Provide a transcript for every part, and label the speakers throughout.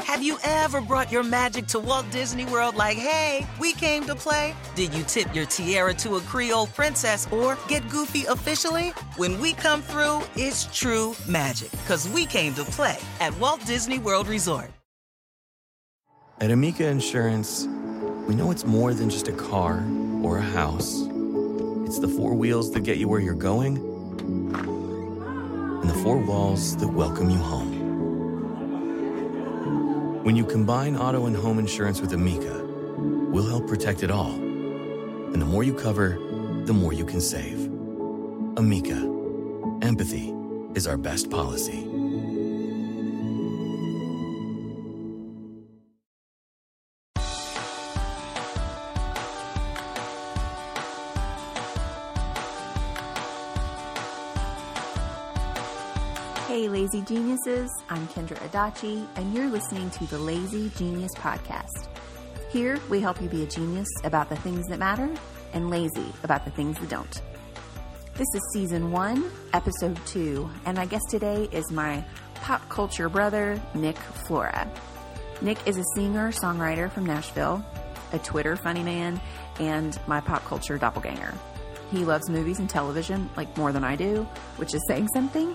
Speaker 1: Have you ever brought your magic to Walt Disney World like, hey, we came to play? Did you tip your tiara to a Creole princess or get goofy officially? When we come through, it's true magic, because we came to play at Walt Disney World Resort.
Speaker 2: At Amica Insurance, we know it's more than just a car or a house. It's the four wheels that get you where you're going and the four walls that welcome you home. When you combine auto and home insurance with Amica, we'll help protect it all. And the more you cover, the more you can save. Amica, empathy is our best policy.
Speaker 3: Hey, lazy geniuses. I'm Kendra Adachi, and you're listening to the Lazy Genius Podcast. Here, we help you be a genius about the things that matter and lazy about the things that don't. This is season one, episode two, and my guest today is my pop culture brother, Nick Flora. Nick is a singer songwriter from Nashville, a Twitter funny man, and my pop culture doppelganger. He loves movies and television like more than I do, which is saying something.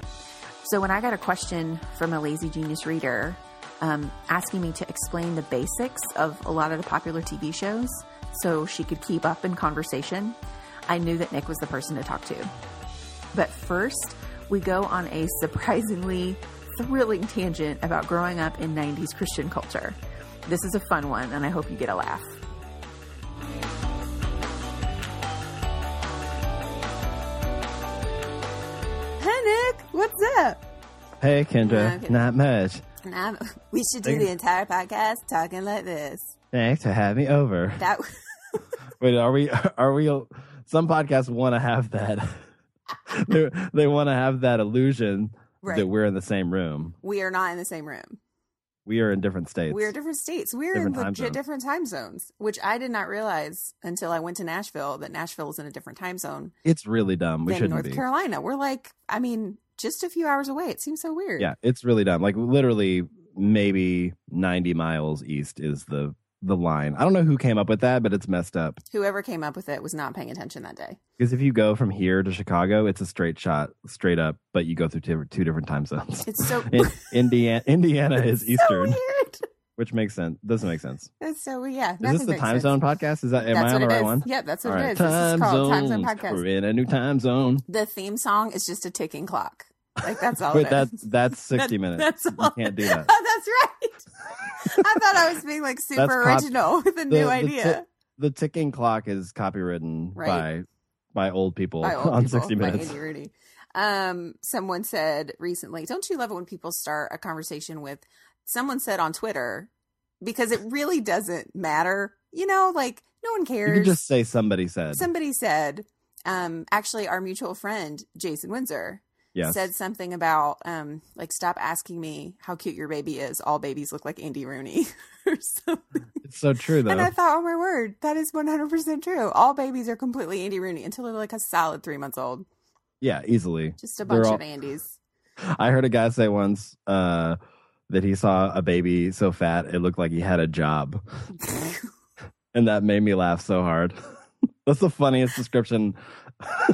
Speaker 3: So when I got a question from a lazy genius reader um, asking me to explain the basics of a lot of the popular TV shows so she could keep up in conversation, I knew that Nick was the person to talk to. But first, we go on a surprisingly thrilling tangent about growing up in 90s Christian culture. This is a fun one, and I hope you get a laugh.
Speaker 4: Hey Nick, what's up?
Speaker 5: Hey, Kendra.
Speaker 4: Okay.
Speaker 5: Not much.
Speaker 4: And I'm, we should do
Speaker 5: Thank-
Speaker 4: the entire podcast talking like this.
Speaker 5: Thanks for having me over.
Speaker 4: That
Speaker 5: Wait, are we? Are we? Some podcasts want to have that. they they want to have that illusion
Speaker 4: right?
Speaker 5: that we're in the same room.
Speaker 4: we are not in the same room.
Speaker 5: We are in different states.
Speaker 4: We're different states. We're
Speaker 5: different
Speaker 4: in
Speaker 5: time
Speaker 4: legit
Speaker 5: zones.
Speaker 4: different time zones, which I did not realize until I went to Nashville that Nashville is in a different time zone
Speaker 5: It's really dumb. We
Speaker 4: than
Speaker 5: shouldn't
Speaker 4: North
Speaker 5: be.
Speaker 4: Carolina. We're like, I mean, just a few hours away. It seems so weird.
Speaker 5: Yeah, it's really dumb. Like literally, maybe ninety miles east is the the line. I don't know who came up with that, but it's messed up.
Speaker 4: Whoever came up with it was not paying attention that day.
Speaker 5: Because if you go from here to Chicago, it's a straight shot, straight up, but you go through two, two different time zones.
Speaker 4: It's so
Speaker 5: In, Indiana, Indiana
Speaker 4: it's
Speaker 5: is Eastern.
Speaker 4: So weird.
Speaker 5: Which makes sense. Doesn't make sense.
Speaker 4: That's so yeah.
Speaker 5: is this
Speaker 4: nothing
Speaker 5: the
Speaker 4: makes
Speaker 5: time
Speaker 4: sense.
Speaker 5: zone podcast? Is that am
Speaker 4: that's
Speaker 5: I on
Speaker 4: what
Speaker 5: the
Speaker 4: it
Speaker 5: right
Speaker 4: is.
Speaker 5: one?
Speaker 4: Yep, that's what
Speaker 5: All
Speaker 4: it
Speaker 5: right.
Speaker 4: is. This is called time zone
Speaker 5: zones.
Speaker 4: podcast.
Speaker 5: We're in a new time zone.
Speaker 4: the theme song is just a ticking clock. Like that's all.
Speaker 5: Wait,
Speaker 4: Oh, it
Speaker 5: that's
Speaker 4: is.
Speaker 5: that's sixty
Speaker 4: That-
Speaker 5: minutes.
Speaker 4: That's all.
Speaker 5: you can't do that.
Speaker 4: Oh, that's right. I thought I was being like super
Speaker 5: cop-
Speaker 4: original with a
Speaker 5: The-
Speaker 4: new
Speaker 5: the
Speaker 4: idea.
Speaker 5: tick- The, ticking clock is copywritten
Speaker 4: Right.
Speaker 5: by by old people
Speaker 4: By old
Speaker 5: on
Speaker 4: people,
Speaker 5: sixty
Speaker 4: by
Speaker 5: minutes.
Speaker 4: Andy Rooney. Um, someone said recently, "Don't you love it when people start a conversation with?" Someone said on Twitter because it really doesn't matter. You know, like no one
Speaker 5: You
Speaker 4: cares.
Speaker 5: can just say somebody said.
Speaker 4: Somebody said, um, actually, our mutual friend Jason Windsor
Speaker 5: yes.
Speaker 4: said something about um like stop asking me how cute your baby is. All babies look like Andy Rooney or something.
Speaker 5: it's so true though.
Speaker 4: And I thought, oh my word, that is one hundred percent true. All babies are completely Andy Rooney until they're like a solid three months old.
Speaker 5: yeah, easily.
Speaker 4: Just a
Speaker 5: They're
Speaker 4: bunch
Speaker 5: all-
Speaker 4: of Andys.
Speaker 5: I heard a guy say once uh, that he saw a baby so fat it looked like he had a job, and that made me laugh so hard. That's the funniest description.
Speaker 4: I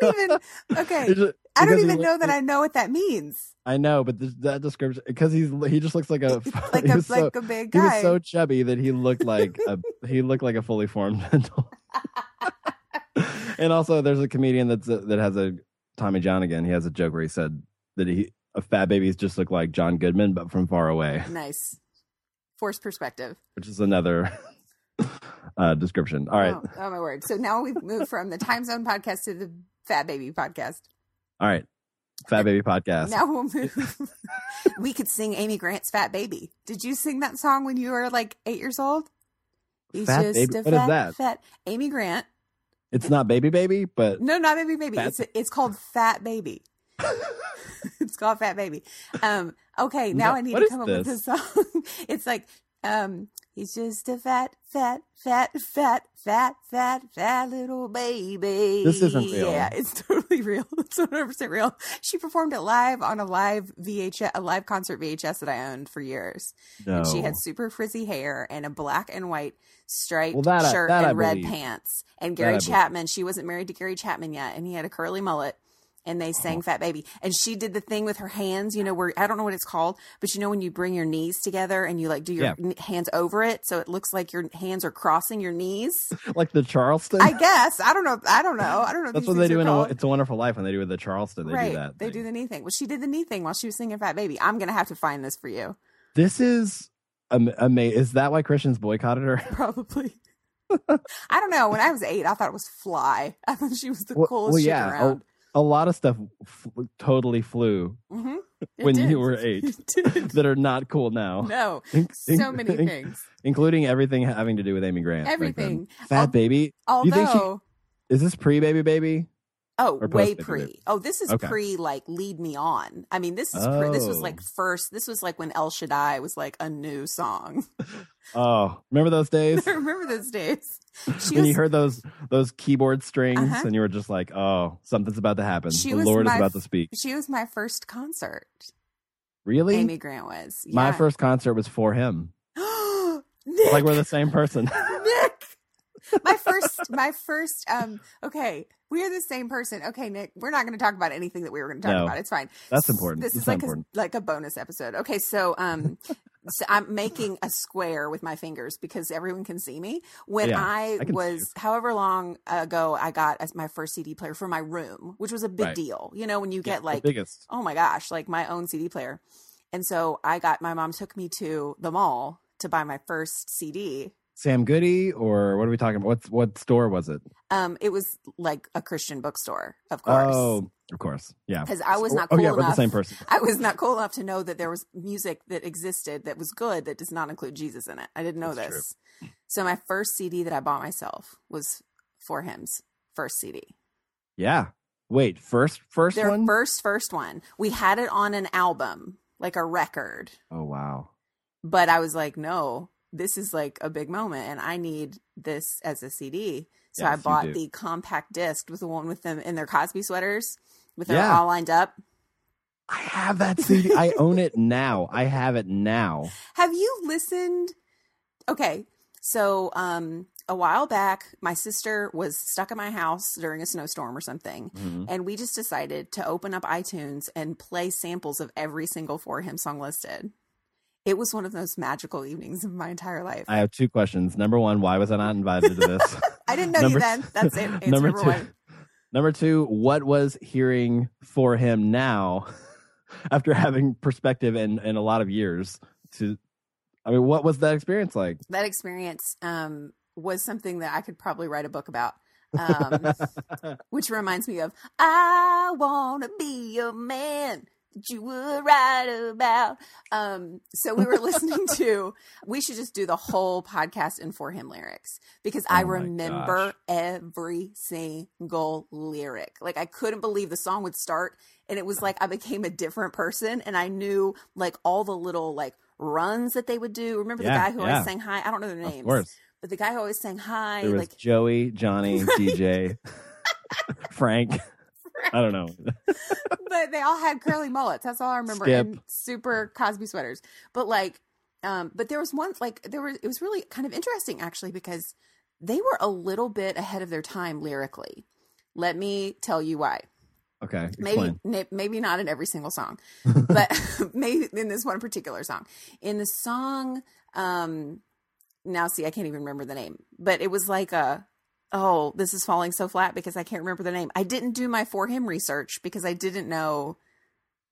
Speaker 4: don't even okay.
Speaker 5: It's just-
Speaker 4: I don't
Speaker 5: because he
Speaker 4: even know
Speaker 5: looked-
Speaker 4: that I know what that means.
Speaker 5: I know, but this, that description because he's he just looks like a
Speaker 4: Like
Speaker 5: he
Speaker 4: a
Speaker 5: was so,
Speaker 4: like a big
Speaker 5: he
Speaker 4: guy.
Speaker 5: was so chubby that he looked like a he looked like a fully formed mental. and also, there's a comedian that's a, that has a Tommy John again. He has a joke where he said that he a fat babies just look like John Goodman, but from far away.
Speaker 4: nice. Forced perspective.
Speaker 5: which is another uh, description. All right,
Speaker 4: Oh, oh my word. So now we've moved from the time zone podcast to the fat baby podcast.
Speaker 5: all right. Fat Baby Podcast.
Speaker 4: Now we'll move. we could sing Amy Grant's Fat Baby. Did you sing that song when you were like eight years old? He's
Speaker 5: Fat
Speaker 4: just
Speaker 5: Baby?
Speaker 4: a
Speaker 5: What is
Speaker 4: fat,
Speaker 5: that?
Speaker 4: Fat Amy Grant.
Speaker 5: It's not Baby Baby, but
Speaker 4: No, not Baby Baby.
Speaker 5: Fat-
Speaker 4: It's it's called Fat Baby. it's called Fat Baby. Um, okay, now
Speaker 5: No,
Speaker 4: I need
Speaker 5: what
Speaker 4: to
Speaker 5: is
Speaker 4: come up
Speaker 5: this?
Speaker 4: with a song. it's like Um, he's just a fat, fat, fat, fat, fat, fat, fat little baby.
Speaker 5: This isn't real.
Speaker 4: Yeah, it's totally real. It's one hundred percent real. She performed it live on a live VHS, a live concert VHS that I owned for years.
Speaker 5: No.
Speaker 4: And she had super frizzy hair and a black and white striped
Speaker 5: Well, that I-
Speaker 4: shirt
Speaker 5: that
Speaker 4: and
Speaker 5: I
Speaker 4: red
Speaker 5: believe.
Speaker 4: pants. And
Speaker 5: That I
Speaker 4: Gary
Speaker 5: believe.
Speaker 4: Chapman, she wasn't married to Gary Chapman yet, and he had a curly mullet. And they
Speaker 5: Oh.
Speaker 4: sang "Fat Baby," and she did the thing with her hands. You know, where I don't know what it's called, but you know when you bring your knees together and you like do your
Speaker 5: Yeah.
Speaker 4: kn- hands over it, so it looks like your hands are crossing your knees.
Speaker 5: like the Charleston.
Speaker 4: I guess I don't know. I don't know. I don't know. if
Speaker 5: That's
Speaker 4: these
Speaker 5: what
Speaker 4: things
Speaker 5: they do
Speaker 4: are
Speaker 5: in a,
Speaker 4: called.
Speaker 5: It's a Wonderful Life when they do the Charleston. They
Speaker 4: right.
Speaker 5: do that.
Speaker 4: They
Speaker 5: thing.
Speaker 4: do the knee thing. Well, she did the knee thing while she was singing "Fat Baby." I'm gonna have to find this for you,
Speaker 5: This is am- amazing. Is that why Christians boycotted her?
Speaker 4: probably. I don't know. When I was eight, I thought it was fly. I thought she was the
Speaker 5: Well-
Speaker 4: coolest
Speaker 5: well,
Speaker 4: chick
Speaker 5: yeah. oh,
Speaker 4: around.
Speaker 5: A lot of stuff f- totally flew
Speaker 4: hmm
Speaker 5: when you were eight that are not cool now,
Speaker 4: No,
Speaker 5: Inc-
Speaker 4: so
Speaker 5: inc-
Speaker 4: many
Speaker 5: inc-
Speaker 4: things.
Speaker 5: including everything having to do with Amy Grant. like them.
Speaker 4: Everything.
Speaker 5: Fat
Speaker 4: Al-
Speaker 5: baby. you think she-
Speaker 4: Although,
Speaker 5: Is this pre baby baby?
Speaker 4: oh, way
Speaker 5: or post-baby
Speaker 4: pre.
Speaker 5: baby?
Speaker 4: Oh, this is
Speaker 5: Okay.
Speaker 4: pre. Like, lead me on. I mean, this is pre, this was
Speaker 5: Oh.
Speaker 4: like first. This was like when El Shaddai was like a new song.
Speaker 5: Oh, remember those days
Speaker 4: I remember those days. She
Speaker 5: when you
Speaker 4: was-
Speaker 5: heard those those keyboard strings
Speaker 4: Uh-huh.
Speaker 5: and you were just like, oh, something's about to happen.
Speaker 4: She
Speaker 5: the
Speaker 4: was
Speaker 5: Lord is
Speaker 4: my
Speaker 5: about
Speaker 4: f-
Speaker 5: to speak.
Speaker 4: She was my first concert.
Speaker 5: Really?
Speaker 4: Amy Grant was
Speaker 5: My
Speaker 4: Yeah.
Speaker 5: first concert was for him.
Speaker 4: Nick,
Speaker 5: Like we're the same person.
Speaker 4: Nick. My first, my first. Um. Okay, we are the same person. Okay, Nick, we're not going to talk about anything that we were going to talk
Speaker 5: No.
Speaker 4: about. It's fine.
Speaker 5: That's important.
Speaker 4: This
Speaker 5: That's
Speaker 4: is like a,
Speaker 5: important.
Speaker 4: like a bonus episode. Okay, so um, so I'm making a square with my fingers because everyone can see me. When
Speaker 5: Yeah,
Speaker 4: I,
Speaker 5: I can see
Speaker 4: was however long ago I got as my first CD player for my room, which was a big
Speaker 5: Right.
Speaker 4: deal. You know, when you
Speaker 5: Yeah,
Speaker 4: get
Speaker 5: the
Speaker 4: like
Speaker 5: biggest.
Speaker 4: oh my gosh, like my own CD player. And so I got my mom took me to the mall to buy my first CD.
Speaker 5: Sam Goody or what are we talking about? What's what store was it?
Speaker 4: Um, it was like a Christian bookstore, of course.
Speaker 5: Oh, of course. Yeah.
Speaker 4: Because I was
Speaker 5: Oh,
Speaker 4: not
Speaker 5: oh
Speaker 4: cool
Speaker 5: yeah, we're the
Speaker 4: enough.
Speaker 5: same person.
Speaker 4: I was not cool enough to know that there was music that existed that was good that does not include Jesus in it. I didn't know
Speaker 5: That's true.
Speaker 4: this. So my first CD that I bought myself was Four Hymns first CD.
Speaker 5: Yeah. Wait, first first
Speaker 4: Their
Speaker 5: one?
Speaker 4: first first one. We had it on an album, like a record.
Speaker 5: oh wow.
Speaker 4: but I was like, no, this is like a big moment, and I need this as a CD. So I
Speaker 5: Yes, you do.
Speaker 4: bought the compact disc with the one with them in their Cosby sweaters, with them
Speaker 5: Yeah.
Speaker 4: all lined up.
Speaker 5: I have that CD. I own it now. I have it now.
Speaker 4: Have you listened? Okay, so um, a while back, my sister was stuck at my house during a snowstorm or something,
Speaker 5: Mm-hmm.
Speaker 4: and we just decided to open up iTunes and play samples of every single four hymn song listed. It was one of those magical evenings of my entire life.
Speaker 5: I have two questions. Number one, why was I not invited to this?
Speaker 4: I didn't know
Speaker 5: Number
Speaker 4: you then.
Speaker 5: two-
Speaker 4: That's it. Answer
Speaker 5: number
Speaker 4: number,
Speaker 5: two,
Speaker 4: one.
Speaker 5: number two, what was hearing for him now, after having perspective and and a lot of years to, I mean, what was that experience like?
Speaker 4: That experience um, was something that I could probably write a book about. Um, which reminds me of I wanna be a man that you were right about. Um, so we were listening to we should just do the whole podcast in for him lyrics because I
Speaker 5: Oh my
Speaker 4: remember
Speaker 5: gosh.
Speaker 4: every single lyric. Like I couldn't believe the song would start and it was like I became a different person and I knew like all the little like runs that they would do. Remember
Speaker 5: Yeah,
Speaker 4: the guy who
Speaker 5: yeah.
Speaker 4: always sang hi? I don't know their names.
Speaker 5: of course,
Speaker 4: But the guy who always sang hi,
Speaker 5: there was
Speaker 4: like
Speaker 5: Joey, Johnny, DJ, Frank. I don't know.
Speaker 4: but they all had curly mullets. That's all I remember.
Speaker 5: Skip.
Speaker 4: And super Cosby sweaters. But like, um, but there was one like there was it was really kind of interesting actually because they were a little bit ahead of their time lyrically. Let me tell you why.
Speaker 5: Okay,
Speaker 4: Maybe
Speaker 5: explain.
Speaker 4: na- maybe not in every single song, but maybe in this one particular song. In the song, um, now see, I can't even remember the name, but it was like a oh, this is falling so flat because I can't remember the name. I didn't do my for him research because I didn't know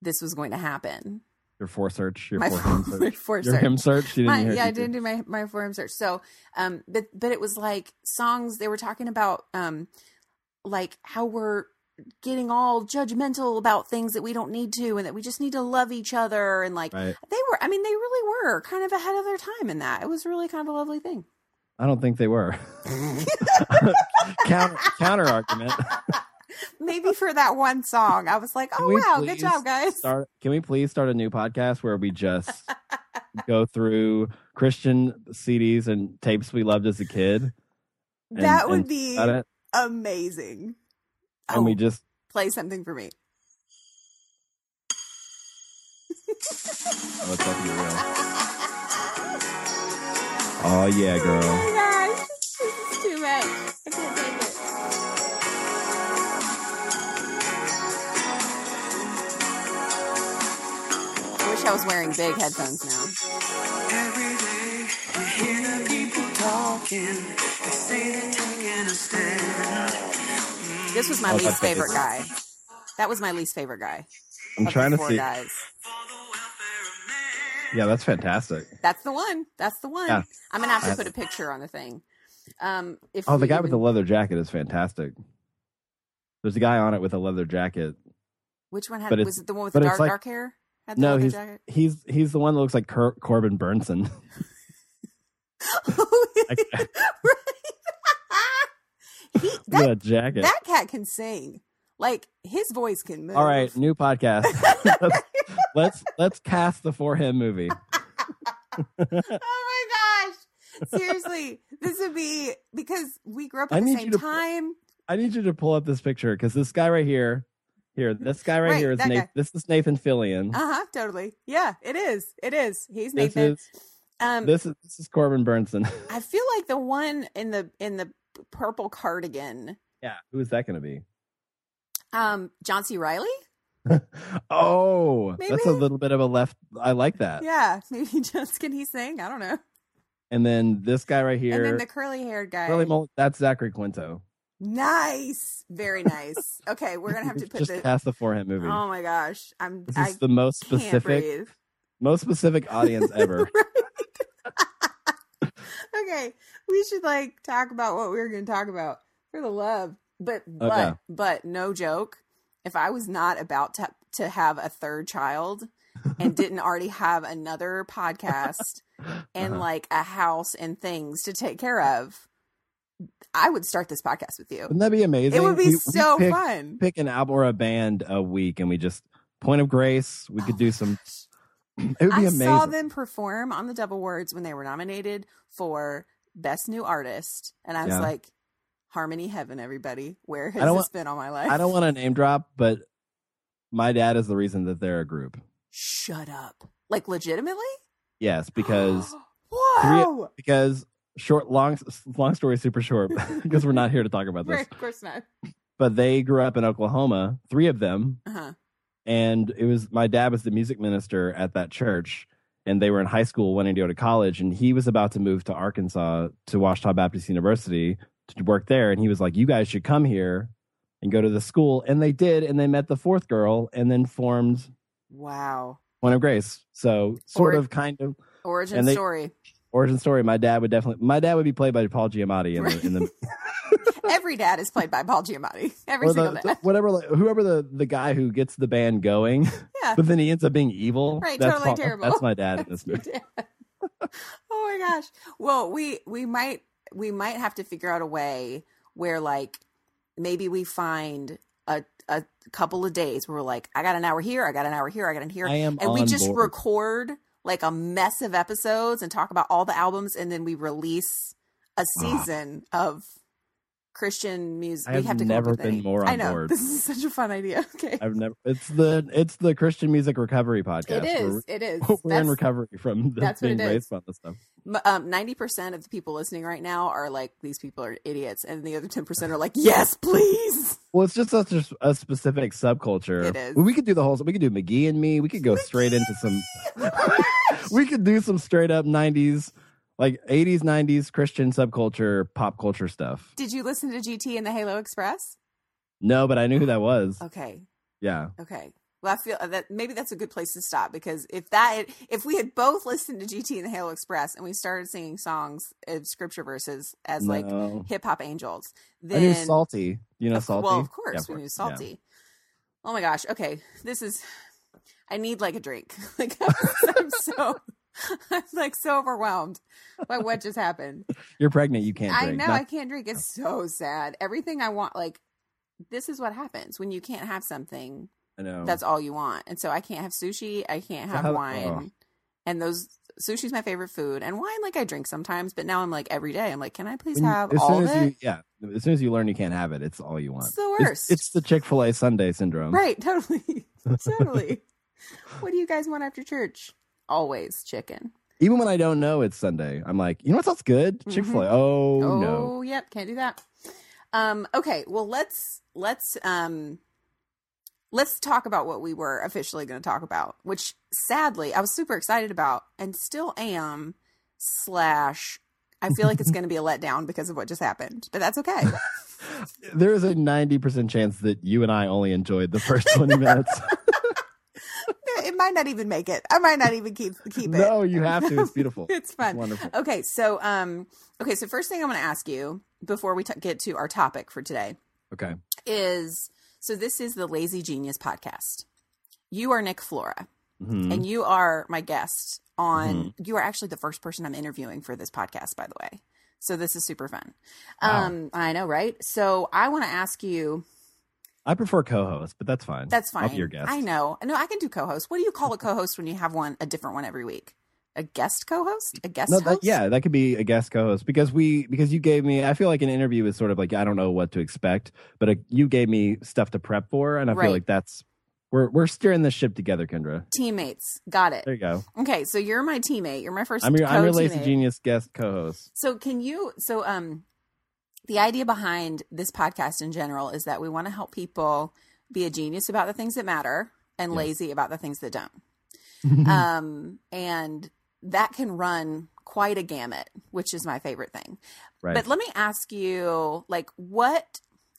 Speaker 4: this was going to happen.
Speaker 5: Your for search, your
Speaker 4: my
Speaker 5: for him
Speaker 4: for-
Speaker 5: search,
Speaker 4: my for
Speaker 5: your
Speaker 4: search.
Speaker 5: him search. You didn't
Speaker 4: My-
Speaker 5: hear
Speaker 4: yeah, I
Speaker 5: you
Speaker 4: didn't do my my forum search. So, um, but but it was like songs they were talking about, um, like how we're getting all judgmental about things that we don't need to, and that we just need to love each other, and like
Speaker 5: Right.
Speaker 4: they were. I mean, they really were kind of ahead of their time in that. It was really kind of a lovely thing.
Speaker 5: I don't think they were. counter counter argument.
Speaker 4: Maybe for that one song, I was like,
Speaker 5: Can
Speaker 4: oh
Speaker 5: we
Speaker 4: wow, good
Speaker 5: please
Speaker 4: job, guys.
Speaker 5: Start, can we please start a new podcast where we just go through Christian CDs and tapes we loved as a kid. and-
Speaker 4: that would
Speaker 5: and
Speaker 4: be
Speaker 5: got it,
Speaker 4: amazing.
Speaker 5: and
Speaker 4: Oh,
Speaker 5: we just
Speaker 4: play something for me.
Speaker 5: oh, it's off your rail. Oh yeah,
Speaker 4: Oh
Speaker 5: girl.
Speaker 4: my gosh, this is too much. I can't take it. I wish I was wearing big headphones now.
Speaker 6: Every day you hear the people talking. They say they're taking a stand.
Speaker 4: This was my
Speaker 5: Oh,
Speaker 4: least
Speaker 5: that's what it
Speaker 4: favorite
Speaker 5: is.
Speaker 4: guy. That was my least favorite guy.
Speaker 5: I'm
Speaker 4: of the
Speaker 5: trying to
Speaker 4: four
Speaker 5: see.
Speaker 4: Guys.
Speaker 6: For the welfare of man.
Speaker 5: Yeah, that's fantastic.
Speaker 4: That's the one. That's the one.
Speaker 5: Yeah.
Speaker 4: I'm gonna have to
Speaker 5: I-
Speaker 4: put a picture on the thing. Um, if
Speaker 5: Oh, the
Speaker 4: we
Speaker 5: guy with the
Speaker 4: even-
Speaker 5: leather jacket is fantastic. There's a guy on it with a leather jacket.
Speaker 4: which one had
Speaker 5: but it's-
Speaker 4: was it the one with
Speaker 5: but
Speaker 4: the
Speaker 5: it's
Speaker 4: dark
Speaker 5: like-
Speaker 4: dark hair? Had the
Speaker 5: No,
Speaker 4: leather
Speaker 5: he's
Speaker 4: jacket?
Speaker 5: he's he's the one that looks like Cor- Corbin Burnson.
Speaker 4: Oh, right. he, that,
Speaker 5: the jacket.
Speaker 4: that cat can sing. Like his voice can move.
Speaker 5: All right, new podcast. let's, let's let's cast the for him movie.
Speaker 4: Oh my gosh. Seriously, this would be because we grew up
Speaker 5: I
Speaker 4: at the
Speaker 5: need
Speaker 4: same
Speaker 5: you to-
Speaker 4: time.
Speaker 5: I need you to pull up this picture because this guy right here, here, this guy right,
Speaker 4: Right,
Speaker 5: here is
Speaker 4: that
Speaker 5: Nathan,
Speaker 4: guy.
Speaker 5: this is Nathan Fillion.
Speaker 4: Uh huh. Totally. Yeah. It is. It is. He's
Speaker 5: this
Speaker 4: Nathan.
Speaker 5: is
Speaker 4: um,
Speaker 5: this is this is Corbin Burnson.
Speaker 4: I feel like the one in the in the purple cardigan,
Speaker 5: yeah, who is that going to be?
Speaker 4: um, John C. Riley.
Speaker 5: Oh, that's a
Speaker 4: Maybe.
Speaker 5: little bit of a left. I like that.
Speaker 4: Yeah, maybe just can he sing? I don't know.
Speaker 5: And then this guy right here,
Speaker 4: And then the curly haired guy.
Speaker 5: Curly Mullet, that's Zachary Quinto.
Speaker 4: Nice, very nice. Okay, we're gonna have to
Speaker 5: We've
Speaker 4: put
Speaker 5: just
Speaker 4: the.
Speaker 5: cast the for him movie.
Speaker 4: Oh my gosh, I'm.
Speaker 5: this
Speaker 4: I
Speaker 5: is the most
Speaker 4: can't
Speaker 5: specific,
Speaker 4: breathe.
Speaker 5: most specific audience ever.
Speaker 4: Okay, we should like talk about what we were gonna talk about for the love, but but
Speaker 5: yeah.
Speaker 4: but no joke. If I was not about to to have a third child and didn't already have another podcast and
Speaker 5: Uh-huh.
Speaker 4: like a house and things to take care of, I would start this podcast with you.
Speaker 5: Wouldn't that be amazing?
Speaker 4: It would be
Speaker 5: We- we
Speaker 4: so
Speaker 5: pick-
Speaker 4: fun.
Speaker 5: pick an album or a band a week and we just point of grace we could
Speaker 4: Oh
Speaker 5: do
Speaker 4: my
Speaker 5: some
Speaker 4: Oh, gosh.
Speaker 5: it would be
Speaker 4: I
Speaker 5: amazing
Speaker 4: saw them perform on the Double Words when they were nominated for Best New Artist, and I was
Speaker 5: Yeah.
Speaker 4: like, "Harmony Heaven, everybody! Where has
Speaker 5: I
Speaker 4: this
Speaker 5: don't
Speaker 4: been all my life?"
Speaker 5: i don't want to name drop but my dad is the reason that they're a group
Speaker 4: Shut up! Like legitimately?
Speaker 5: yes because
Speaker 4: Whoa!
Speaker 5: because short long long story super short because we're not here to talk about this
Speaker 4: Right, of course not.
Speaker 5: but they grew up in oklahoma three of them
Speaker 4: Uh-huh.
Speaker 5: and it was my dad was the music minister at that church and they were in high school wanting to go to college and he was about to move to arkansas to washita baptist university to work there and he was like you guys should come here and go to the school and they did and they met the fourth girl and then formed
Speaker 4: Wow.
Speaker 5: one of grace so sort
Speaker 4: Or-
Speaker 5: of kind of
Speaker 4: Origin
Speaker 5: And they-
Speaker 4: story.
Speaker 5: origin story my dad would definitely my dad would be played by paul giamatti in the, in the
Speaker 4: Every dad is played by Paul Giamatti. Every
Speaker 5: or
Speaker 4: single
Speaker 5: the
Speaker 4: dad.
Speaker 5: whatever like, whoever the the guy who gets the band going
Speaker 4: Yeah.
Speaker 5: but then he ends up being evil
Speaker 4: Right,
Speaker 5: that's
Speaker 4: totally
Speaker 5: Paul-
Speaker 4: terrible.
Speaker 5: that's my dad in this movie
Speaker 4: oh my gosh. Well, we we might we might have to figure out a way where like maybe we find a a couple of days where we're like, I got an hour here, I got an hour here, I got an here,
Speaker 5: I am
Speaker 4: and we
Speaker 5: on
Speaker 4: just
Speaker 5: board.
Speaker 4: record like a mess of episodes and talk about all the albums, and then we release a season of Christian music.
Speaker 5: Ah. I
Speaker 4: we
Speaker 5: have
Speaker 4: have to come up
Speaker 5: never
Speaker 4: with
Speaker 5: been
Speaker 4: any.
Speaker 5: more
Speaker 4: I
Speaker 5: on
Speaker 4: know
Speaker 5: board.
Speaker 4: this is such a fun idea. Okay,
Speaker 5: I've never. It's the it's the Christian music recovery
Speaker 4: it
Speaker 5: podcast.
Speaker 4: is. It is.
Speaker 5: We're, we're in
Speaker 4: That's-
Speaker 5: recovery from the,
Speaker 4: that's what
Speaker 5: being
Speaker 4: it is.
Speaker 5: raised on this stuff.
Speaker 4: M- um, 90% of the people listening right now are like, these people are idiots. And the other 10% are like, yes, please.
Speaker 5: Well, it's just such a, a specific subculture.
Speaker 4: It is.
Speaker 5: We could do the whole. We could do McGee and me. We could go straight into some. we could do some straight up '90s, like '80s, '90s Christian subculture, pop culture stuff.
Speaker 4: Did you listen to GT and the Halo Express?
Speaker 5: No, but I knew who that was.
Speaker 4: Okay.
Speaker 5: Yeah,
Speaker 4: Okay. Well, I feel uh, that maybe that's a good place to stop because if that, if we had both listened to GT and the Halo Express and we started singing songs and scripture verses as like
Speaker 5: No.
Speaker 4: hip hop angels,
Speaker 5: I knew
Speaker 4: then.
Speaker 5: Salty. You know
Speaker 4: Of-
Speaker 5: Salty.
Speaker 4: Well, of
Speaker 5: Yeah,
Speaker 4: course, we knew
Speaker 5: Yeah.
Speaker 4: salty. Oh my gosh. Okay, this is. I need like a drink. Like I'm so, I'm like so overwhelmed by what just happened.
Speaker 5: You're pregnant. You can't.
Speaker 4: I
Speaker 5: drink.
Speaker 4: know
Speaker 5: Not-
Speaker 4: I can't drink. It's so sad. Everything I want, like this is what happens when you can't have something.
Speaker 5: I know.
Speaker 4: That's all you want, and so I can't have sushi. I can't
Speaker 5: Oh. So
Speaker 4: have
Speaker 5: how-
Speaker 4: wine,
Speaker 5: oh.
Speaker 4: and those sushi's my favorite food, and wine like I drink sometimes, but now I'm like every day. I'm like, can I please
Speaker 5: When you-
Speaker 4: have
Speaker 5: as
Speaker 4: all
Speaker 5: soon
Speaker 4: of
Speaker 5: as
Speaker 4: it?
Speaker 5: you yeah, as soon as you learn you can't have it, it's all you want.
Speaker 4: It's the worst.
Speaker 5: It's, the Chick Fil A Sunday syndrome.
Speaker 4: Right, totally. totally. What do you guys want after church? Always chicken.
Speaker 5: Even when I don't know it's Sunday, I'm like, you know what sounds good? Chick Fil A. Oh,
Speaker 4: Mm-hmm. Oh,
Speaker 5: no,
Speaker 4: yep, can't do that. Um, okay, well let's let's um let's talk about what we were officially going to talk about, which sadly I was super excited about and still am. Slash, I feel like it's going to be a letdown because of what just happened, but that's okay.
Speaker 5: there is a ninety percent chance that you and I only enjoyed the first twenty minutes.
Speaker 4: it might not even make it. I might not even keep keep it.
Speaker 5: no, you have to. It's beautiful.
Speaker 4: It's fun. Uh,
Speaker 5: wonderful.
Speaker 4: Okay, so um, okay, so first thing I'm going to ask you before we t- get to our topic for today
Speaker 5: Okay,
Speaker 4: is so this is the Lazy Genius podcast. You are Nick Flora,
Speaker 5: Mhm.
Speaker 4: and you are my guest on.
Speaker 5: Mm-hmm.
Speaker 4: You are actually the first person I'm interviewing for this podcast, by the way. So this is super fun.
Speaker 5: Wow.
Speaker 4: Um, I know, right? So I want to ask you.
Speaker 5: I prefer co-host, but that's fine.
Speaker 4: That's
Speaker 5: I'll
Speaker 4: fine.
Speaker 5: be your guest.
Speaker 4: I know. No, I can do co-host. What do you call a co-host when you have one a different one every week? A guest co-host? A guest
Speaker 5: No,
Speaker 4: host?
Speaker 5: that, yeah, that could be a guest co-host because we because you gave me. I feel like an interview is sort of like I don't know what to expect, but uh you gave me stuff to prep for, and I
Speaker 4: Right.
Speaker 5: feel like that's we're we're steering this ship together, Kendra.
Speaker 4: Teammates. Got it.
Speaker 5: There you go.
Speaker 4: Okay, so you're my teammate. You're my 1st
Speaker 5: I'm your I'm your lazy
Speaker 4: co-teammate.
Speaker 5: genius guest co-host.
Speaker 4: So can you so um the idea behind this podcast in general is that we want to help people be a genius about the things that matter and
Speaker 5: Yes.
Speaker 4: lazy about the things that don't. um and that can run quite a gamut, which is my favorite thing.
Speaker 5: Right.
Speaker 4: But let me ask you like what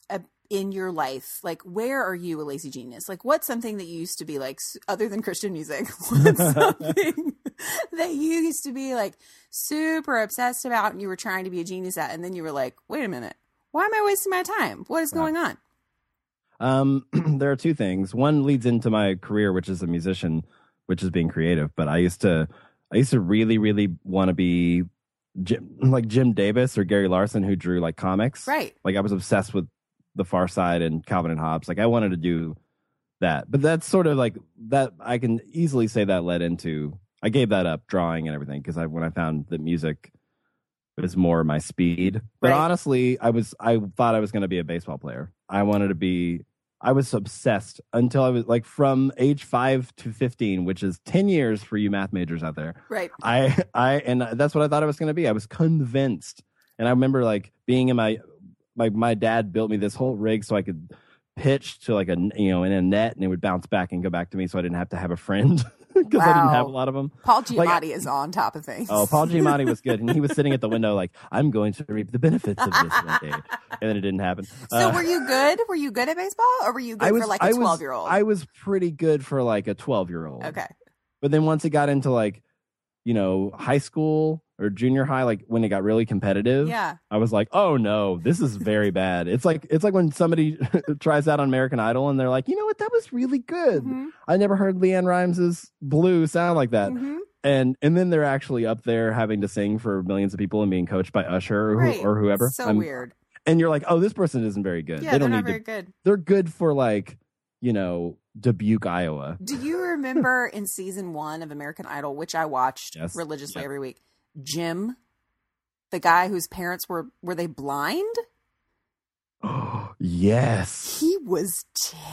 Speaker 4: uh, in your life, like where are you a lazy genius? Like what's something that you used to be like s- other than Christian music? What's something that you used to be like super obsessed about and you were trying to be a genius at and then you were like, "Wait a minute. Why am I wasting my time? What is
Speaker 5: Wow.
Speaker 4: going on?"
Speaker 5: Um, there are two things. One leads into my career, which is a musician, which is being creative. But I used to, I used to really, really want to be Jim, like Jim Davis or Gary Larson, who drew like comics.
Speaker 4: Right.
Speaker 5: Like I was obsessed with The Far Side and Calvin and Hobbes. Like I wanted to do that. But that's sort of like that. I can easily say that led into. I gave that up drawing and everything because I when I found that music is more my speed. But
Speaker 4: Right.
Speaker 5: honestly, I was I thought I was going to be a baseball player. I wanted to be I was obsessed until I was like from age five to fifteen, which is ten years for you math majors out there.
Speaker 4: Right.
Speaker 5: I I and that's what I thought I was going to be. I was convinced, and I remember like being in my my my dad built me this whole rig so I could pitch to like a you know in a net and it would bounce back and go back to me, so I didn't have to have a friend because I didn't have
Speaker 4: Wow.
Speaker 5: a lot of them.
Speaker 4: Paul Giamatti
Speaker 5: Like,
Speaker 4: is on top of things.
Speaker 5: Oh, Paul Giamatti was good, and he was sitting at the window like, "I'm going to reap the benefits of this one day," and then it didn't happen.
Speaker 4: So
Speaker 5: Uh,
Speaker 4: were you good? Were you good at baseball or were you good for like a
Speaker 5: I
Speaker 4: 12-year-old?
Speaker 5: I was pretty good for like a twelve year old.
Speaker 4: okay.
Speaker 5: But then once it got into like, you know, high school or junior high, like when it got really competitive,
Speaker 4: Yeah.
Speaker 5: I was like, oh no, this is very bad. It's like it's like when somebody tries out on American Idol and they're like, you know what, that was really good.
Speaker 4: Mhm.
Speaker 5: I never heard Leanne Rhimes's blue sound like that.
Speaker 4: Mhm.
Speaker 5: And and then they're actually up there having to sing for millions of people and being coached by Usher or, who-
Speaker 4: Right.
Speaker 5: or whoever.
Speaker 4: So
Speaker 5: I'm-
Speaker 4: weird.
Speaker 5: And you're like, oh, this person isn't very good.
Speaker 4: Yeah,
Speaker 5: they
Speaker 4: they're
Speaker 5: don't
Speaker 4: not
Speaker 5: need
Speaker 4: very
Speaker 5: to.
Speaker 4: good.
Speaker 5: They're good for like, you know, Dubuque, Iowa.
Speaker 4: Do you remember in season one of American Idol, which I watched
Speaker 5: Yes.
Speaker 4: religiously
Speaker 5: Yeah.
Speaker 4: every week, Jim, the guy whose parents were were they blind? Mm-hmm.
Speaker 5: yes.
Speaker 4: He was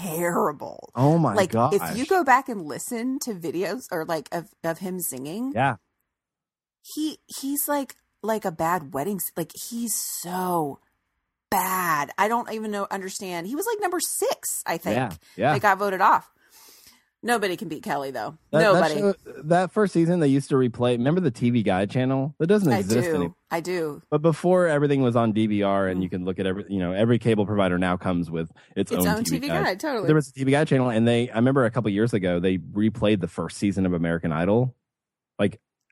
Speaker 4: terrible.
Speaker 5: Oh my
Speaker 4: like
Speaker 5: gosh.
Speaker 4: if you go back and listen to videos or like of, of him singing,
Speaker 5: Yeah.
Speaker 4: he he's like like a bad wedding s- like he's so bad. I don't even know understand. He was like number six, I think.
Speaker 5: Yeah. Yeah.
Speaker 4: They got voted off. Nobody can beat Kelly though.
Speaker 5: That- that
Speaker 4: Nobody.
Speaker 5: show- That, first season they used to replay. Remember the TV Guide channel? That doesn't
Speaker 4: I
Speaker 5: exist anymore.
Speaker 4: do. I do.
Speaker 5: But before everything was on DVR, and
Speaker 4: Mm.
Speaker 5: you can look at every, you know, every cable provider now comes with its,
Speaker 4: Its own, TV, guide, totally.
Speaker 5: There was a TV Guide channel, and they, I remember a couple years ago, they replayed the first season of American Idol,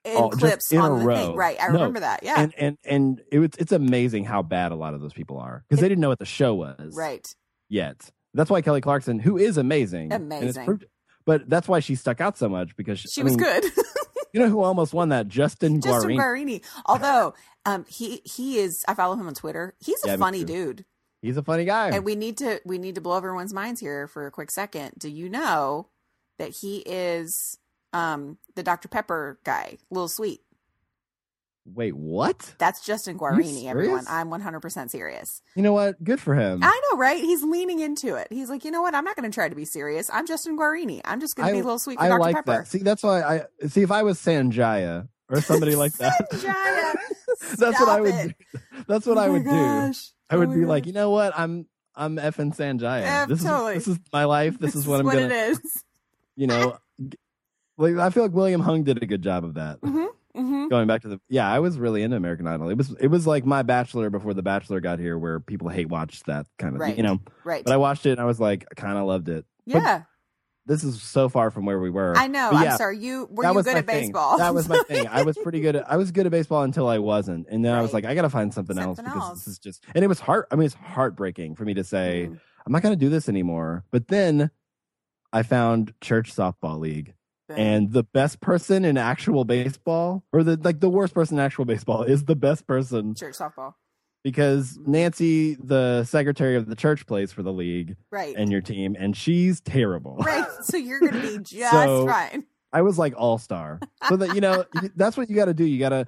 Speaker 4: in
Speaker 5: oh, just
Speaker 4: clips
Speaker 5: in a
Speaker 4: on the thing,
Speaker 5: row.
Speaker 4: right? I
Speaker 5: No,
Speaker 4: remember that. Yeah,
Speaker 5: and and and it, was- it's amazing how bad a lot of those people are because they didn't know what the show was,
Speaker 4: right.
Speaker 5: Yet that's why Kelly Clarkson, who is amazing, and it's
Speaker 4: Amazing.
Speaker 5: proved- but that's why she stuck out so much because
Speaker 4: She
Speaker 5: I
Speaker 4: was
Speaker 5: mean,
Speaker 4: good.
Speaker 5: You know who almost won that? Justin
Speaker 4: Justin
Speaker 5: Guarini.
Speaker 4: Guarini. Although um, he he is, I follow him on Twitter. He's a
Speaker 5: Yeah, me
Speaker 4: funny
Speaker 5: too.
Speaker 4: dude,
Speaker 5: He's a funny guy.
Speaker 4: and we need to we need to blow everyone's minds here for a quick second. Do you know that he is um, the Dr. Pepper guy, Little Sweet.
Speaker 5: Wait, what?
Speaker 4: That's Justin Guarini, everyone.
Speaker 5: serious?
Speaker 4: I'm 100% serious.
Speaker 5: You know what? Good for him.
Speaker 4: I know, right? He's leaning into it. He's like, you know what? I'm not going to try to be serious. I'm Justin Guarini. I'm just going to be Little Sweet for
Speaker 5: I
Speaker 4: Dr.
Speaker 5: like
Speaker 4: Pepper.
Speaker 5: that. See, that's why I see if I was Sanjaya or somebody like that.
Speaker 4: Sanjaya,
Speaker 5: that's what
Speaker 4: stop
Speaker 5: I would.
Speaker 4: it.
Speaker 5: Do. That's what
Speaker 4: Oh
Speaker 5: I
Speaker 4: my
Speaker 5: would do.
Speaker 4: gosh.
Speaker 5: I
Speaker 4: Oh
Speaker 5: would
Speaker 4: my
Speaker 5: be like,
Speaker 4: gosh.
Speaker 5: you know what? I'm I'm effing Sanjaya.
Speaker 4: Yeah,
Speaker 5: this
Speaker 4: totally.
Speaker 5: is this is my life. This, is what I'm gonna.
Speaker 4: it is.
Speaker 5: You know, g- like I feel like William Hung did a good job of that.
Speaker 4: Mm-hmm.
Speaker 5: Going back to the yeah, I was really into American Idol. It was it was like my Bachelor before the Bachelor got here, where people hate watched that kind of
Speaker 4: Right.
Speaker 5: you know.
Speaker 4: Right.
Speaker 5: But I watched it and I was like, I kind of loved it. but-
Speaker 4: yeah.
Speaker 5: This is so far from where we were.
Speaker 4: I know.
Speaker 5: But
Speaker 4: I'm
Speaker 5: yeah,
Speaker 4: sorry. You were
Speaker 5: that
Speaker 4: you
Speaker 5: was
Speaker 4: good
Speaker 5: my
Speaker 4: at
Speaker 5: thing.
Speaker 4: baseball?
Speaker 5: That was my thing. I was pretty good. At, I was good at baseball until I wasn't, and then I was
Speaker 4: Right.
Speaker 5: like, I gotta find something, else
Speaker 4: Something
Speaker 5: because
Speaker 4: else.
Speaker 5: this is just. And it was heart. I mean, it's heartbreaking for me to say
Speaker 4: Mm.
Speaker 5: I'm not gonna do this anymore. But then I found church softball league, and the best person in actual baseball, or the like, the worst person in actual baseball is the best person
Speaker 4: church softball.
Speaker 5: because
Speaker 4: Mm-hmm.
Speaker 5: Nancy, the secretary of the church, plays for the league
Speaker 4: Right.
Speaker 5: and your team, and she's terrible.
Speaker 4: right. So you're going to be just
Speaker 5: So-
Speaker 4: fine.
Speaker 5: I was like all star. So that you know, you- that's what you got to do. You got to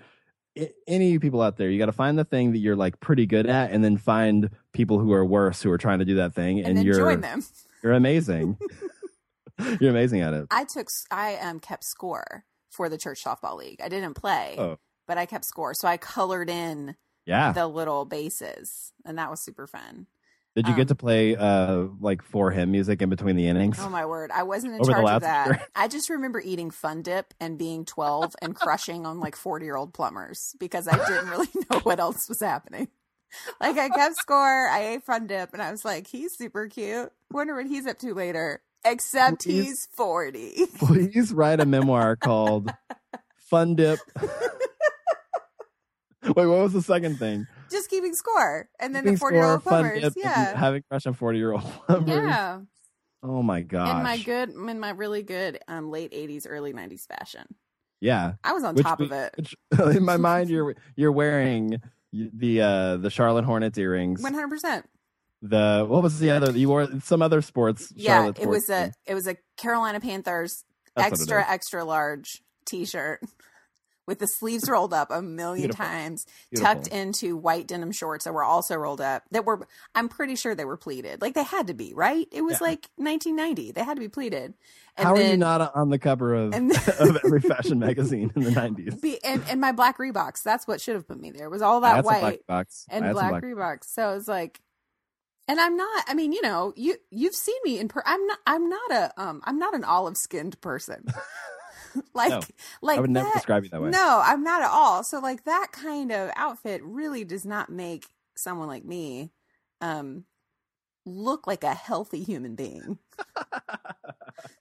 Speaker 5: a- any people out there, you got to find the thing that you're like pretty good at, and then find people who are worse who are trying to do that thing,
Speaker 4: And,
Speaker 5: and,
Speaker 4: then
Speaker 5: you're
Speaker 4: join them.
Speaker 5: you're amazing. you're amazing at it.
Speaker 4: I took s- I um kept score for the church softball league. I didn't play,
Speaker 5: Oh.
Speaker 4: but I kept score. So I colored in
Speaker 5: Yeah.
Speaker 4: the little bases, and that was super fun.
Speaker 5: Did you get
Speaker 4: um,
Speaker 5: to play uh like for him music in between the innings?
Speaker 4: Oh my word! I wasn't in
Speaker 5: Over the
Speaker 4: charge of that.
Speaker 5: loudspeaker.
Speaker 4: I just remember eating Fun Dip and being 12 and crushing on like 40 year old plumbers because I didn't really know what else was happening. Like I kept score. I ate Fun Dip, and I was like, "He's super cute. Wonder what he's up to later." Except
Speaker 5: Please.
Speaker 4: he's 40.
Speaker 5: Please write a memoir called Fun Dip. Wait, what was the second thing?
Speaker 4: just keeping score, and then
Speaker 5: Keeping
Speaker 4: the 40 year old
Speaker 5: score, Fun
Speaker 4: plumbers.
Speaker 5: Dip, and
Speaker 4: Yeah.
Speaker 5: having crush on forty year old plumbers.
Speaker 4: Yeah,
Speaker 5: Oh my gosh.
Speaker 4: in my good, in my really good, um, late '80s, early '90s fashion.
Speaker 5: Yeah.
Speaker 4: I was on
Speaker 5: Which
Speaker 4: top
Speaker 5: we-
Speaker 4: of it.
Speaker 5: Which, in my mind, you're you're wearing the uh the Charlotte Hornets earrings.
Speaker 4: 100. percent
Speaker 5: The what was the other? You wore some other sports.
Speaker 4: Yeah,
Speaker 5: Charlotte
Speaker 4: it was
Speaker 5: sports
Speaker 4: a
Speaker 5: thing.
Speaker 4: it was a Carolina Panthers
Speaker 5: That's what it
Speaker 4: extra
Speaker 5: is.
Speaker 4: extra large T-shirt with the sleeves rolled up a million
Speaker 5: Beautiful.
Speaker 4: times,
Speaker 5: Beautiful.
Speaker 4: tucked into white denim shorts that were also rolled up. That were I'm pretty sure they were pleated. Like they had to be right. It was
Speaker 5: Yeah.
Speaker 4: like 1990. They had to be pleated. And
Speaker 5: How are you
Speaker 4: then-
Speaker 5: not on the cover of
Speaker 4: and then-
Speaker 5: of every fashion magazine in the nineties?
Speaker 4: Be, and, and my black Reeboks. That's what should have put me there. Was all that
Speaker 5: That's
Speaker 4: white
Speaker 5: a black box.
Speaker 4: and
Speaker 5: That's a
Speaker 4: black, Reeboks. So it's like, and I'm not. I mean, you know, you you've seen me in. Per- I'm not. I'm not a. Um. I'm not an olive skinned person. like
Speaker 5: No,
Speaker 4: like
Speaker 5: I would never
Speaker 4: that-
Speaker 5: describe you that way.
Speaker 4: No, I'm not at all. So like that kind of outfit really does not make someone like me, um, look like a healthy human being.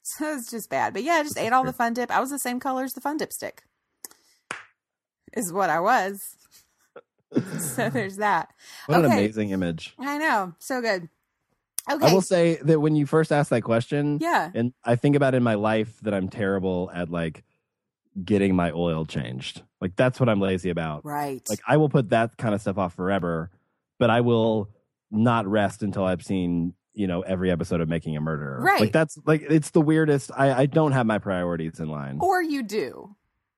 Speaker 4: so it's just bad. But yeah, I just ate all the fun dip. I was the same color as the fun dip stick. Is what I was. so there's that.
Speaker 5: What an
Speaker 4: Okay.
Speaker 5: amazing image.
Speaker 4: I know. So good.
Speaker 5: I
Speaker 4: Okay.
Speaker 5: will say that when you first asked that question,
Speaker 4: Yeah.
Speaker 5: and I think about in my life that I'm terrible at like getting my oil changed. Like that's what I'm lazy about.
Speaker 4: Right.
Speaker 5: Like I will put that kind of stuff off forever, but I will not rest until I've seen, you know, every episode of Making a Murderer.
Speaker 4: Right.
Speaker 5: Like that's like it's the weirdest. I, I don't have my priorities in line.
Speaker 4: or you do.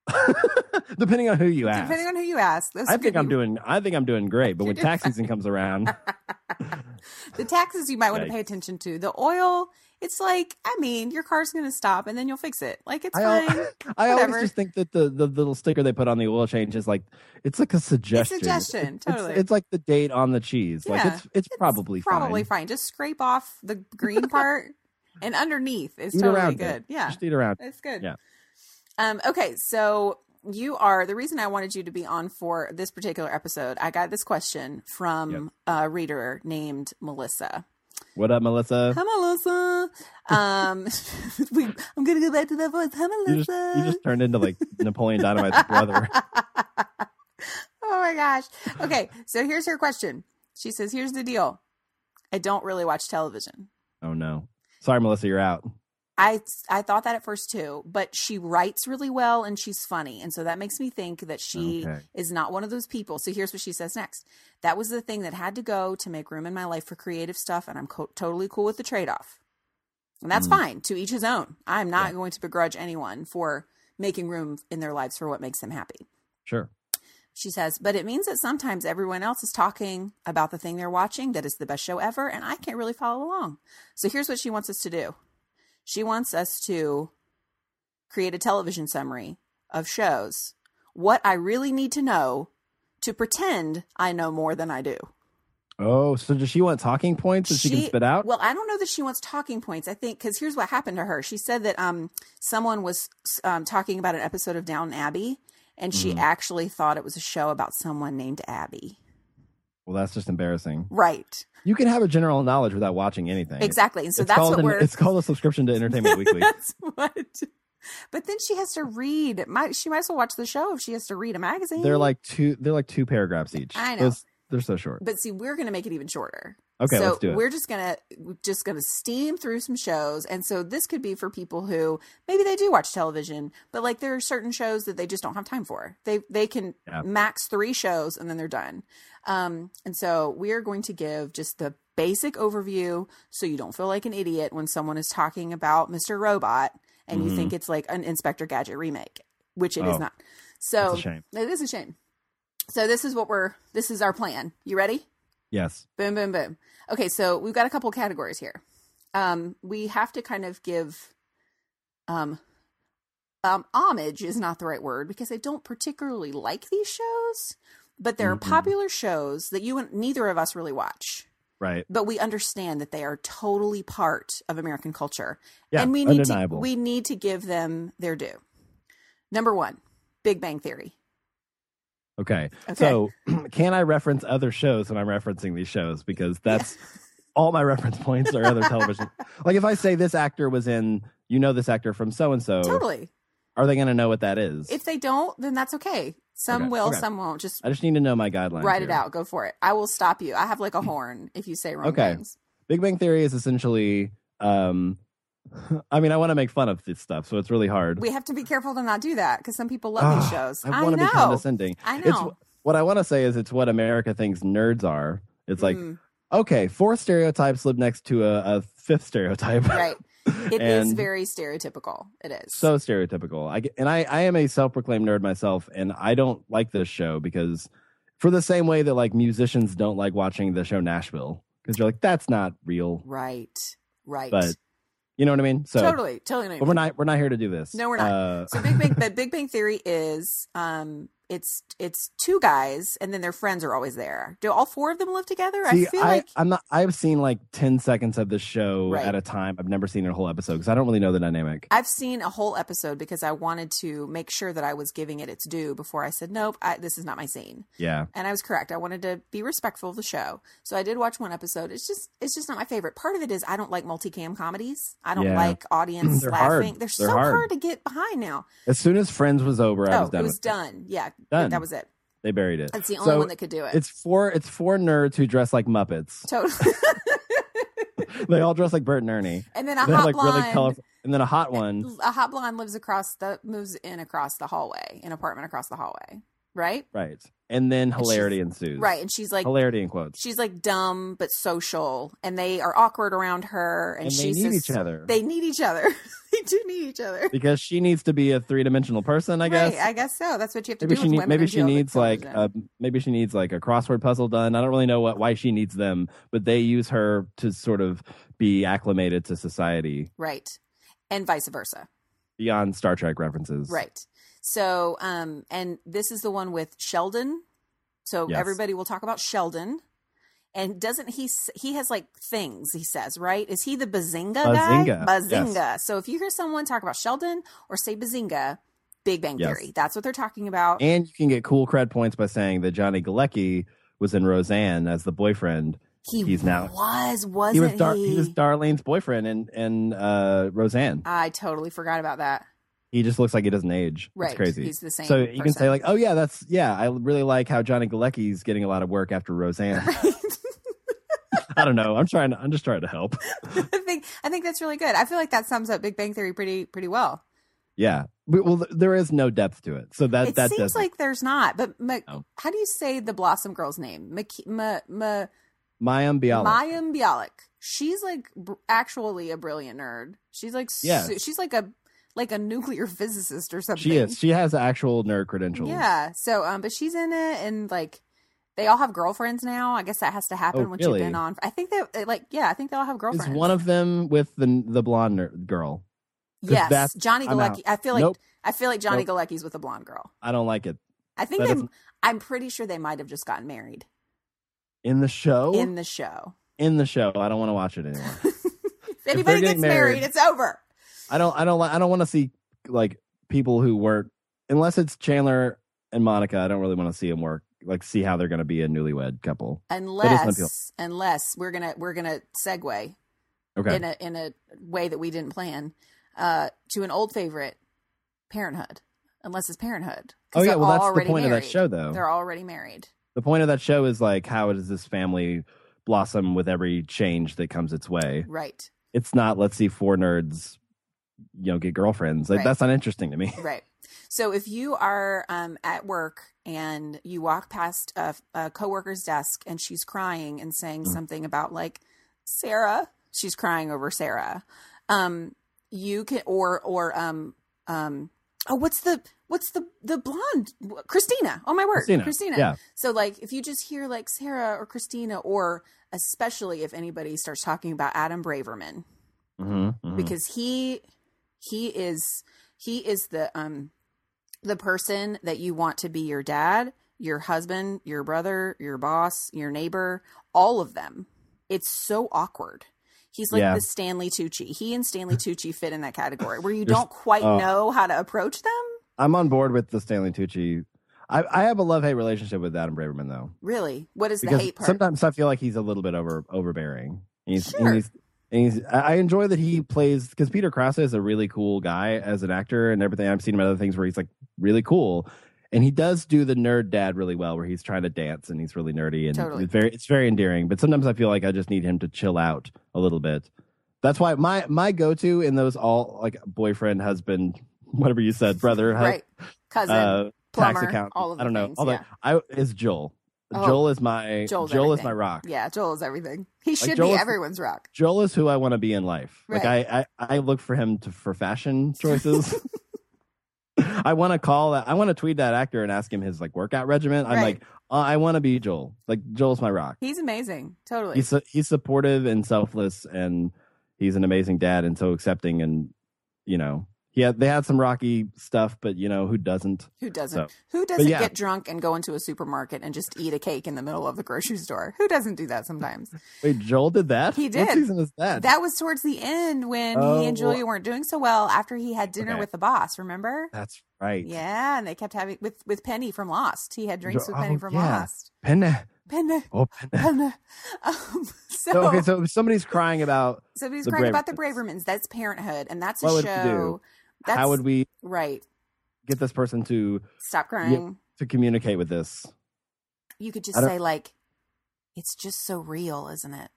Speaker 5: Depending on who you ask.
Speaker 4: Oh. Depending on who you ask. Those
Speaker 5: I
Speaker 4: could
Speaker 5: think I'm
Speaker 4: be-
Speaker 5: doing I think I'm doing great, but
Speaker 4: You're
Speaker 5: when
Speaker 4: doing
Speaker 5: tax season comes around,
Speaker 4: the taxes you might want to
Speaker 5: Yikes.
Speaker 4: pay attention to. The oil, it's like, I mean, your car's going to stop and then you'll fix it. Like, it's
Speaker 5: I, al-
Speaker 4: fine.
Speaker 5: I
Speaker 4: Whatever.
Speaker 5: always just think that the, the little sticker they put on the oil change is like it's like a suggestion.
Speaker 4: suggestion,
Speaker 5: It's-
Speaker 4: totally.
Speaker 5: It's, like the date on the cheese. Like
Speaker 4: Yeah.
Speaker 5: it's it's probably
Speaker 4: It's probably
Speaker 5: fine.
Speaker 4: fine. Just scrape off the green part and underneath is
Speaker 5: Eat
Speaker 4: totally
Speaker 5: around
Speaker 4: good.
Speaker 5: it.
Speaker 4: Yeah.
Speaker 5: Just eat around.
Speaker 4: It's good.
Speaker 5: Yeah.
Speaker 4: Um, okay, so you are the reason I wanted you to be on for this particular episode. I got this question from a reader named Melissa.
Speaker 5: What up, Melissa?
Speaker 4: Hi, Melissa. Um, we, I'm gonna go back to that voice. Hi,
Speaker 5: you
Speaker 4: Melissa.
Speaker 5: just you just turned into like Napoleon Dynamite's brother.
Speaker 4: oh my gosh. Okay, so here's her question. She says, "Here's the deal. I don't really watch television.
Speaker 5: Oh no. Sorry, Melissa, you're out.
Speaker 4: I I thought that at first too, but she writes really well and she's funny, and so that makes me think that she
Speaker 5: Okay.
Speaker 4: is not one of those people. So here's what she says next. That was the thing that had to go to make room in my life for creative stuff, and I'm co- totally cool with the trade off. And that's
Speaker 5: Mm.
Speaker 4: fine to each his own. I'm not going to begrudge anyone for making room in their lives for what makes them happy.
Speaker 5: Sure.
Speaker 4: She says, but it means that sometimes everyone else is talking about the thing they're watching that is the best show ever, and I can't really follow along. So here's what she wants us to do she wants us to create a television summary of shows, what I really need to know to pretend I know more than I do.
Speaker 5: Oh, so does she want talking points that she, can spit out?
Speaker 4: Well, I don't know that she wants talking points. I think because here's what happened to her. She said that um someone was um, talking about an episode of Down Abbey, and she
Speaker 5: Mhm.
Speaker 4: actually thought it was a show about someone named Abby.
Speaker 5: well, that's just embarrassing.
Speaker 4: Right.
Speaker 5: You can have a general knowledge without watching anything.
Speaker 4: Exactly. And so
Speaker 5: it's
Speaker 4: that's
Speaker 5: called
Speaker 4: what
Speaker 5: an-
Speaker 4: we're.
Speaker 5: It's called a subscription to Entertainment Weekly.
Speaker 4: that's what. But then she has to read. Might she might as well watch the show if she has to read a magazine.
Speaker 5: They're like two. They're like two paragraphs each.
Speaker 4: I know.
Speaker 5: Those- they're so short.
Speaker 4: But see, we're going to make it even shorter.
Speaker 5: Okay,
Speaker 4: so
Speaker 5: let's do it.
Speaker 4: we're just gonna we're just gonna steam through some shows, and so this could be for people who maybe they do watch television, but like there are certain shows that they just don't have time for. They they can
Speaker 5: Yeah.
Speaker 4: max three shows and then they're done. Um, and so we are going to give just the basic overview, so you don't feel like an idiot when someone is talking about Mr. Robot and you
Speaker 5: Mhm.
Speaker 4: think it's like an Inspector Gadget remake, which it is
Speaker 5: Oh.
Speaker 4: not. So
Speaker 5: That's a shame.
Speaker 4: it is a shame. So this is what we're this is our plan. You ready?
Speaker 5: Yes.
Speaker 4: Boom, boom, boom. Okay, so we've got a couple categories here. Um, we have to kind of give um, um, homage is not the right word because I don't particularly like these shows, but there are
Speaker 5: Mm-mm.
Speaker 4: popular shows that you and neither of us really watch,
Speaker 5: Right.
Speaker 4: but we understand that they are totally part of American culture,
Speaker 5: Yeah.
Speaker 4: and we need
Speaker 5: undeniable.
Speaker 4: to we need to give them their due. Number one, Big Bang Theory.
Speaker 5: okay.
Speaker 4: Okay.
Speaker 5: So, can I reference other shows when I'm referencing these shows? Because that's all my reference points are other television. like if I say this actor was in, you know, this actor from so and so.
Speaker 4: Totally.
Speaker 5: Are they going to know what that is?
Speaker 4: If they don't, then that's okay. Some
Speaker 5: Okay,
Speaker 4: will,
Speaker 5: okay.
Speaker 4: some won't. Just
Speaker 5: I just need to know my guidelines.
Speaker 4: Write it
Speaker 5: here.
Speaker 4: out. Go for it. I will stop you. I have like a horn if you say wrong
Speaker 5: Okay.
Speaker 4: things.
Speaker 5: Big Bang Theory is essentially. um I mean, I want to make fun of this stuff, so it's really hard.
Speaker 4: We have to be careful to not do that because some people love these
Speaker 5: Ah,
Speaker 4: shows.
Speaker 5: I
Speaker 4: I,
Speaker 5: want to be
Speaker 4: know.
Speaker 5: condescending.
Speaker 4: I
Speaker 5: It's
Speaker 4: know.
Speaker 5: what I want to say is it's what America thinks nerds are. It's like
Speaker 4: Mm,
Speaker 5: okay, four stereotypes live next to a, a fifth stereotype.
Speaker 4: right. It is
Speaker 5: And
Speaker 4: very stereotypical. It is.
Speaker 5: so stereotypical. I get- and I I am a self proclaimed nerd myself, and I don't like this show because for the same way that like musicians don't like watching the show Nashville because you're like that's not real,
Speaker 4: right. Right.
Speaker 5: but you know what I mean. So
Speaker 4: totally. Totally. know what
Speaker 5: but
Speaker 4: you
Speaker 5: we're
Speaker 4: mean.
Speaker 5: not we're not here to do this.
Speaker 4: No, we're not.
Speaker 5: Uh,
Speaker 4: So Big Bang, but Big Bang Theory is um, it's it's two guys and then their friends are always there. Do all four of them live together?
Speaker 5: See,
Speaker 4: I feel
Speaker 5: I,
Speaker 4: like
Speaker 5: I'm not. I've seen like ten seconds of this show
Speaker 4: Right.
Speaker 5: at a time. I've never seen a whole episode because I don't really know the dynamic.
Speaker 4: I've seen a whole episode because I wanted to make sure that I was giving it its due before I said nope. I, this is not my scene.
Speaker 5: Yeah,
Speaker 4: and I was correct. I wanted to be respectful of the show, so I did watch one episode. It's just it's just not my favorite. Part of it is I don't like multicam comedies. I don't
Speaker 5: Yeah.
Speaker 4: like audience
Speaker 5: They're hard.
Speaker 4: laughing. They're,
Speaker 5: They're
Speaker 4: so
Speaker 5: hard.
Speaker 4: hard. to get behind now.
Speaker 5: as soon as Friends was over, I
Speaker 4: oh,
Speaker 5: was done.
Speaker 4: it was
Speaker 5: with
Speaker 4: done. Yeah,
Speaker 5: Done.
Speaker 4: that was it.
Speaker 5: They buried it.
Speaker 4: That's the only
Speaker 5: So
Speaker 4: one that could do it.
Speaker 5: It's four. It's four nerds who dress like Muppets.
Speaker 4: totally.
Speaker 5: they all dress like Bert and Ernie.
Speaker 4: and then a
Speaker 5: They're
Speaker 4: hot
Speaker 5: like
Speaker 4: blonde.
Speaker 5: really colorful. And then a hot one,
Speaker 4: A hot blonde lives across the moves in across the hallway, an apartment across the hallway, right?
Speaker 5: right? And then
Speaker 4: she's-
Speaker 5: hilarity ensues.
Speaker 4: Right, and she's like.
Speaker 5: hilarity in quotes.
Speaker 4: She's like dumb but social, and they are awkward around her, and,
Speaker 5: And, they
Speaker 4: she's
Speaker 5: need
Speaker 4: just-
Speaker 5: each other
Speaker 4: They need each other. they do need each other.
Speaker 5: because she needs to be a three dimensional person. I guess.
Speaker 4: Right, I guess so. That's what you have to
Speaker 5: maybe
Speaker 4: do.
Speaker 5: she
Speaker 4: with
Speaker 5: need,
Speaker 4: women
Speaker 5: maybe
Speaker 4: in
Speaker 5: she
Speaker 4: jail with
Speaker 5: needs like
Speaker 4: television.
Speaker 5: a, maybe she needs like a crossword puzzle done. I don't really know what why she needs them, but they use her to sort of be acclimated to society
Speaker 4: right, and vice versa.
Speaker 5: beyond Star Trek references.
Speaker 4: Right. So, um, and this is the one with Sheldon. So
Speaker 5: Yes.
Speaker 4: everybody will talk about Sheldon. And doesn't he? s- He has like things he says, right? Is he the Bazinga, guy?
Speaker 5: Bazinga,
Speaker 4: Bazinga. So if you hear someone talk about Sheldon or say Bazinga, Big Bang
Speaker 5: Yes.
Speaker 4: Theory. That's what they're talking about.
Speaker 5: And you can get cool cred points by saying that Johnny Galecki was in Roseanne as the boyfriend.
Speaker 4: he
Speaker 5: he's now-
Speaker 4: was wasn't
Speaker 5: he
Speaker 4: he?
Speaker 5: was Dar- he? was Darlene's boyfriend in in uh, Roseanne.
Speaker 4: I totally forgot about that.
Speaker 5: He just looks like he doesn't age.
Speaker 4: Right.
Speaker 5: It's crazy.
Speaker 4: He's the same.
Speaker 5: so you can
Speaker 4: person.
Speaker 5: say like, oh yeah, that's yeah. I really like how Johnny Galecki's getting a lot of work after Roseanne. I don't know. I'm trying. To, I'm just trying to help.
Speaker 4: I think I think that's really good. I feel like that sums up Big Bang Theory pretty pretty well.
Speaker 5: Yeah. But- Well, th- there is no depth to it, so that
Speaker 4: it
Speaker 5: that
Speaker 4: seems
Speaker 5: does
Speaker 4: like there's not, but Ma-
Speaker 5: No.
Speaker 4: how do you say the Blossom Girl's name? Ma- Ma- Ma-
Speaker 5: Mayim Bialik.
Speaker 4: Mayim Bialik. She's like br- actually a brilliant nerd. She's like su-
Speaker 5: Yeah.
Speaker 4: she's like a like a nuclear physicist or something.
Speaker 5: she is. She has actual nerd credentials.
Speaker 4: Yeah. So um but she's in it and like they all have girlfriends now. I guess that has to happen
Speaker 5: Oh,
Speaker 4: when
Speaker 5: really?
Speaker 4: you've been on. I think that uh, like yeah, I think they all have
Speaker 5: Is
Speaker 4: girlfriends.
Speaker 5: one of them with the the blonde nerd girl? 'cause
Speaker 4: Yes,
Speaker 5: that's-
Speaker 4: Johnny
Speaker 5: I'm
Speaker 4: Galecki. I feel like
Speaker 5: Nope.
Speaker 4: I feel like Johnny
Speaker 5: Nope.
Speaker 4: Galecki's with a blonde girl.
Speaker 5: I don't like it
Speaker 4: I think
Speaker 5: That
Speaker 4: they
Speaker 5: doesn't-
Speaker 4: I'm pretty sure they might have just gotten married
Speaker 5: in the show.
Speaker 4: in the show.
Speaker 5: in the show. I don't want to watch it anymore.
Speaker 4: If anybody gets
Speaker 5: getting
Speaker 4: married,
Speaker 5: married-
Speaker 4: it's over.
Speaker 5: I don't. I don't. li- I don't want to see like people who work unless it's Chandler and Monica. I don't really want to see them work. Like see how they're going to be a newlywed couple. doesn't appeal.
Speaker 4: Unless unless we're gonna we're gonna segue
Speaker 5: Okay.
Speaker 4: in a in a way that we didn't plan uh, to an old favorite, Parenthood. Unless it's Parenthood. 'Cause
Speaker 5: Oh, yeah,
Speaker 4: they're
Speaker 5: well,
Speaker 4: all
Speaker 5: that's the
Speaker 4: already
Speaker 5: point of that
Speaker 4: married.
Speaker 5: show, though.
Speaker 4: They're already married.
Speaker 5: the point of that show is like how does this family blossom with every change that comes its way.
Speaker 4: Right.
Speaker 5: It's not let's see four nerds, you know, get girlfriends. Like
Speaker 4: Right.
Speaker 5: that's not interesting to me.
Speaker 4: Right. So if you are um, at work and you walk past a, a coworker's desk and she's crying and saying
Speaker 5: Mm.
Speaker 4: something about like Sarah, she's crying over Sarah. Um, you can or or um um oh what's the what's the the blonde Christina? Oh my word, Christina.
Speaker 5: Yeah.
Speaker 4: So like if you just hear like Sarah or Christina or especially if anybody starts talking about Adam Braverman
Speaker 5: hmm
Speaker 4: because he he is he is the um the person that you want to be your dad, your husband, your brother, your boss, your neighbor, all of them. It's so awkward. He's like
Speaker 5: Yeah.
Speaker 4: the Stanley Tucci. He and Stanley Tucci fit in that category where you
Speaker 5: There's-
Speaker 4: don't quite
Speaker 5: oh.
Speaker 4: know how to approach them.
Speaker 5: I'm on board with the Stanley Tucci. I, I have a love hate relationship with Adam Braverman though.
Speaker 4: Really, what is the
Speaker 5: because
Speaker 4: hate part?
Speaker 5: sometimes I feel like he's a little bit over overbearing. And he's,
Speaker 4: Sure.
Speaker 5: and he's, and he's, I I enjoy that he plays because Peter Krause is a really cool guy as an actor and everything. I've seen him in other things where he's like really cool, and he does do the nerd dad really well, where he's trying to dance and he's really nerdy and
Speaker 4: Totally.
Speaker 5: it's very it's very endearing. But sometimes I feel like I just need him to chill out a little bit. That's why my my go to in those all like boyfriend husband whatever you said brother hu-
Speaker 4: right, cousin,
Speaker 5: uh,
Speaker 4: plumber,
Speaker 5: tax account
Speaker 4: all of the
Speaker 5: I don't know
Speaker 4: things,
Speaker 5: all
Speaker 4: yeah.
Speaker 5: that I is Joel.
Speaker 4: Oh,
Speaker 5: Joel is my
Speaker 4: Joel's
Speaker 5: Joel is
Speaker 4: everything.
Speaker 5: my rock.
Speaker 4: yeah, Joel is everything. He should be
Speaker 5: Joel is-
Speaker 4: everyone's rock.
Speaker 5: Joel is who I want to be in life.
Speaker 4: Right.
Speaker 5: Like I, I, I look for him to, for fashion choices. I want to call that. I want to tweet that actor and ask him his like workout regimen. I'm
Speaker 4: Right.
Speaker 5: like, uh, I want to be Joel. Like Joel's my rock.
Speaker 4: He's amazing. Totally.
Speaker 5: He's su- he's supportive and selfless, and he's an amazing dad and so accepting. And you know, yeah, they had some rocky stuff, but you know who doesn't?
Speaker 4: Who
Speaker 5: So-
Speaker 4: doesn't? Who doesn't
Speaker 5: yeah.
Speaker 4: get drunk and go into a supermarket and just eat a cake in the middle of the grocery store? Who doesn't do that sometimes?
Speaker 5: Wait, Joel did that.
Speaker 4: He
Speaker 5: What
Speaker 4: did.
Speaker 5: season is that?
Speaker 4: That was towards the end when he and
Speaker 5: Oh.
Speaker 4: Julia weren't doing so well after he had dinner
Speaker 5: Okay.
Speaker 4: with the boss. Remember?
Speaker 5: That's right.
Speaker 4: Yeah, and they kept having with with Penny from Lost. He had drinks with
Speaker 5: Oh,
Speaker 4: Penny from
Speaker 5: yeah.
Speaker 4: Lost.
Speaker 5: Penny.
Speaker 4: Penny,
Speaker 5: Oh, Penny.
Speaker 4: Penny. Um, so,
Speaker 5: So, okay, so somebody's crying about
Speaker 4: somebody's
Speaker 5: the
Speaker 4: crying about the
Speaker 5: Bravermans.
Speaker 4: Bravermans. That's Parenthood, and that's a
Speaker 5: What would we
Speaker 4: show.
Speaker 5: do?
Speaker 4: That's
Speaker 5: how would we
Speaker 4: right.
Speaker 5: get this person to
Speaker 4: Stop crying.
Speaker 5: to communicate with this
Speaker 4: you could just
Speaker 5: I don't-
Speaker 4: say like it's just so real isn't it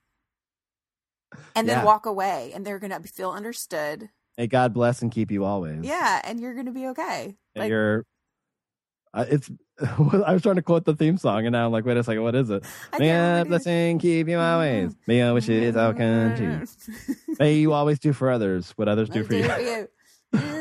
Speaker 4: and
Speaker 5: Yeah.
Speaker 4: then walk away and they're gonna feel understood
Speaker 5: may god bless and keep you always
Speaker 4: yeah and you're gonna be okay
Speaker 5: and
Speaker 4: like
Speaker 5: you're uh, it's i was trying to quote the theme song and now i'm like wait a second what is it
Speaker 4: I can't
Speaker 5: may god
Speaker 4: remember
Speaker 5: bless and keep you
Speaker 4: Mm-hmm.
Speaker 5: always may your wishes all come to you may you always do for others what others do for you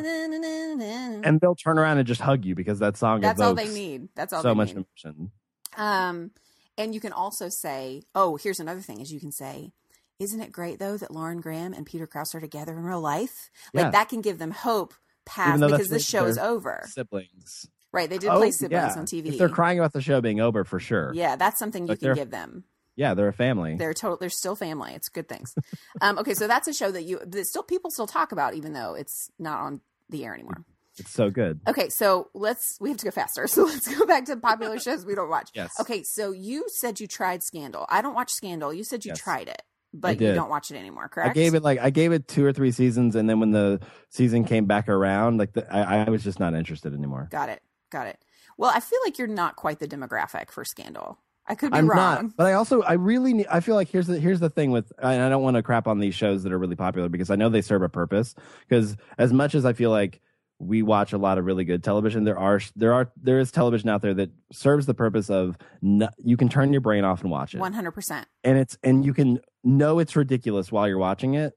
Speaker 5: and they'll turn around and just hug you because that song
Speaker 4: that's all they
Speaker 5: evokes
Speaker 4: need that's all
Speaker 5: so
Speaker 4: they
Speaker 5: much
Speaker 4: need.
Speaker 5: emotion
Speaker 4: um and you can also say oh here's another thing is you can say isn't it great though that lauren graham and peter krause are together in real life like
Speaker 5: Yeah.
Speaker 4: that can give them hope past
Speaker 5: Even though
Speaker 4: because
Speaker 5: that's
Speaker 4: this
Speaker 5: what
Speaker 4: show is
Speaker 5: they're-
Speaker 4: over
Speaker 5: siblings
Speaker 4: Right. They did
Speaker 5: Oh,
Speaker 4: play siblings
Speaker 5: yeah.
Speaker 4: on TV.
Speaker 5: if they're crying about the show being over for sure
Speaker 4: Yeah, that's something you
Speaker 5: Like
Speaker 4: can
Speaker 5: they're-
Speaker 4: give them.
Speaker 5: yeah they're a family
Speaker 4: They're total. They're still family. It's good things. um, okay, so that's a show that you that still people still talk about, even though it's not on the air anymore.
Speaker 5: it's so good
Speaker 4: Okay, so let's we have to go faster. So let's go back to popular shows we don't watch.
Speaker 5: yes
Speaker 4: Okay, so you said you tried Scandal. I don't watch Scandal. You said you
Speaker 5: Yes.
Speaker 4: tried it, but you
Speaker 5: did.
Speaker 4: don't watch it anymore. Correct?
Speaker 5: I gave it like I gave it two or three seasons, and then when the season came back around, like the, I, I was just not interested anymore.
Speaker 4: Got it. Got it. Well, I feel like you're not quite the demographic for Scandal. I could be
Speaker 5: I'm
Speaker 4: wrong.
Speaker 5: not, but I also I really need, I feel like here's the here's the thing with and I don't want to crap on these shows that are really popular because I know they serve a purpose because as much as I feel like we watch a lot of really good television. There are there are there is television out there that serves the purpose of no, you can turn your brain off and watch it,
Speaker 4: One hundred percent.
Speaker 5: and it's and you can know it's ridiculous while you're watching it.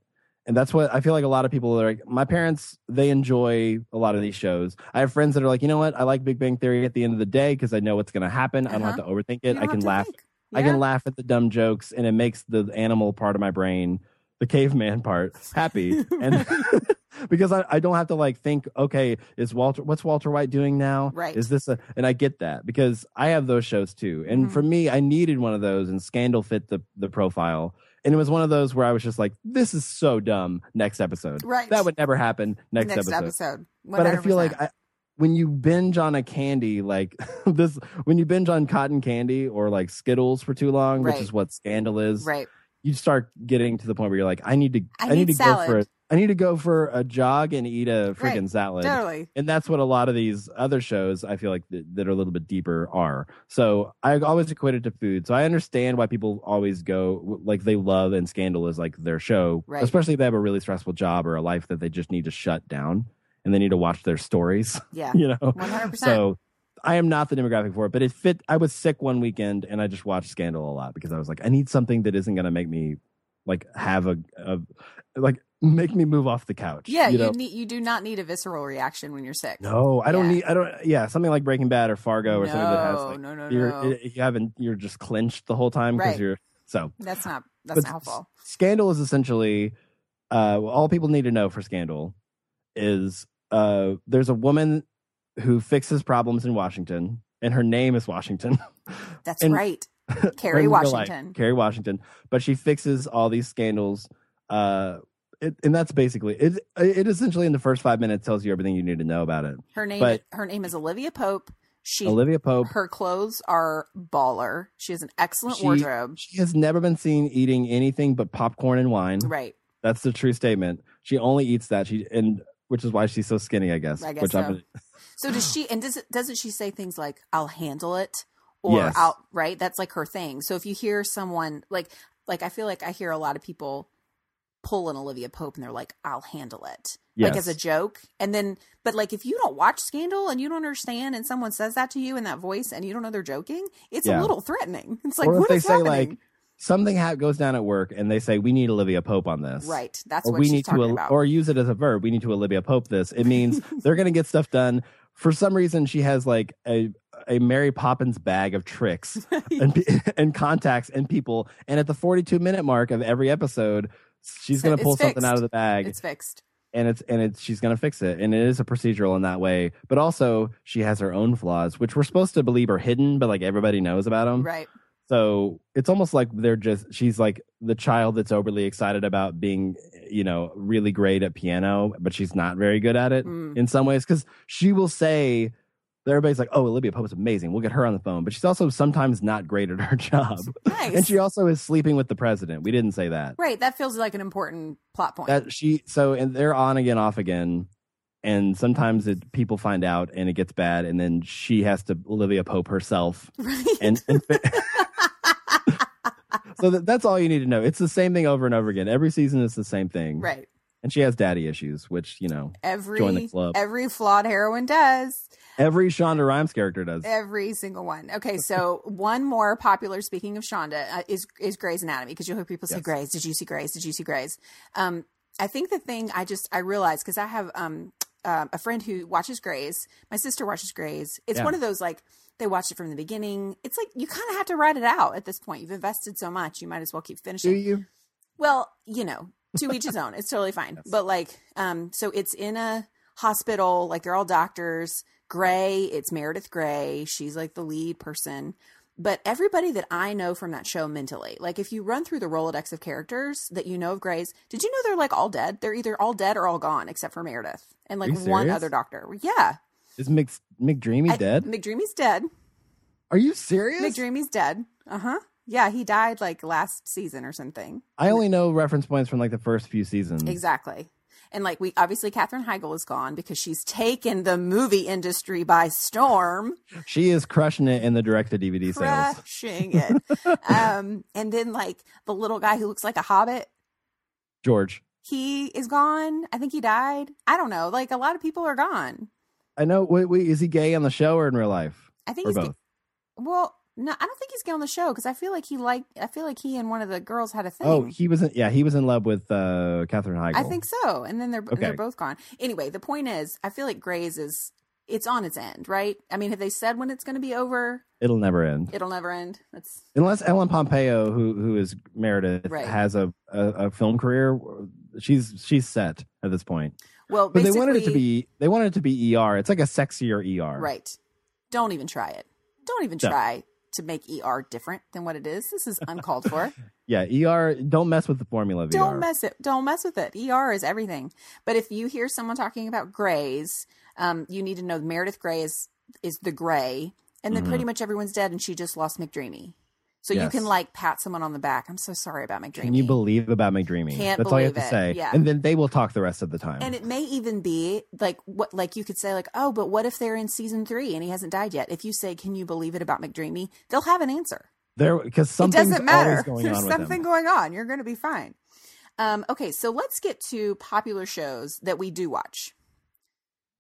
Speaker 5: And that's what I feel like a lot of people are like. My parents, they enjoy a lot of these shows. I have friends that are like, you know what? I like Big Bang Theory at the end of the day because I know what's going to happen. I don't have to
Speaker 4: Uh-huh.
Speaker 5: overthink it. I can laugh I can laugh at the dumb jokes, and it makes the animal part of my brain, the caveman part, happy, and because I, I don't have to like think, okay, is Walter what's Walter White doing now?
Speaker 4: Right.
Speaker 5: Is this a? And I get that because I have those shows too, and
Speaker 4: Mhm.
Speaker 5: for me, I needed one of those, and Scandal fit the the profile, and it was one of those where I was just like, this is so dumb. Next episode,
Speaker 4: Right.
Speaker 5: That would never happen. Next,
Speaker 4: Next
Speaker 5: episode
Speaker 4: episode.
Speaker 5: but I
Speaker 4: 100%.
Speaker 5: feel like I, when you binge on a candy like this, when you binge on cotton candy or like Skittles for too long, which
Speaker 4: Right.
Speaker 5: is what Scandal is,
Speaker 4: right.
Speaker 5: you start getting to the point where you're like, I need to,
Speaker 4: I
Speaker 5: I,
Speaker 4: need
Speaker 5: need, to go for,
Speaker 4: salad.
Speaker 5: a, I need to go for a jog and eat a freaking
Speaker 4: Right.
Speaker 5: salad.
Speaker 4: Totally.
Speaker 5: And that's what a lot of these other shows I feel like that, that are a little bit deeper are. So I always equate it to food. So I understand why people always go like they love and Scandal is like their show,
Speaker 4: Right.
Speaker 5: especially if they have a really stressful job or a life that they just need to shut down and they need to watch their stories,
Speaker 4: Yeah.
Speaker 5: you know.
Speaker 4: One hundred percent.
Speaker 5: So I am not the demographic for it, but it fit. I was sick one weekend and I just watched Scandal a lot because I was like, I need something that isn't going to make me like have a, a like make me move off the couch.
Speaker 4: Yeah, you
Speaker 5: know?
Speaker 4: need you do not need a visceral reaction when you're sick.
Speaker 5: No, I don't
Speaker 4: Yeah.
Speaker 5: need. I don't. Yeah, something like Breaking Bad or Fargo or something that has
Speaker 4: No,
Speaker 5: like
Speaker 4: no, no,
Speaker 5: you're
Speaker 4: no.
Speaker 5: you haven't you're just clenched the whole time because
Speaker 4: Right.
Speaker 5: you're so.
Speaker 4: That's not that's
Speaker 5: but
Speaker 4: not helpful.
Speaker 5: S- Scandal is essentially uh, all people need to know for Scandal is uh, there's a woman who fixes problems in Washington, and her name is Washington.
Speaker 4: That's
Speaker 5: and-
Speaker 4: right.
Speaker 5: Or
Speaker 4: Carrie
Speaker 5: in real life,
Speaker 4: Washington.
Speaker 5: Carrie Washington, but she fixes all these scandals. Uh, it, and that's basically it. It essentially in the first five minutes tells you everything you need to know about it.
Speaker 4: Her name
Speaker 5: But-
Speaker 4: her name is Olivia Pope. She
Speaker 5: Olivia Pope
Speaker 4: her clothes are baller. She has an excellent
Speaker 5: She-
Speaker 4: wardrobe.
Speaker 5: She has never been seen eating anything but popcorn and wine.
Speaker 4: Right.
Speaker 5: That's the true statement. She only eats that. She and which is why she's so skinny, I guess.
Speaker 4: I guess
Speaker 5: which
Speaker 4: so.
Speaker 5: gonna-
Speaker 4: So does she and does it, doesn't she say things like I'll handle it or
Speaker 5: Yes.
Speaker 4: I'll right? That's like her thing. So if you hear someone like like I feel like I hear a lot of people pull an Olivia Pope and they're like I'll handle it. Like as a
Speaker 5: Yes.
Speaker 4: joke. And then but like if you don't watch Scandal and you don't understand and someone says that to you in that voice and you don't know they're joking, it's a
Speaker 5: Yeah.
Speaker 4: little threatening. It's like
Speaker 5: or if
Speaker 4: what
Speaker 5: they
Speaker 4: is
Speaker 5: say
Speaker 4: happening?
Speaker 5: like something ha- goes down at work and they say we need Olivia Pope on this,
Speaker 4: right. That's
Speaker 5: Or
Speaker 4: what
Speaker 5: "Oh, we
Speaker 4: she's
Speaker 5: need to,
Speaker 4: talking
Speaker 5: Ol-
Speaker 4: about.
Speaker 5: or use it as a verb. We need to Olivia Pope this. It means they're gonna get stuff done. For some reason, she has like a a Mary Poppins bag of tricks and pe- and contacts and people. And at the forty two minute mark of every episode, she's
Speaker 4: So
Speaker 5: gonna
Speaker 4: it's
Speaker 5: pull something
Speaker 4: fixed.
Speaker 5: out of the bag.
Speaker 4: it's fixed.
Speaker 5: and it's and it's she's gonna fix it and it is a procedural in that way but also she has her own flaws which we're supposed to believe are hidden but like everybody knows about them
Speaker 4: Right.
Speaker 5: so it's almost like they're just she's like the child that's overly excited about being you know really great at piano but she's not very good at it
Speaker 4: Mm.
Speaker 5: in some ways because she will say everybody's like oh olivia pope's amazing we'll get her on the phone but she's also sometimes not great at her job
Speaker 4: Nice.
Speaker 5: and she also is sleeping with the president we didn't say that
Speaker 4: right. That feels like an important plot point.
Speaker 5: that she so and they're on again off again and sometimes it people find out and it gets bad and then she has to olivia pope herself
Speaker 4: right.
Speaker 5: and, and so that, that's all you need to know it's the same thing over and over again every season is the same thing
Speaker 4: right.
Speaker 5: and she has daddy issues which you know join the
Speaker 4: Every
Speaker 5: club
Speaker 4: every flawed heroine does.
Speaker 5: every shonda rhimes character does
Speaker 4: Every single one. Okay, so one more popular. Speaking of Shonda, uh, is is Grey's Anatomy because you'll hear people say
Speaker 5: Yes.
Speaker 4: Grey's. Did you see Grey's? Did you see Grey's? Um, I think the thing I just I realized because I have um um a friend who watches Grey's. My sister watches Grey's. It's
Speaker 5: Yeah.
Speaker 4: one of those like they watched it from the beginning. It's like you kind of have to write it out at this point. You've invested so much, you might as well keep
Speaker 5: do
Speaker 4: finishing.
Speaker 5: you
Speaker 4: Well, you know, to each his own. It's totally fine.
Speaker 5: Yes.
Speaker 4: But like, um, so it's in a hospital, like they're all doctors. Gray, it's Meredith Gray. She's like the lead person. But everybody that I know from that show mentally, like if you run through the Rolodex of characters that you know of Gray's, did you know they're like all dead? They're either all dead or all gone, except for Meredith and like
Speaker 5: you
Speaker 4: one
Speaker 5: serious?
Speaker 4: other doctor. Yeah.
Speaker 5: is Mc, mcdreamy
Speaker 4: I-
Speaker 5: dead
Speaker 4: McDreamy's dead.
Speaker 5: are you serious
Speaker 4: McDreamy's dead. Uh huh. Yeah, he died like last season or something.
Speaker 5: i only know reference points from like the first few seasons
Speaker 4: Exactly. And like we obviously Katherine Heigl is gone because she's taken the movie industry by storm,
Speaker 5: she is crushing it in the direct-to-dvd sales
Speaker 4: crushing it. um, and then like the little guy who looks like a hobbit,
Speaker 5: george
Speaker 4: He is gone. I think he died. I don't know. Like a lot of people are gone.
Speaker 5: I know. Wait, wait, is he gay on the show or in real life?
Speaker 4: I think
Speaker 5: Or
Speaker 4: he's gay.
Speaker 5: both?
Speaker 4: well. No, I don't think he's gay on the show because I feel like he like I feel like he and one of the girls had a thing.
Speaker 5: Oh, he was. In, yeah, he was in love with uh, Catherine Heigl.
Speaker 4: I think so. And then they're they're
Speaker 5: Okay.
Speaker 4: both gone. Anyway, the point is, I feel like Grey's is it's on its end, right? I mean, have they said when it's going to be over?
Speaker 5: it'll never end
Speaker 4: It'll never end. That's
Speaker 5: unless Ellen Pompeo, who who is Meredith,
Speaker 4: Right.
Speaker 5: has a, a a film career. She's she's set at this point.
Speaker 4: well,
Speaker 5: But they wanted it to
Speaker 4: basically-
Speaker 5: be E they wanted it to be ER. It's like a sexier ER.
Speaker 4: Right. Don't even try it. Don't even
Speaker 5: No.
Speaker 4: try to make ER different than what it is. This is uncalled for.
Speaker 5: Yeah. ER. Don't mess with the formula. Of
Speaker 4: Don't
Speaker 5: ER.
Speaker 4: mess it. Don't mess with it. ER is everything. But if you hear someone talking about grays, um, you need to know Meredith Grey is is the gray, and then pretty much everyone's dead, and she just lost McDreamy. So you
Speaker 5: Mm-hmm. Yes.
Speaker 4: can like pat someone on the back. I'm so sorry about McDreamy.
Speaker 5: Can you believe about McDreamy?
Speaker 4: Can't
Speaker 5: That's all you have
Speaker 4: believe
Speaker 5: to
Speaker 4: it.
Speaker 5: say.
Speaker 4: Yeah.
Speaker 5: And then they will talk the rest of the time.
Speaker 4: And it may even be like what, like you could say like, oh, but what if they're in season three and he hasn't died yet? If you say, can you believe it about McDreamy? They'll have an answer.
Speaker 5: there because
Speaker 4: it
Speaker 5: something's
Speaker 4: doesn't matter.
Speaker 5: always going
Speaker 4: There's
Speaker 5: on with
Speaker 4: something
Speaker 5: them.
Speaker 4: going on. You're going to be fine. Um, okay, so let's get to popular shows that we do watch.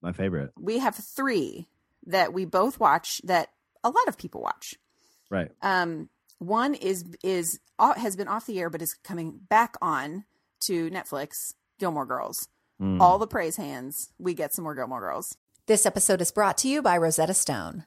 Speaker 5: My favorite.
Speaker 4: We have three that we both watch that a lot of people watch.
Speaker 5: Right.
Speaker 4: Um, one is is uh, has been off the air but is coming back on to Netflix. Gilmore Girls.
Speaker 5: Mm.
Speaker 4: All the praise hands. We get some more Gilmore Girls.
Speaker 7: This episode is brought to you by Rosetta Stone.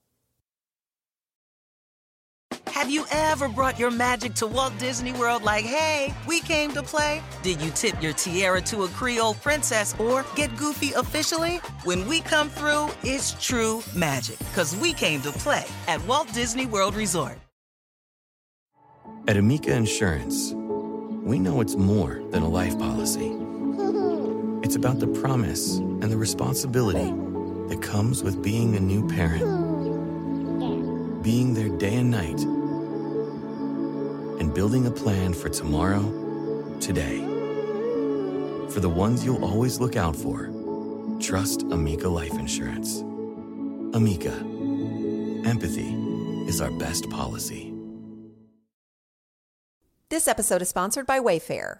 Speaker 1: Have you ever brought your magic to Walt Disney World like, hey, we came to play? Did you tip your tiara to a Creole princess or get goofy officially? When we come through, it's true magic because we came to play at Walt Disney World Resort.
Speaker 2: At Amica Insurance, we know it's more than a life policy. It's about the promise and the responsibility that comes with being a new parent, being there day and night, and building a plan for tomorrow, today. For the ones you'll always look out for, trust Amica Life Insurance. Amica, empathy is our best policy.
Speaker 7: This episode is sponsored by Wayfair.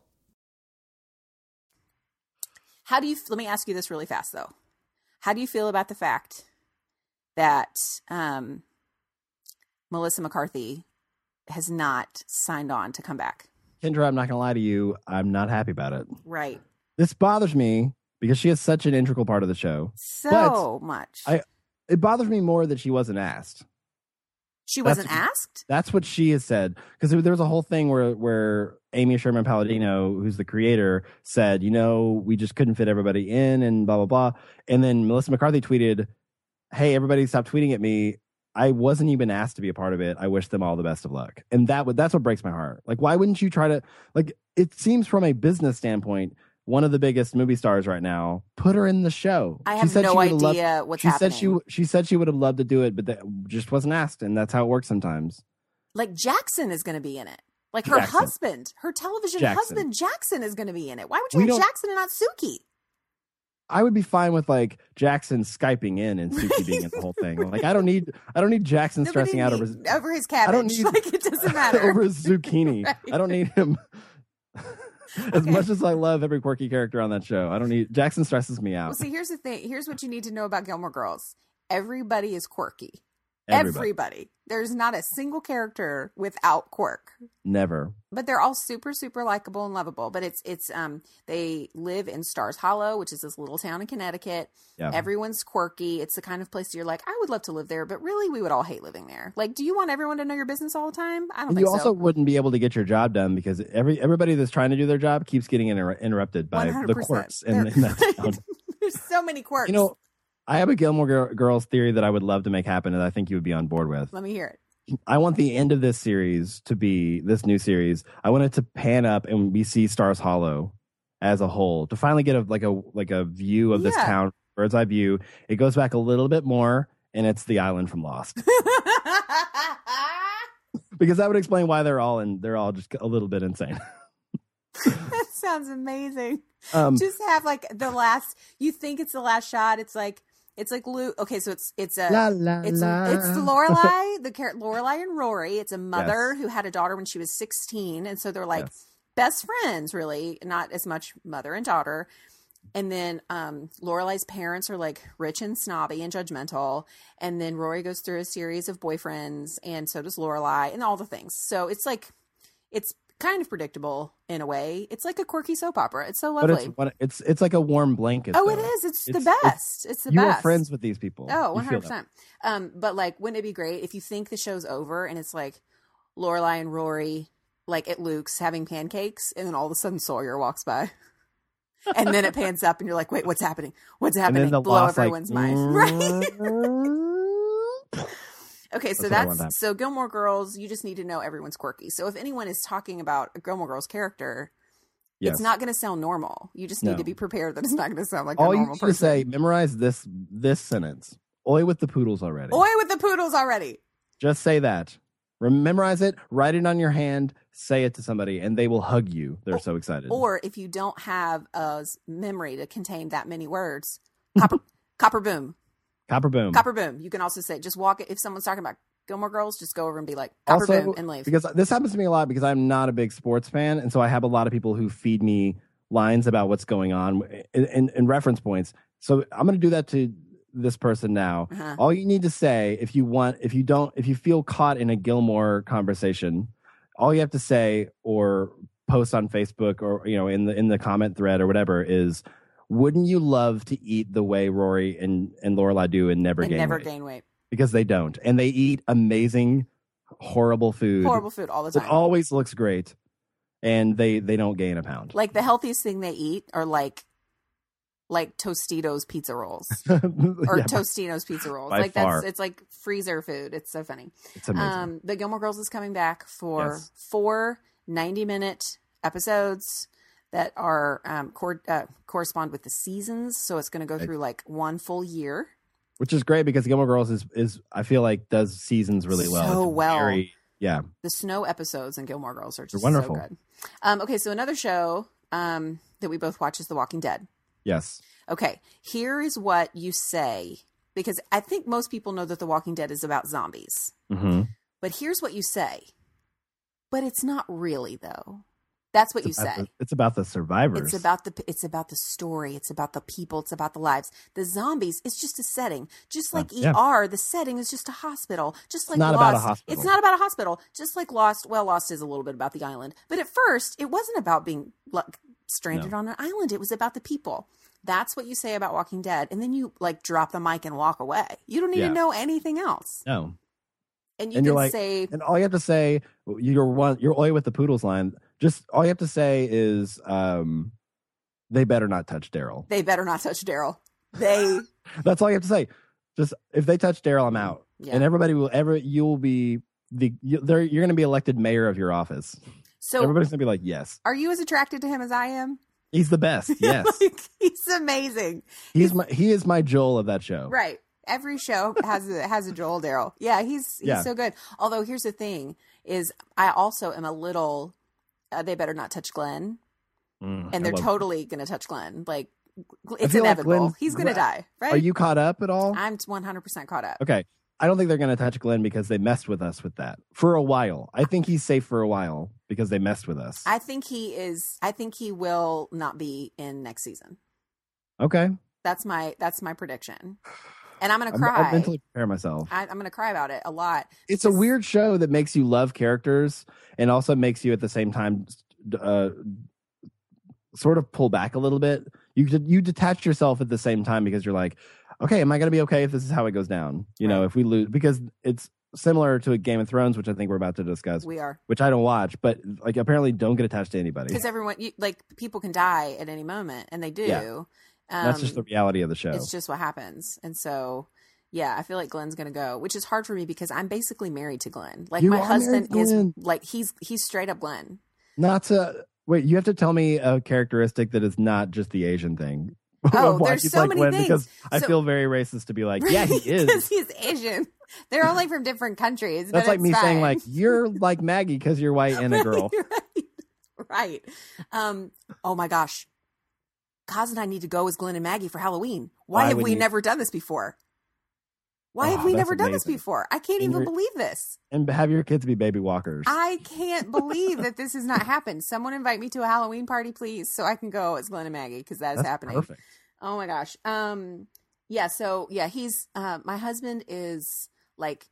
Speaker 4: How do you? Let me ask you this really fast though. How do you feel about the fact that um, Melissa McCarthy has not signed on to come back?
Speaker 5: Kendra, I'm not gonna lie to you. I'm not happy about it.
Speaker 4: Right.
Speaker 5: This bothers me because she is such an integral part of the show.
Speaker 4: So much.
Speaker 5: I- It bothers me more that she wasn't asked.
Speaker 4: she
Speaker 5: that's-
Speaker 4: wasn't asked.
Speaker 5: That's what she has said. Because there was a whole thing where where Amy Sherman Palladino, who's the creator, said, you know, we just couldn't fit everybody in and blah blah blah. And then Melissa McCarthy tweeted, Hey, everybody stop tweeting at me. I wasn't even asked to be a part of it. I wish them all the best of luck. And that would that's what breaks my heart. Like, why wouldn't you try to like it seems from a business standpoint, one of the biggest movie stars right now, put her in the show.
Speaker 4: I
Speaker 5: She
Speaker 4: have
Speaker 5: said she
Speaker 4: no
Speaker 5: would've
Speaker 4: idea
Speaker 5: loved-
Speaker 4: what's
Speaker 5: she
Speaker 4: happening.
Speaker 5: said she w- she said she would have loved to do it, but that just wasn't asked, and that's how it works sometimes.
Speaker 4: like Jackson is going to be in it. Like her
Speaker 5: Jackson.
Speaker 4: husband, her television
Speaker 5: Jackson.
Speaker 4: husband Jackson is going to be in it. Why would you
Speaker 5: We
Speaker 4: have
Speaker 5: don't-
Speaker 4: Jackson and not Suki?
Speaker 5: I would be fine with like Jackson skyping in and Suki being in the whole thing. Like I don't need I don't need Jackson
Speaker 4: Nobody
Speaker 5: stressing out
Speaker 4: need-
Speaker 5: over
Speaker 4: over his
Speaker 5: I don't
Speaker 4: cabbage.
Speaker 5: need-
Speaker 4: like it doesn't matter.
Speaker 5: over his zucchini.
Speaker 4: Right.
Speaker 5: I don't need him. as
Speaker 4: Okay.
Speaker 5: much as I love every quirky character on that show, I don't need Jackson stresses me out.
Speaker 4: Well, see, here's the thing. Here's what you need to know about Gilmore Girls. Everybody is quirky.
Speaker 5: Everybody.
Speaker 4: Everybody. There's not a single character without quirk.
Speaker 5: Never.
Speaker 4: But they're all super, super likable and lovable. But it's it's um they live in Stars Hollow, which is this little town in Connecticut.
Speaker 5: Yeah.
Speaker 4: Everyone's quirky. It's the kind of place you're like, I would love to live there, but really we would all hate living there. Like, do you want everyone to know your business all the time? I don't
Speaker 5: And
Speaker 4: think
Speaker 5: you also
Speaker 4: so.
Speaker 5: wouldn't be able to get your job done because every everybody that's trying to do their job keeps getting inter- interrupted by the
Speaker 4: 100%.
Speaker 5: quirks in,
Speaker 4: They're-
Speaker 5: in that town.
Speaker 4: There's so many quirks.
Speaker 5: You know, I have a Gilmore Gir- Girls theory that I would love to make happen, and I think you would be on board with.
Speaker 4: let me hear it.
Speaker 5: I want the end of this series to be this new series. I want it to pan up and we see Stars Hollow as a whole to finally get a like a like a view of this
Speaker 4: Yeah.
Speaker 5: town, bird's eye view. It goes back a little bit more, and it's the island from Lost because that would explain why they're all and they're all just a little bit insane.
Speaker 4: that sounds amazing.
Speaker 5: Um,
Speaker 4: just have like the last you think it's the last shot it's like it's like Lou. Okay, so it's it's a
Speaker 5: la la
Speaker 4: it's
Speaker 5: la.
Speaker 4: it's Lorelai, the character Lorelai and Rory. It's a mother
Speaker 5: Yes.
Speaker 4: who had a daughter when she was sixteen, and so they're like
Speaker 5: Yes.
Speaker 4: best friends, really, not as much mother and daughter. And then um, Lorelai's parents are like rich and snobby and judgmental, and then Rory goes through a series of boyfriends, and so does Lorelai, and all the things. So it's like it's kind of predictable in a way. It's like a quirky soap opera. It's so
Speaker 5: But
Speaker 4: lovely.
Speaker 5: it's what- it's it's like a warm blanket.
Speaker 4: Oh, it
Speaker 5: though.
Speaker 4: is. It's,
Speaker 5: It's-
Speaker 4: the
Speaker 5: it's-
Speaker 4: best. It's, the
Speaker 5: you
Speaker 4: best.
Speaker 5: are friends with these people.
Speaker 4: Oh,
Speaker 5: You feel
Speaker 4: 100%. Um, but like, wouldn't it be great if you think the show's over and it's like Lorelai and Rory, like at Luke's, having pancakes, and then all of a sudden Sawyer walks by. and then it pans up, and you're like, wait, what's happening? What's
Speaker 5: that. And
Speaker 4: happening?
Speaker 5: then the
Speaker 4: Blow
Speaker 5: lost, like, "Mm." "Mm-hmm."
Speaker 4: everyone's mind. Right. Okay, so
Speaker 5: That's what I
Speaker 4: that's,
Speaker 5: want to happen.
Speaker 4: so Gilmore Girls. You just need to know everyone's quirky. So if anyone is talking about a Gilmore Girls character,
Speaker 5: Yes.
Speaker 4: it's not going to sound normal. You just need
Speaker 5: No.
Speaker 4: to be prepared that it's not going to sound like
Speaker 5: all
Speaker 4: a
Speaker 5: you
Speaker 4: normal
Speaker 5: need to
Speaker 4: person.
Speaker 5: say memorize this this sentence oi with the poodles already
Speaker 4: Oi with the poodles already.
Speaker 5: just say that Rem- memorize it write it on your hand say it to somebody and they will hug you they're so excited
Speaker 4: Or if you don't have a s- memory to contain that many words, copper, copper boom,
Speaker 5: copper boom
Speaker 4: copper boom. You can also say, just walk it. If someone's talking about Gilmore Girls, just go over and be like, copper
Speaker 5: Also,
Speaker 4: boom, and leave.
Speaker 5: because this happens to me a lot because i'm not a big sports fan and so i have a lot of people who feed me lines about what's going on eh, in, in, in reference points so i'm going to do that to this person now
Speaker 4: Uh-huh.
Speaker 5: All you need to say if you want, if you don't, if you feel caught in a Gilmore conversation, all you have to say or post on Facebook or you know in the in the comment thread or whatever is, wouldn't you love to eat the way Rory and and Lorelai do and never
Speaker 4: And
Speaker 5: gain
Speaker 4: never
Speaker 5: weight?
Speaker 4: gain weight.
Speaker 5: because they don't and they eat amazing, horrible food.
Speaker 4: Horrible food all the
Speaker 5: It
Speaker 4: time.
Speaker 5: always looks great, and they they don't gain a pound.
Speaker 4: like the healthiest thing they eat are like, like Tostitos pizza rolls or
Speaker 5: Yeah,
Speaker 4: Tostinos pizza rolls.
Speaker 5: by
Speaker 4: Like
Speaker 5: far.
Speaker 4: that's it's like freezer food. It's so funny.
Speaker 5: it's amazing.
Speaker 4: Um, the Gilmore Girls is coming back for
Speaker 5: Yes.
Speaker 4: four 90 minute episodes that are um, cor- uh, correspond with the seasons. So it's going to go
Speaker 5: Right.
Speaker 4: through like one full year.
Speaker 5: which is great because Gilmore Girls is is I feel like does seasons really well.
Speaker 4: So
Speaker 5: It's
Speaker 4: well.
Speaker 5: very- yeah,
Speaker 4: The snow episodes in Gilmore Girls are just
Speaker 5: wonderful.
Speaker 4: so good. Um, okay, so another show um, that we both watch is The Walking Dead.
Speaker 5: yes,
Speaker 4: Okay, here is what you say because I think most people know that The Walking Dead is about zombies.
Speaker 5: mm-hmm.
Speaker 4: But here's what you say. But it's not really though. That's what you say.
Speaker 5: it's about the survivors.
Speaker 4: It's about the it's about the story. It's about the people. It's about the lives. The zombies. It's just a setting. Just like
Speaker 5: Yeah.
Speaker 4: ER, the setting is just a hospital. Just like
Speaker 5: not
Speaker 4: Lost,
Speaker 5: about a hospital.
Speaker 4: It's not about a hospital. Just like Lost. Well, Lost is a little bit about the island, but at first it wasn't about being like, stranded
Speaker 5: No.
Speaker 4: on an island. It was about the people. That's what you say about Walking Dead, and then you like drop the mic and walk away. You don't need
Speaker 5: Yeah.
Speaker 4: to know anything else,
Speaker 5: no,
Speaker 4: and you
Speaker 5: And you're
Speaker 4: can
Speaker 5: like,
Speaker 4: say
Speaker 5: and all you have to say your one your oi with the poodles line. Just all you have to say is um, they better not touch Daryl.
Speaker 4: they better not touch Daryl. They
Speaker 5: That's all you have to say. Just if they touch Daryl, I'm out.
Speaker 4: yeah.
Speaker 5: And everybody will ever you will be the you, they're, you're going to be elected mayor of your office.
Speaker 4: so
Speaker 5: Everybody's going to be like, yes,
Speaker 4: are you as attracted to him as I am?
Speaker 5: he's the best. Yes,
Speaker 4: like, he's amazing.
Speaker 5: he's my he is my Joel of that show.
Speaker 4: Right. Every show has a has a Joel Darrow. Yeah, he's he's
Speaker 5: Yeah.
Speaker 4: so good. Although here's the thing: is I also am a little. Uh, they better not touch Glenn,
Speaker 5: Mm, I
Speaker 4: and they're
Speaker 5: love it.
Speaker 4: totally going to touch Glenn. Like gl- it's
Speaker 5: feel like
Speaker 4: inevitable.
Speaker 5: Glenn's-
Speaker 4: he's going to
Speaker 5: Glenn-
Speaker 4: die, right?
Speaker 5: Are you caught up at all?
Speaker 4: I'm 100 percent caught up.
Speaker 5: Okay. I don't think they're going to touch Glenn because they messed with us with that for a while. I think he's safe for a while because they messed with us.
Speaker 4: I think he is. I think he will not be in next season.
Speaker 5: okay.
Speaker 4: That's my that's my prediction, and I'm going to
Speaker 5: I'm,
Speaker 4: cry.
Speaker 5: I'll mentally prepare myself.
Speaker 4: I, I'm going to cry about it a lot.
Speaker 5: it's a
Speaker 4: because-
Speaker 5: weird show that makes you love characters and also makes you at the same time uh, sort of pull back a little bit. You d- you detach yourself at the same time because you're like, okay, am I going to be okay if this is how it goes down? You know,
Speaker 4: Right.
Speaker 5: if we lose because it's similar to a Game of Thrones, which I think we're about to discuss,
Speaker 4: We are
Speaker 5: which I don't watch, but like apparently don't get attached to anybody.
Speaker 4: because everyone you, like people can die at any moment, and they do.
Speaker 5: Yeah.
Speaker 4: Um,
Speaker 5: That's just the reality of the show.
Speaker 4: It's just what happens, and so yeah, I feel like Glenn's going to go, which is hard for me because I'm basically married to Glenn. Like
Speaker 5: You
Speaker 4: my
Speaker 5: are married
Speaker 4: husband
Speaker 5: to
Speaker 4: is
Speaker 5: Glenn.
Speaker 4: like he's he's straight up Glenn.
Speaker 5: Not to wait. You have to tell me a characteristic that is not just the Asian thing.
Speaker 4: Oh,
Speaker 5: Why
Speaker 4: there's
Speaker 5: he's
Speaker 4: so
Speaker 5: like
Speaker 4: many
Speaker 5: Glenn,
Speaker 4: things.
Speaker 5: Because I
Speaker 4: So-
Speaker 5: feel very racist to be like, yeah, he
Speaker 4: because
Speaker 5: is.
Speaker 4: he's Asian. They're only from different countries.
Speaker 5: That's
Speaker 4: but
Speaker 5: like
Speaker 4: it's
Speaker 5: me saying
Speaker 4: fine.
Speaker 5: like you're like Maggie because you're white and a girl.
Speaker 4: right. Right. Um, oh my gosh. Kaz and I need to go as Glenn and Maggie for Halloween. Why,
Speaker 5: Why
Speaker 4: have
Speaker 5: would
Speaker 4: we
Speaker 5: you-
Speaker 4: never done this before? Why
Speaker 5: Wow,
Speaker 4: have we
Speaker 5: that's
Speaker 4: never done this
Speaker 5: amazing.
Speaker 4: before? I can't
Speaker 5: And
Speaker 4: even
Speaker 5: you're-
Speaker 4: believe this.
Speaker 5: and have your kids be baby walkers.
Speaker 4: I can't believe that this has not happened. Someone invite me to a Halloween party, please, so I can go as Glenn and Maggie because that is
Speaker 5: That's
Speaker 4: happening.
Speaker 5: perfect.
Speaker 4: Oh my gosh. Um yeah, so yeah, he's uh my husband is like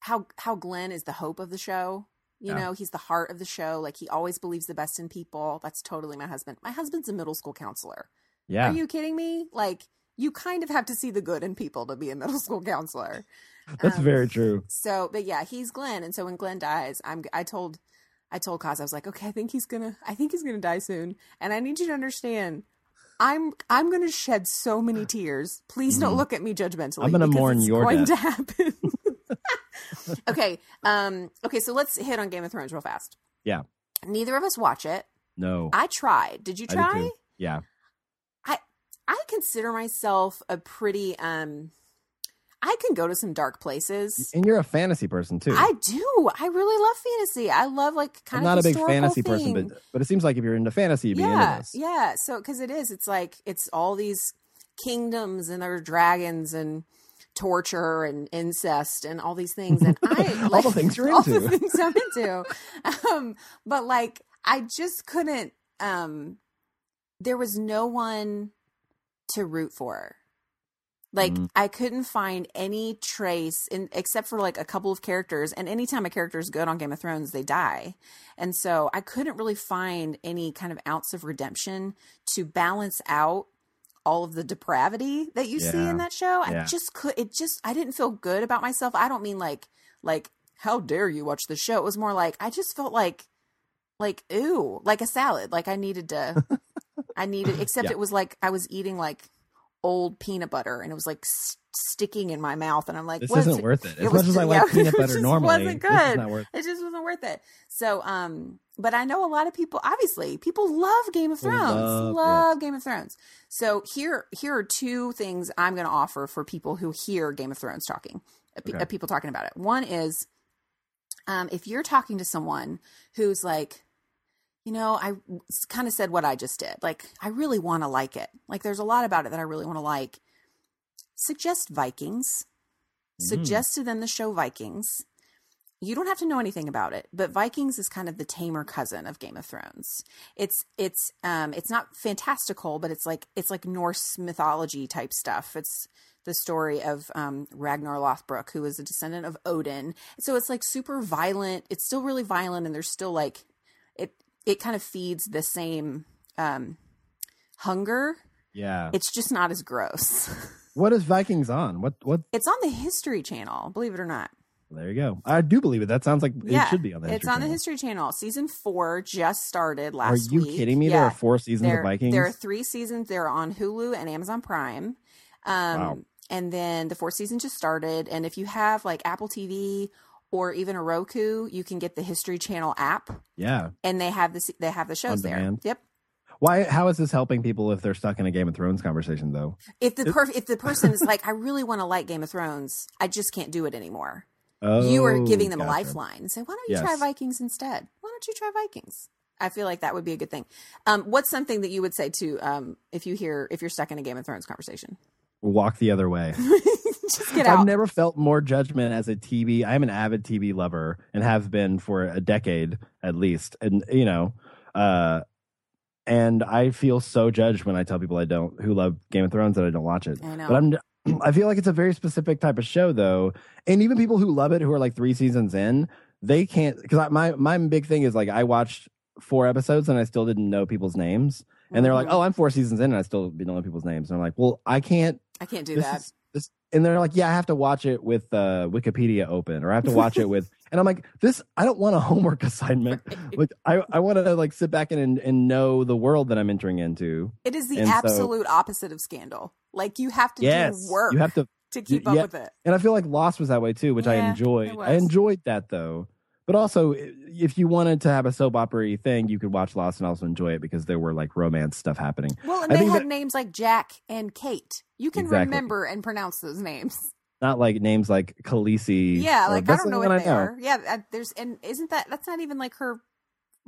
Speaker 4: how how Glenn is the hope of the show. You
Speaker 5: Yeah.
Speaker 4: know, he's the heart of the show. Like he always believes the best in people. That's totally my husband. My husband's a middle school counselor.
Speaker 5: Yeah,
Speaker 4: Are you kidding me? Like you kind of have to see the good in people to be a middle school counselor.
Speaker 5: that's
Speaker 4: um,
Speaker 5: very true.
Speaker 4: So, but yeah, he's Glenn, and so when Glenn dies, I'm I told I told Kaz I was like, okay, I think he's gonna I think he's gonna die soon, and I need you to understand, I'm I'm gonna shed so many tears. Please don't
Speaker 5: Mhm.
Speaker 4: look at me judgmentally.
Speaker 5: I'm gonna
Speaker 4: because
Speaker 5: mourn
Speaker 4: it's
Speaker 5: your
Speaker 4: going to
Speaker 5: death.
Speaker 4: happen. okay, um, okay, so let's hit on Game of Thrones real fast.
Speaker 5: Yeah.
Speaker 4: Neither of us watch it.
Speaker 5: No,
Speaker 4: I tried. Did you
Speaker 5: I did
Speaker 4: try?
Speaker 5: too. yeah,
Speaker 4: I consider myself a pretty um. I can go to some dark places.
Speaker 5: and you're a fantasy person too.
Speaker 4: I do. I really love fantasy. I love like kind
Speaker 5: am
Speaker 4: of
Speaker 5: not a big
Speaker 4: historical
Speaker 5: fantasy
Speaker 4: thing.
Speaker 5: person, but but it seems like if you're into fantasy, you'd be
Speaker 4: yeah,
Speaker 5: into this.
Speaker 4: yeah. So because it is, it's like it's all these kingdoms and there are dragons and torture and incest and all these things and I
Speaker 5: All
Speaker 4: like,
Speaker 5: the things you're
Speaker 4: all the
Speaker 5: into.
Speaker 4: things I'm into. um, but like I just couldn't. Um, there was no one to root for. Like
Speaker 5: Mhm.
Speaker 4: I couldn't find any trace in except for like a couple of characters and anytime a character is good on Game of Thrones they die. And so I couldn't really find any kind of ounce of redemption to balance out all of the depravity that you see
Speaker 5: Yeah.
Speaker 4: in that show. I
Speaker 5: Yeah.
Speaker 4: just could it just I didn't feel good about myself. I don't mean like like how dare you watch the show. It was more like I just felt like like ooh, like a salad. Like I needed to I needed except
Speaker 5: Yeah.
Speaker 4: it was like I was eating like old peanut butter and it was like s- sticking in my mouth and I'm like
Speaker 5: This
Speaker 4: what is
Speaker 5: isn't worth it. As
Speaker 4: it
Speaker 5: much
Speaker 4: was
Speaker 5: as I
Speaker 4: ju-
Speaker 5: like
Speaker 4: yeah,
Speaker 5: peanut
Speaker 4: it
Speaker 5: butter
Speaker 4: just
Speaker 5: normally,
Speaker 4: wasn't
Speaker 5: this is
Speaker 4: good.
Speaker 5: not worth
Speaker 4: it just wasn't worth it. So, um, but I know a lot of people. Obviously, people love Game of
Speaker 5: They
Speaker 4: Thrones.
Speaker 5: love
Speaker 4: Love,
Speaker 5: it.
Speaker 4: Game of Thrones. So here, here are two things I'm going to offer for people who hear Game of Thrones talking, uh, pe-
Speaker 5: Okay.
Speaker 4: uh, people talking about it. One is, um, if you're talking to someone who's like, you know, I kind of said what I just did. Like, I really want to like it. Like, there's a lot about it that I really want to like. Suggest Vikings.
Speaker 5: Mm-hmm.
Speaker 4: Suggest to them the show Vikings. You don't have to know anything about it, but Vikings is kind of the tamer cousin of Game of Thrones. It's it's um it's not fantastical, but it's like it's like Norse mythology type stuff. It's the story of um, Ragnar Lothbrok, who is a descendant of Odin. So it's like super violent. It's still really violent, and there's still like it it kind of feeds the same um, hunger.
Speaker 5: Yeah.
Speaker 4: It's just not as gross.
Speaker 5: What is Vikings on? What what?
Speaker 4: It's on the History Channel, believe it or not.
Speaker 5: There you go. I do believe it. That sounds like it should be on the.
Speaker 4: It's on the
Speaker 5: Channel.
Speaker 4: History Channel. Season four just started
Speaker 5: Are
Speaker 4: last
Speaker 5: you
Speaker 4: week.
Speaker 5: kidding me?
Speaker 4: Yeah.
Speaker 5: There are four seasons
Speaker 4: there,
Speaker 5: of Vikings.
Speaker 4: There are three seasons. They're on Hulu and Amazon Prime. Um,
Speaker 5: Wow.
Speaker 4: And then the fourth season just started. And if you have like Apple TV or even a Roku, you can get the History Channel app,
Speaker 5: yeah.
Speaker 4: and they have the se- they have the shows
Speaker 5: On
Speaker 4: there.
Speaker 5: demand.
Speaker 4: Yep.
Speaker 5: Why? How is this helping people if they're stuck in a Game of Thrones conversation though?
Speaker 4: If the per- if the person is like, I really want to like Game of Thrones, I just can't do it anymore.
Speaker 5: Oh,
Speaker 4: you are giving them a
Speaker 5: gotcha.
Speaker 4: lifeline and say, why don't you try
Speaker 5: Yes.
Speaker 4: Vikings instead? Why don't you try Vikings? I feel like that would be a good thing. Um, what's something that you would say to um, if you hear if you're stuck in a Game of Thrones conversation?
Speaker 5: Walk the other way.
Speaker 4: just get out.
Speaker 5: I've never felt more judgment as a TV. I'm an avid TV lover and have been for a decade at least. And you know, uh and I feel so judged when I tell people I don't who love Game of Thrones that I don't watch it.
Speaker 4: I know.
Speaker 5: But I'm I feel like it's a very specific type of show though. And even people who love it who are like 3 seasons in, they can't cuz my my big thing is like I watched 4 episodes and I still didn't know people's names. And they're like,
Speaker 4: Mhm.
Speaker 5: "Oh, I'm 4 seasons in and I still don't know people's names." And I'm like, "Well, I can't
Speaker 4: I can't do
Speaker 5: "Oh, this
Speaker 4: that.
Speaker 5: is- this- and they're like, yeah, I have to watch it with uh, Wikipedia open, or I have to watch it with. And I'm like, this, I don't want a homework assignment. Like, I, I want to like sit back and, and know the world that I'm entering into.
Speaker 4: It is the
Speaker 5: and so-
Speaker 4: absolute opposite of scandal. Like you have to
Speaker 5: yes,
Speaker 4: do work
Speaker 5: you have to.
Speaker 4: to keep
Speaker 5: y-
Speaker 4: up
Speaker 5: yeah.
Speaker 4: with it.
Speaker 5: And I feel like Lost was that way too, which
Speaker 4: Yeah,
Speaker 5: I enjoyed.
Speaker 4: it
Speaker 5: I
Speaker 4: was.
Speaker 5: enjoyed that though. But also, i- if you wanted to have a soap opera thing, you could watch Lost and also enjoy it because there were like romance stuff happening.
Speaker 4: Well, and
Speaker 5: I
Speaker 4: they
Speaker 5: think
Speaker 4: had
Speaker 5: that-
Speaker 4: names like Jack and Kate. You can
Speaker 5: Exactly.
Speaker 4: remember and pronounce those names.
Speaker 5: Not like names like Khaleesi.
Speaker 4: Yeah,
Speaker 5: or-
Speaker 4: like I
Speaker 5: that's
Speaker 4: don't know
Speaker 5: the one
Speaker 4: what they are. Yeah, I, there's and isn't that that's not even like her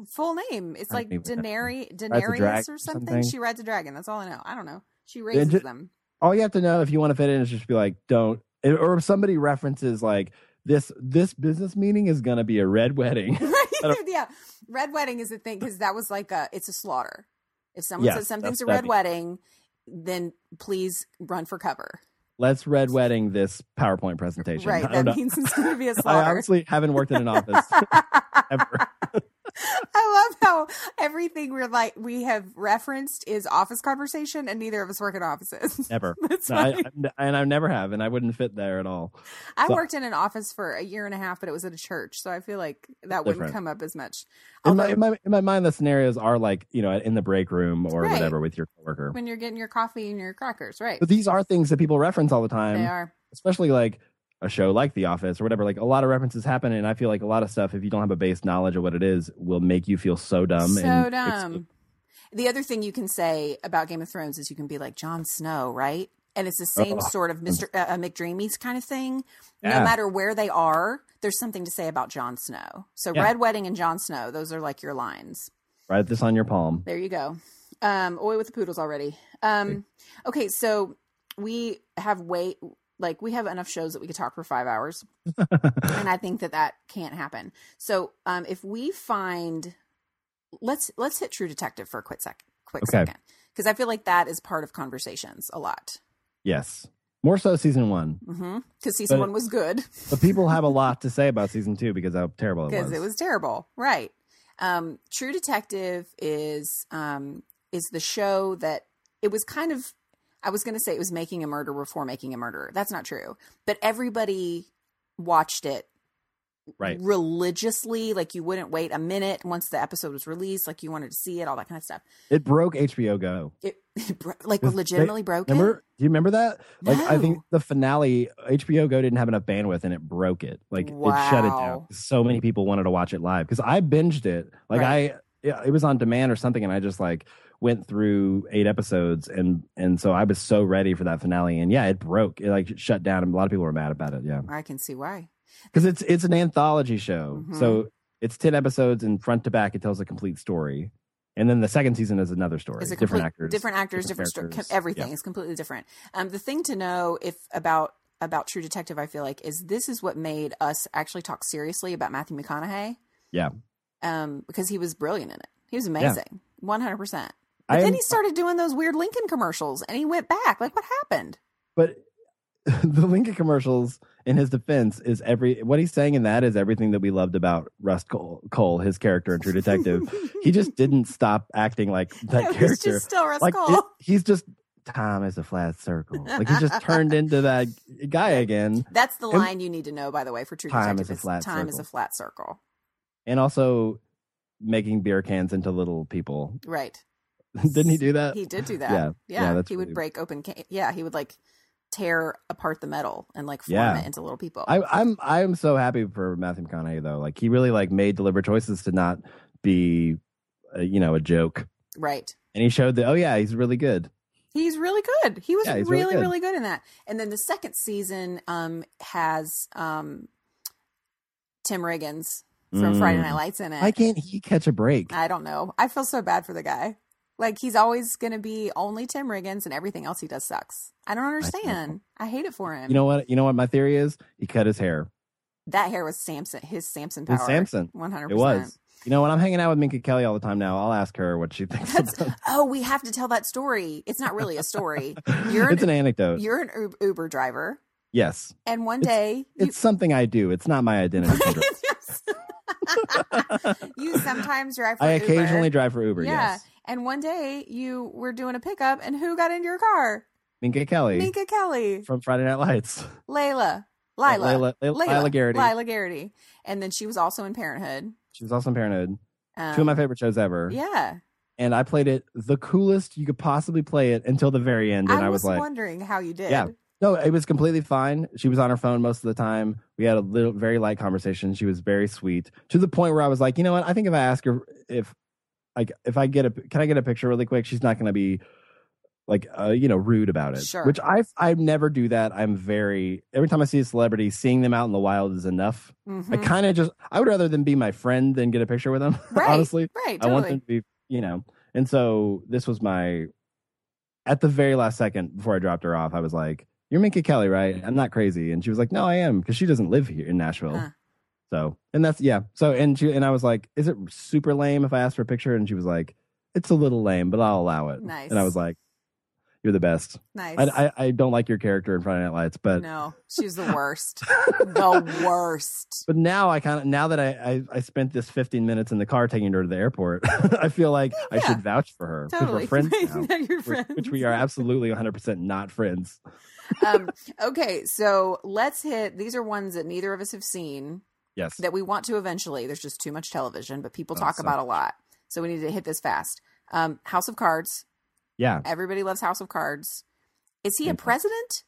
Speaker 4: full name? It's
Speaker 5: I
Speaker 4: like
Speaker 5: don't even know.
Speaker 4: Daenerys,
Speaker 5: a dragon
Speaker 4: Daenerys or
Speaker 5: or
Speaker 4: something.
Speaker 5: something.
Speaker 4: She rides a dragon. That's all I know. I don't know. She raises
Speaker 5: ju-
Speaker 4: them.
Speaker 5: all you have to know if you want to fit in is just be like, don't, or if somebody references like this, this business meeting is going to be a red wedding. don't-
Speaker 4: yeah, red wedding is the thing because that was like a it's a slaughter. If someone
Speaker 5: Yes,
Speaker 4: says something's
Speaker 5: that's-
Speaker 4: a
Speaker 5: that'd
Speaker 4: red
Speaker 5: be-
Speaker 4: wedding, then please run for cover.
Speaker 5: Let's red wedding this PowerPoint presentation. I
Speaker 4: Right,
Speaker 5: don't
Speaker 4: that
Speaker 5: know.
Speaker 4: means it's going to be a
Speaker 5: I
Speaker 4: slaughter.
Speaker 5: honestly haven't worked in an office ever.
Speaker 4: I love how everything we're like we have referenced is office conversation, and neither of us work in offices.
Speaker 5: Never.
Speaker 4: That's
Speaker 5: No, I,
Speaker 4: funny.
Speaker 5: I- and I never have, and I wouldn't fit there at all.
Speaker 4: I,
Speaker 5: so-
Speaker 4: worked in an office for a year and a half, but it was at a church, so I feel like that wouldn't
Speaker 5: Different.
Speaker 4: come up as much.
Speaker 5: In my,
Speaker 4: Although-
Speaker 5: in, my, in my mind, the scenarios are like, you know, in the break room or
Speaker 4: Right.
Speaker 5: whatever with your coworker.
Speaker 4: When you're getting your coffee and your crackers, right?
Speaker 5: But these are things that people reference all the time.
Speaker 4: They are.
Speaker 5: especially like a show like The Office or whatever, like a lot of references happen. And I feel like a lot of stuff, if you don't have a base knowledge of what it is, will make you feel so dumb.
Speaker 4: so
Speaker 5: and
Speaker 4: dumb. The other thing you can say about Game of Thrones is you can be like Jon Snow, right? And it's the same
Speaker 5: Oh.
Speaker 4: sort of Mister uh, uh, McDreamy's kind of thing. No
Speaker 5: Yeah.
Speaker 4: matter where they are, there's something to say about Jon Snow. So
Speaker 5: Yeah.
Speaker 4: Red Wedding and Jon Snow, those are like your lines.
Speaker 5: Write this on your palm.
Speaker 4: There you go. Um, away with the poodles already. Um, okay, so we have way like we have enough shows that we could talk for five hours, and I think that that can't happen. So um, if we find, let's let's hit True Detective for a quick sec, quick
Speaker 5: Okay.
Speaker 4: second, because I feel like that is part of conversations a lot.
Speaker 5: Yes. More so season one.
Speaker 4: Because season
Speaker 5: But-
Speaker 4: one was good
Speaker 5: But people have a lot to say about season two because how terrible it
Speaker 4: because
Speaker 5: was.
Speaker 4: it was terrible, right? Um, True Detective is um, is the show that it was kind of I was going to say it was making a murderer for making a murderer. That's not true. But everybody watched it
Speaker 5: right.
Speaker 4: religiously. Like you wouldn't wait a minute once the episode was released. Like you wanted to see it, all that kind of stuff.
Speaker 5: It broke HBO Go.
Speaker 4: It, it bro- like
Speaker 5: Was-
Speaker 4: legitimately broken.
Speaker 5: Remember? Do you remember that? Like, I think
Speaker 4: No.
Speaker 5: the finale, HBO Go didn't have enough bandwidth and it broke it. Like, it shut it
Speaker 4: Wow.
Speaker 5: down. So many people wanted to watch it live because I binged it. Like,
Speaker 4: Right.
Speaker 5: I, yeah, it was on demand or something, and I just like went through eight episodes, and and so I was so ready for that finale. And yeah, it broke. It like shut down, and a lot of people were mad about it. Yeah,
Speaker 4: I can see why.
Speaker 5: because it's it's an anthology show,
Speaker 4: Mhm.
Speaker 5: so it's ten episodes, and front to back, it tells a complete story. And then the second season is another story.
Speaker 4: It's a
Speaker 5: different
Speaker 4: complete-
Speaker 5: actors,
Speaker 4: different actors, different,
Speaker 5: different
Speaker 4: story, com-
Speaker 5: characters.
Speaker 4: everything is completely different. Um, the thing to know if about about True Detective, I feel like, is this is what made us actually talk seriously about Matthew McConaughey.
Speaker 5: Yeah.
Speaker 4: um, because he was brilliant in it. He was amazing, one hundred percent. But
Speaker 5: I
Speaker 4: then
Speaker 5: am-
Speaker 4: he started doing those weird Lincoln commercials, and he went back. Like, what happened?
Speaker 5: but the Lincoln commercials, in his defense, is every what he's saying in that is everything that we loved about Rust Cole, Cole his character in True Detective. he just didn't stop acting like that
Speaker 4: It was
Speaker 5: character.
Speaker 4: just still Russ
Speaker 5: like
Speaker 4: Cole.
Speaker 5: it- he's just time is a flat circle. Like he just turned into that guy again.
Speaker 4: That's the
Speaker 5: and-
Speaker 4: line you need to know, by the way, for True
Speaker 5: Time
Speaker 4: Detective.
Speaker 5: is a flat
Speaker 4: time is
Speaker 5: circle.
Speaker 4: a flat circle,
Speaker 5: And also making beer cans into little people.
Speaker 4: right?
Speaker 5: Didn't he do that?
Speaker 4: He did do that. Yeah,
Speaker 5: Uh, Yeah. Yeah, that's
Speaker 4: he would
Speaker 5: really-
Speaker 4: break open. Ca- yeah, he would like tear apart the metal and like form
Speaker 5: Yeah.
Speaker 4: it into little people.
Speaker 5: I, I'm I'm so happy for Matthew McConaughey though. Like he really like made deliberate choices to not be, uh, you know, a joke.
Speaker 4: right.
Speaker 5: And he showed that, oh, yeah, he's really good.
Speaker 4: He's really good. He was
Speaker 5: Yeah, he's
Speaker 4: really,
Speaker 5: really
Speaker 4: really
Speaker 5: good.
Speaker 4: good. in that. And then the second season um has um Tim Riggins from
Speaker 5: Mm.
Speaker 4: Friday Night Lights in it.
Speaker 5: Why can't he catch a break?
Speaker 4: I don't know. I feel so bad for the guy. Like he's always going to be only Tim Riggins, and everything else he does sucks. I don't understand. I, hate it for him.
Speaker 5: You know what? You know what my theory is? He cut his hair.
Speaker 4: that hair was Samson. His Samson power.
Speaker 5: His Samson.
Speaker 4: One hundred
Speaker 5: It was. You know, when I'm hanging out with Minka Kelly all the time now, I'll ask her what she thinks.
Speaker 4: That's-
Speaker 5: about
Speaker 4: Oh, we have to tell that story. It's not really a story. You're
Speaker 5: it's an
Speaker 4: an,
Speaker 5: anecdote.
Speaker 4: you're an Ub- Uber driver,
Speaker 5: Yes,
Speaker 4: and one day
Speaker 5: it's something I do. It's not my identity. Kendra.
Speaker 4: you, you sometimes drive. For
Speaker 5: I
Speaker 4: Uber.
Speaker 5: occasionally drive for Uber.
Speaker 4: Yeah,
Speaker 5: Yes,
Speaker 4: and one day you were doing a pickup, and who got into your car?
Speaker 5: Minka Kelly
Speaker 4: Minka Kelly,
Speaker 5: from Friday Night Lights.
Speaker 4: Layla, Lila,
Speaker 5: Layla- Layla- Lila Garrity.
Speaker 4: Lila Garrity, and then she was also in Parenthood.
Speaker 5: She was also in Parenthood.
Speaker 4: Um,
Speaker 5: Two of my favorite shows ever.
Speaker 4: Yeah,
Speaker 5: And I played it the coolest you could possibly play it until the very end. And I,
Speaker 4: I
Speaker 5: was
Speaker 4: was
Speaker 5: like,
Speaker 4: wondering how you did.
Speaker 5: Yeah. no, it was completely fine. She was on her phone most of the time. We had a little, very light conversation. She was very sweet to the point where I was like, you know what? I think if I ask her if, like, if I get a, can I get a picture really quick? She's not going to be like, uh, you know, rude about it.
Speaker 4: Sure.
Speaker 5: Which I, I never do that. I'm very, every time I see a celebrity, seeing them out in the wild is enough.
Speaker 4: Mhm.
Speaker 5: I kind of just I would rather them be my friend than get a picture with them.
Speaker 4: Right,
Speaker 5: Honestly,
Speaker 4: right,
Speaker 5: I want
Speaker 4: totally.
Speaker 5: them to be you know. And so this was my at the very last second before I dropped her off. I was like, "You're Minka Kelly, right?" I'm not crazy, and she was like, "No, I am," because she doesn't live here in Nashville.
Speaker 4: Huh.
Speaker 5: So and that's yeah. So and she and I was like, "Is it super lame if I ask for a picture?" And she was like, "It's a little lame, but I'll allow it."
Speaker 4: Nice.
Speaker 5: And I was like, "You're the best."
Speaker 4: nice.
Speaker 5: I, I I don't like your character in Friday Night Lights, but
Speaker 4: no, she's the worst. the worst.
Speaker 5: But now I kind of now that I, I I spent this 15 minutes in the car taking her to the airport, I feel like I
Speaker 4: Yeah.
Speaker 5: should vouch for her because
Speaker 4: Totally.
Speaker 5: we're friends now,
Speaker 4: Now you're
Speaker 5: which,
Speaker 4: friends.
Speaker 5: which we are absolutely 100 percent not friends.
Speaker 4: um, okay, so let's hit. These are ones that neither of us have seen
Speaker 5: Yes,
Speaker 4: that we want to eventually. There's just too much television, but people
Speaker 5: Oh,
Speaker 4: talk
Speaker 5: so
Speaker 4: about a lot, so we need to hit this fast. Um, House of Cards.
Speaker 5: yeah.
Speaker 4: Everybody loves House of Cards. Is he a
Speaker 5: Yeah.
Speaker 4: president?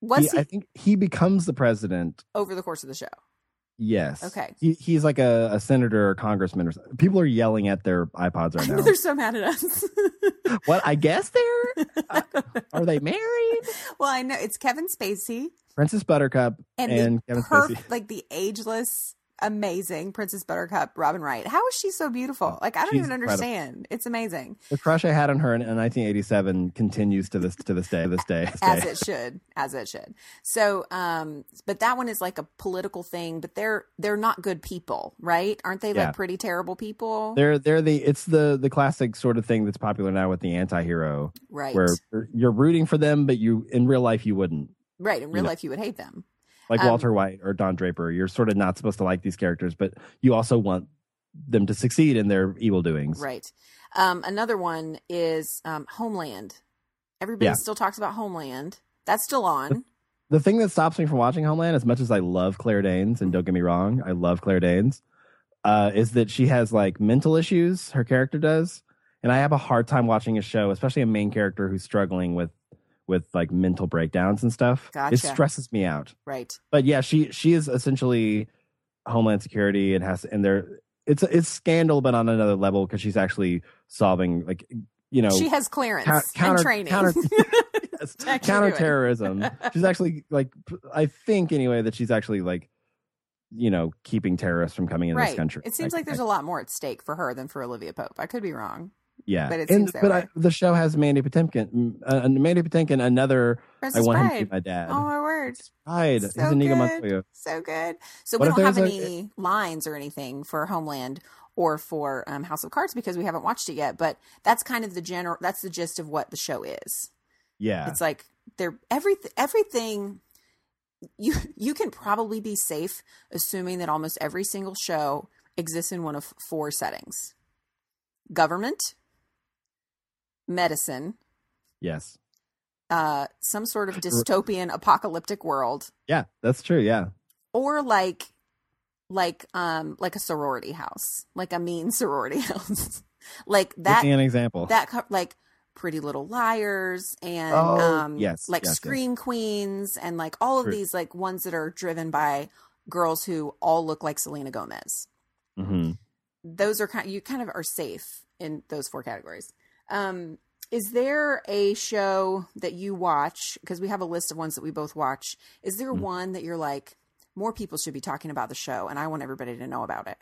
Speaker 4: Was
Speaker 5: He-
Speaker 4: he,
Speaker 5: I think he becomes the president.
Speaker 4: over the course of the show?
Speaker 5: Yes.
Speaker 4: Okay.
Speaker 5: He, he's like a, a senator or congressman or something. People are yelling at their iPods right now.
Speaker 4: They're so mad at us.
Speaker 5: what? I guess they're uh,
Speaker 4: I don't know.
Speaker 5: are they married?
Speaker 4: well, I know it's Kevin Spacey
Speaker 5: Princess Buttercup
Speaker 4: and,
Speaker 5: and,
Speaker 4: the
Speaker 5: Kevin
Speaker 4: perf-
Speaker 5: Spacey.
Speaker 4: like the ageless, amazing Princess Buttercup, Robin Wright. How is she so beautiful? Like I don't
Speaker 5: She's
Speaker 4: even
Speaker 5: incredible.
Speaker 4: understand. It's amazing,
Speaker 5: The crush I had on her in, in 1987 continues to this to this day. This day. This
Speaker 4: as
Speaker 5: day.
Speaker 4: it should, as it should. So, um, but that one is like a political thing. But they're they're not good people, right? Aren't they
Speaker 5: Yeah.
Speaker 4: like pretty terrible people?
Speaker 5: They're they're the it's the the classic sort of thing that's popular now with the anti-hero
Speaker 4: right,
Speaker 5: where you're- you're rooting for them but you in real life you wouldn't.
Speaker 4: right. In
Speaker 5: you
Speaker 4: real
Speaker 5: know.
Speaker 4: life, you would hate them.
Speaker 5: Like
Speaker 4: Um,
Speaker 5: Walter White or Don Draper, you're sort of not supposed to like these characters but you also want them to succeed in their evil doings.
Speaker 4: Right. Um, another one is um, Homeland. Everybody
Speaker 5: Yeah.
Speaker 4: still talks about Homeland. That's still on.
Speaker 5: The thing that stops me from watching Homeland as much as I love Claire Danes and don't get me wrong, I love Claire Danes, uh is that she has like mental issues, her character does, and I have a hard time watching a show, especially a main character who's struggling with with like mental breakdowns and stuff.
Speaker 4: Gotcha.
Speaker 5: It stresses me out.
Speaker 4: Right.
Speaker 5: but yeah, she she is essentially Homeland Security and has and there it's it's scandal, but on another level because she's actually solving like you know
Speaker 4: she has clearance
Speaker 5: cou-
Speaker 4: and training.
Speaker 5: counter- yes,
Speaker 4: To actually do it.
Speaker 5: counterterrorism. she's actually like p- I think anyway that she's actually like you know keeping terrorists from coming into
Speaker 4: right.
Speaker 5: this country.
Speaker 4: It seems like there's a lot more at stake for her than for Olivia Pope. I could be wrong.
Speaker 5: yeah,
Speaker 4: but it
Speaker 5: and,
Speaker 4: seems that
Speaker 5: but
Speaker 4: way.
Speaker 5: I, the show has Mandy Patinkin, uh, uh, Mandy Patinkin, another. I
Speaker 4: Princess
Speaker 5: want him to
Speaker 4: Bride.
Speaker 5: be my dad.
Speaker 4: Oh my word.
Speaker 5: Pride.
Speaker 4: So
Speaker 5: He's Inigo
Speaker 4: good.
Speaker 5: Montoya.
Speaker 4: So good. So
Speaker 5: What
Speaker 4: we
Speaker 5: if
Speaker 4: don't have
Speaker 5: there's a-
Speaker 4: any lines or anything for Homeland or for um, House of Cards because we haven't watched it yet. But that's kind of the general. That's the gist of what the show is.
Speaker 5: Yeah,
Speaker 4: It's like they're everything. Everything you you can probably be safe assuming that almost every single show exists in one of four settings: government, medicine,
Speaker 5: yes,
Speaker 4: uh, some sort of dystopian apocalyptic world,
Speaker 5: yeah, that's true. Yeah,
Speaker 4: or like like um like a sorority house, like a mean sorority house, like
Speaker 5: Give
Speaker 4: that
Speaker 5: me an example.
Speaker 4: that co- like Pretty Little Liars and
Speaker 5: Oh,
Speaker 4: um,
Speaker 5: yes,
Speaker 4: like
Speaker 5: yes, yes.
Speaker 4: Scream Queens and like all of
Speaker 5: True.
Speaker 4: these like ones that are driven by girls who all look like Selena Gomez.
Speaker 5: Mhm.
Speaker 4: Those are kind you kind of are safe in those four categories. Um, is there a show that you watch? Because we have a list of ones that we both watch. Is
Speaker 5: Mm-hmm.
Speaker 4: there one that you're like, more people should be talking about the show, and I want everybody to know about it?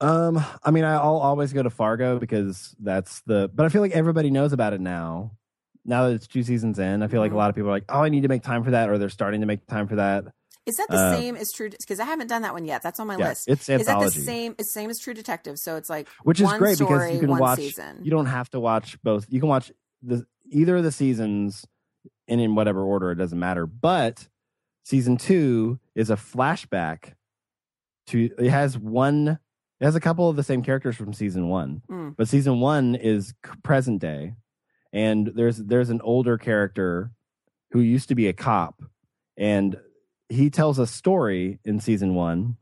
Speaker 5: Um, I mean, I'll always go to Fargo because that's the. But I feel like everybody knows about it now. Now that it's two seasons in, I feel like a
Speaker 4: Mhm.
Speaker 5: lot of people are like, "Oh, I need to make time for that," or they're starting to make time for that.
Speaker 4: Is that the
Speaker 5: Uh,
Speaker 4: same as True? Because I haven't done that one yet. That's on my
Speaker 5: yeah,
Speaker 4: list.
Speaker 5: it's
Speaker 4: Is that the
Speaker 5: anthology,
Speaker 4: same? It's same as True Detective. So it's like
Speaker 5: which is
Speaker 4: one
Speaker 5: great
Speaker 4: story,
Speaker 5: because you can
Speaker 4: one
Speaker 5: watch.
Speaker 4: season.
Speaker 5: You don't have to watch both. You can watch the either of the seasons, and in whatever order, it doesn't matter. But season two is a flashback to. It has one. It has a couple of the same characters from season one.
Speaker 4: Mm.
Speaker 5: but season one is c- present day and there's there's an older character who used to be a cop and he tells a story in season one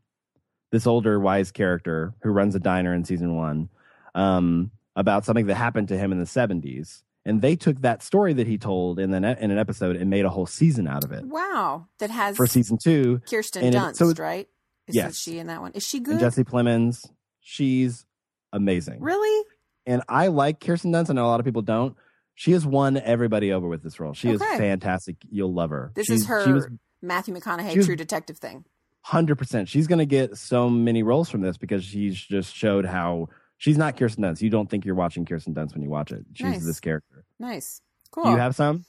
Speaker 5: this older wise character who runs a diner in season one um, about something that happened to him in the 70s and they took that story that he told in, the ne- in an episode and made a whole season out of it
Speaker 4: Wow, that has
Speaker 5: for season two
Speaker 4: Kirsten
Speaker 5: and it-
Speaker 4: Dunst,
Speaker 5: so-
Speaker 4: right? Is
Speaker 5: Yes.
Speaker 4: she in that one? Is she
Speaker 5: and
Speaker 4: good?
Speaker 5: jesse plemons she's amazing
Speaker 4: really?
Speaker 5: and I like Kirsten Dunst. I know a lot of people don't. She has won everybody over with this role. She is
Speaker 4: Okay.
Speaker 5: fantastic. You'll love her.
Speaker 4: This
Speaker 5: She-
Speaker 4: is her
Speaker 5: She was
Speaker 4: Matthew McConaughey
Speaker 5: she was-
Speaker 4: True Detective thing.
Speaker 5: hundred percent. She's going to get so many roles from this because she's just showed how she's not Kirsten Dunst. You don't think you're watching Kirsten Dunst when you watch it. She's
Speaker 4: Nice.
Speaker 5: this character.
Speaker 4: Nice,
Speaker 5: Do
Speaker 4: cool.
Speaker 5: you have some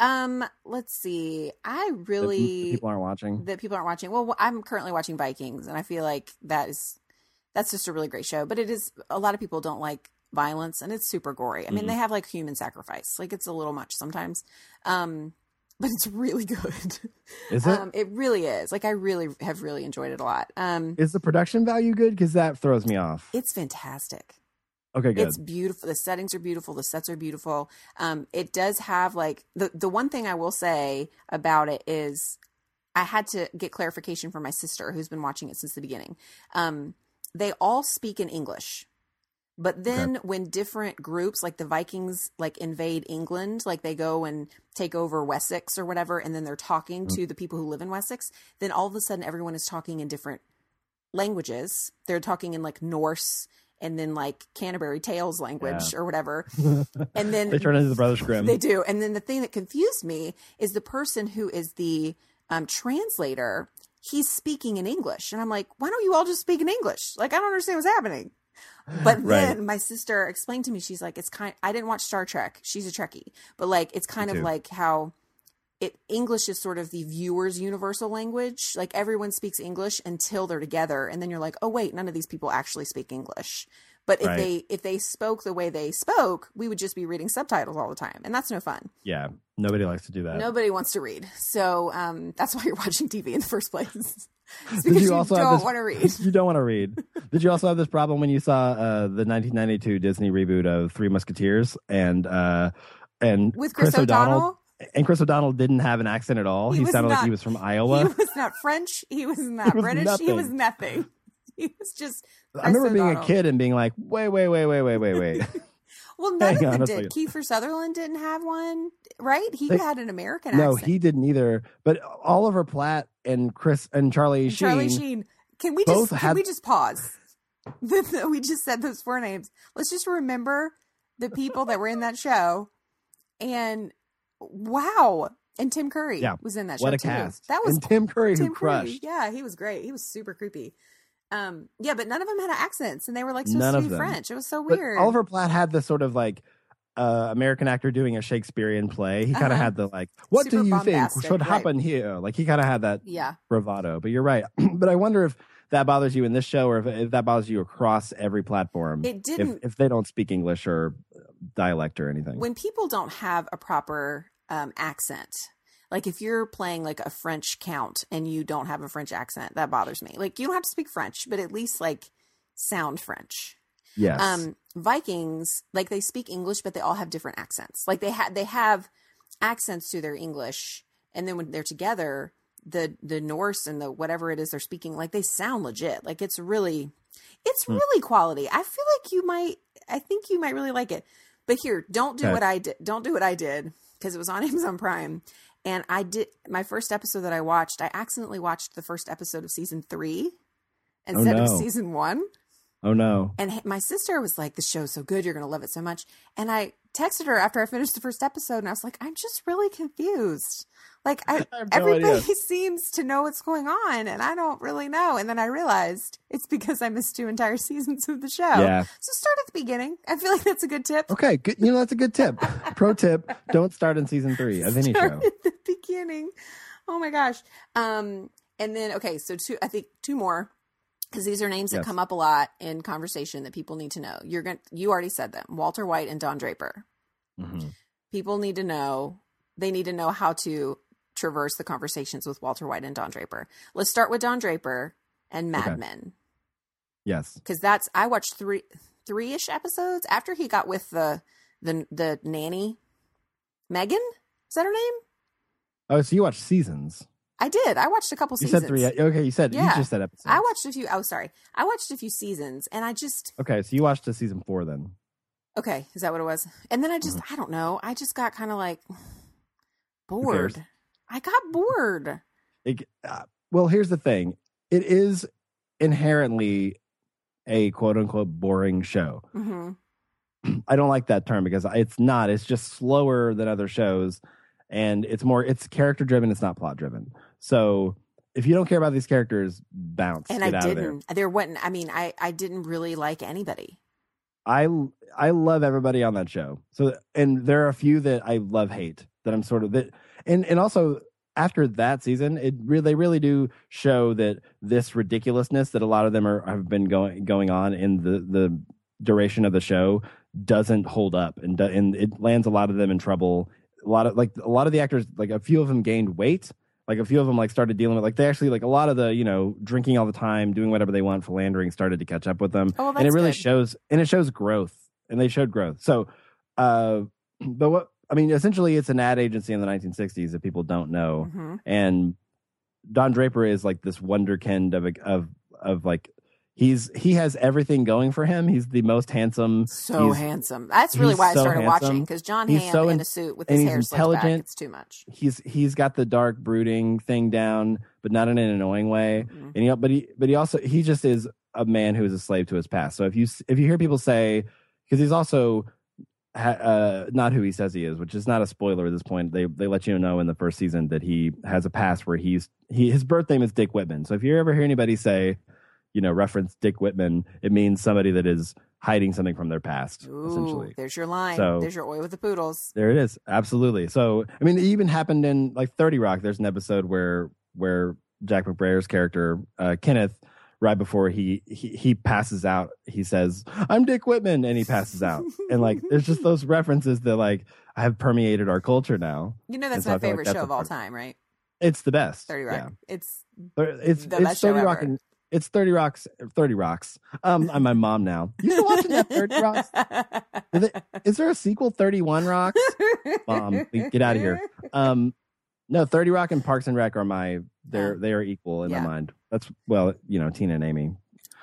Speaker 4: um, let's see. I
Speaker 5: that m-
Speaker 4: really
Speaker 5: people aren't watching?
Speaker 4: that people aren't watching. Well, I'm currently watching Vikings, and I feel like that is that's just a really great show. But it is a lot of people don't like violence, and it's super gory. I mean,
Speaker 5: Mhm.
Speaker 4: they have like human sacrifice. Like it's a little much sometimes, um, but it's really good.
Speaker 5: Is it? Is
Speaker 4: Um, it really is. Like I really have really enjoyed it a lot. Um,
Speaker 5: the production value good? Because that throws me off.
Speaker 4: it's fantastic.
Speaker 5: Okay, good.
Speaker 4: It's beautiful. The settings are beautiful. The sets are beautiful. Um, it does have like the the one thing I will say about it is, I had to get clarification from my sister who's been watching it since the beginning. Um, they all speak in English, but then when different groups like the Vikings like invade England, like they go and take over Wessex or whatever, and then they're talking
Speaker 5: Mm.
Speaker 4: to the people who live in Wessex, then all of a sudden everyone is talking in different languages. They're talking in like Norse and then like Canterbury Tales language or whatever. And then
Speaker 5: they turn into the Brothers Grimm.
Speaker 4: they do. And then the thing that confused me is the person who is the um, translator. He's speaking in English, and I'm like, why don't you all just speak in English? Like, I don't understand what's happening. But
Speaker 5: Right.
Speaker 4: then my sister explained to me, she's like, it's kind. I didn't watch Star Trek. She's a Trekkie, but like, it's kind of
Speaker 5: too.
Speaker 4: like how. It, English is sort of the viewer's universal language. Like everyone speaks English until they're together, and then you're like, oh wait, none of these people actually speak English. But if
Speaker 5: Right.
Speaker 4: they if they spoke the way they spoke, we would just be reading subtitles all the time, and that's no fun.
Speaker 5: yeah, nobody likes to do that.
Speaker 4: Nobody wants to read, so um, that's why you're watching TV in the first place. It's
Speaker 5: Did
Speaker 4: because you,
Speaker 5: also have
Speaker 4: don't
Speaker 5: this-
Speaker 4: want to read.
Speaker 5: you don't want to read. Did you also have this problem when you saw uh, the 1992 Disney reboot of Three Musketeers and uh, and
Speaker 4: With Chris, O'Donnell,
Speaker 5: And Chris O'Donnell didn't have an accent at all.
Speaker 4: He
Speaker 5: He,
Speaker 4: was
Speaker 5: sounded like
Speaker 4: not-
Speaker 5: he was from
Speaker 4: he
Speaker 5: Iowa.
Speaker 4: was not French. He was not
Speaker 5: He was
Speaker 4: British. He
Speaker 5: nothing.
Speaker 4: was nothing. He was just.
Speaker 5: I remember
Speaker 4: Chris
Speaker 5: being a
Speaker 4: O'Donnell.
Speaker 5: kid and being like, wait, wait, wait, wait, wait, wait, wait.
Speaker 4: Well, none of
Speaker 5: Hang on
Speaker 4: them
Speaker 5: a
Speaker 4: did.
Speaker 5: second.
Speaker 4: Kiefer Sutherland didn't have one, right? He
Speaker 5: They-
Speaker 4: had an American
Speaker 5: no,
Speaker 4: accent.
Speaker 5: he didn't either. But Oliver Platt and Chris and Charlie
Speaker 4: And
Speaker 5: Sheen.
Speaker 4: Charlie Sheen. Can we just
Speaker 5: both
Speaker 4: can
Speaker 5: had-
Speaker 4: we just pause? we just said those four names. Let's just remember the people that were in that show. And wow, and Tim Curry
Speaker 5: Yeah.
Speaker 4: was in that show.
Speaker 5: what a
Speaker 4: too.
Speaker 5: cast!
Speaker 4: That was
Speaker 5: and Tim Curry
Speaker 4: Tim
Speaker 5: who
Speaker 4: Curry.
Speaker 5: crushed.
Speaker 4: Yeah, he was great. He was super creepy. Um, yeah, but none of them had accents, and they were like supposed
Speaker 5: None
Speaker 4: to
Speaker 5: of
Speaker 4: be
Speaker 5: them.
Speaker 4: French. It was so
Speaker 5: But
Speaker 4: weird.
Speaker 5: Oliver Platt had the sort of like uh, American actor doing a Shakespearean play. He kind of
Speaker 4: Uh-huh.
Speaker 5: had the like, what
Speaker 4: Super
Speaker 5: do you think
Speaker 4: bombastic,
Speaker 5: should
Speaker 4: right.
Speaker 5: happen here? Like he kind of had that
Speaker 4: yeah,
Speaker 5: bravado. But you're right. but I wonder if that bothers you in this show, or if, if that bothers you across every platform.
Speaker 4: it didn't.
Speaker 5: If, if they don't speak English or uh, dialect or anything,
Speaker 4: when people don't have a proper um, accent like if you're playing like a french count and you don't have a french accent that bothers me like you don't have to speak french but at least like sound french
Speaker 5: yes,
Speaker 4: um vikings like they speak english but they all have different accents like they have they have accents to their english and then when they're together the the norse and the whatever it is they're speaking like they sound legit like it's really it's
Speaker 5: Hmm.
Speaker 4: really quality i feel like you might i think you might really like it but here don't do
Speaker 5: Okay.
Speaker 4: what i did don't do what i did because it was on amazon prime and i did my first episode that i watched i accidentally watched the first episode of season three instead of
Speaker 5: Oh, no.
Speaker 4: season one
Speaker 5: Oh no.
Speaker 4: And h- my sister was like, "The show's so good, you're gonna love it so much." And I texted her after I finished the first episode, and I was like, "I'm just really confused. Like, I,
Speaker 5: I have no
Speaker 4: everybody
Speaker 5: idea.
Speaker 4: seems to know what's going on, and I don't really know." And then I realized it's because I missed two entire seasons of the show.
Speaker 5: Yeah.
Speaker 4: So start at the beginning. I feel like that's a good tip.
Speaker 5: Okay. Good. You know that's a good tip. Pro tip: Don't start in season three of any show.
Speaker 4: Start at the beginning. Oh my gosh. Um, and then okay, so two. I think two more because these are names that
Speaker 5: Yes.
Speaker 4: come up a lot in conversation that people need to know. You're going to you already said them. Walter White and Don Draper.
Speaker 5: Mhm.
Speaker 4: People need to know. They need to know how to traverse the conversations with Walter White and Don Draper. Let's start with Don Draper and Mad
Speaker 5: Okay.
Speaker 4: Men
Speaker 5: Yes.
Speaker 4: because that's I watched three three ish episodes after he got with the the the nanny Megan. Is that her name?
Speaker 5: Oh, so you watch seasons?
Speaker 4: I did. I watched a couple
Speaker 5: You
Speaker 4: seasons.
Speaker 5: said three. Okay, you said
Speaker 4: Yeah.
Speaker 5: you just said episodes.
Speaker 4: I watched a few. Oh, sorry. I watched a few seasons, and I just
Speaker 5: Okay, so you watched to season four then.
Speaker 4: okay. Is that what it was? And then I just
Speaker 5: Mm-hmm.
Speaker 4: I don't know. I just got kind of like bored.
Speaker 5: cares?
Speaker 4: I got bored.
Speaker 5: It, uh, well, here's the thing: it is inherently a quote unquote boring show.
Speaker 4: hmm
Speaker 5: I don't like that term because it's not. It's just slower than other shows, and it's more. It's character driven. It's not plot driven. So if you don't care about these characters, bounce.
Speaker 4: And
Speaker 5: get
Speaker 4: I
Speaker 5: out of there.
Speaker 4: didn't. There. wasn't. I mean, I I didn't really like anybody.
Speaker 5: I I love everybody on that show. So and there are a few that I love hate that I'm sort of that and and also after that season it really they really do show that this ridiculousness that a lot of them are have been going going on in the the duration of the show doesn't hold up and do- and it lands a lot of them in trouble. A lot of like a lot of the actors like a few of them gained weight. Like a few of them like started dealing with like they actually like a lot of the you know drinking all the time doing whatever they want philandering started to catch up with them
Speaker 4: Oh, well, that's
Speaker 5: and it really
Speaker 4: good.
Speaker 5: shows and it shows growth and they showed growth so uh but what i mean essentially it's an ad agency in the 1960s that people don't know
Speaker 4: hmm
Speaker 5: and don draper is like this wonderkind of a- of of like he's he has everything going for him he's the most handsome
Speaker 4: So
Speaker 5: he's-
Speaker 4: handsome. That's really
Speaker 5: he's
Speaker 4: why I
Speaker 5: so
Speaker 4: started watching
Speaker 5: handsome.
Speaker 4: because John
Speaker 5: He's
Speaker 4: Hamm
Speaker 5: so
Speaker 4: in
Speaker 5: in-
Speaker 4: a suit with
Speaker 5: and
Speaker 4: his
Speaker 5: he's
Speaker 4: hair slicked back.
Speaker 5: intelligent.
Speaker 4: It's too much.
Speaker 5: he's he's got the dark brooding thing down but not in an annoying way
Speaker 4: Mhm.
Speaker 5: and he but he but he also he just is a man who is a slave to his past so if you s- if you hear people say because he's also ha, uh, not who he says he is which is not a spoiler at this point they they let you know in the first season that he has a past where he's he his birth name is dick whitman so if you ever hear anybody say you know reference dick whitman it means somebody that is hiding something from their past
Speaker 4: Ooh,
Speaker 5: essentially
Speaker 4: there's your line.
Speaker 5: So-
Speaker 4: there's your oil with the poodles.
Speaker 5: there it is. Absolutely. So I mean, it even happened in like Thirty Rock. There's an episode where where Jack McBrayer's character uh, Kenneth, right before he, he he passes out, he says, "I'm Dick Whitman," and he passes out. and like, there's just those references that like have permeated our culture now.
Speaker 4: You know that's
Speaker 5: And so I
Speaker 4: my
Speaker 5: feel like
Speaker 4: favorite
Speaker 5: that's
Speaker 4: show
Speaker 5: a
Speaker 4: of all
Speaker 5: part-
Speaker 4: time, right?
Speaker 5: It's the best.
Speaker 4: Thirty Rock. It's
Speaker 5: But It's
Speaker 4: The
Speaker 5: it's
Speaker 4: best show
Speaker 5: Thirty Rock
Speaker 4: ever.
Speaker 5: and it's Thirty Rocks. Thirty Rocks. Um, I'm my mom now. You still watching that Thirty Rocks? Is, it, is there a sequel? Thirty One Rocks. Mom, please get outta here. um no 30 rock and parks and rec are my they're
Speaker 4: Oh.
Speaker 5: they are equal in
Speaker 4: Yeah.
Speaker 5: my mind that's well you know tina and amy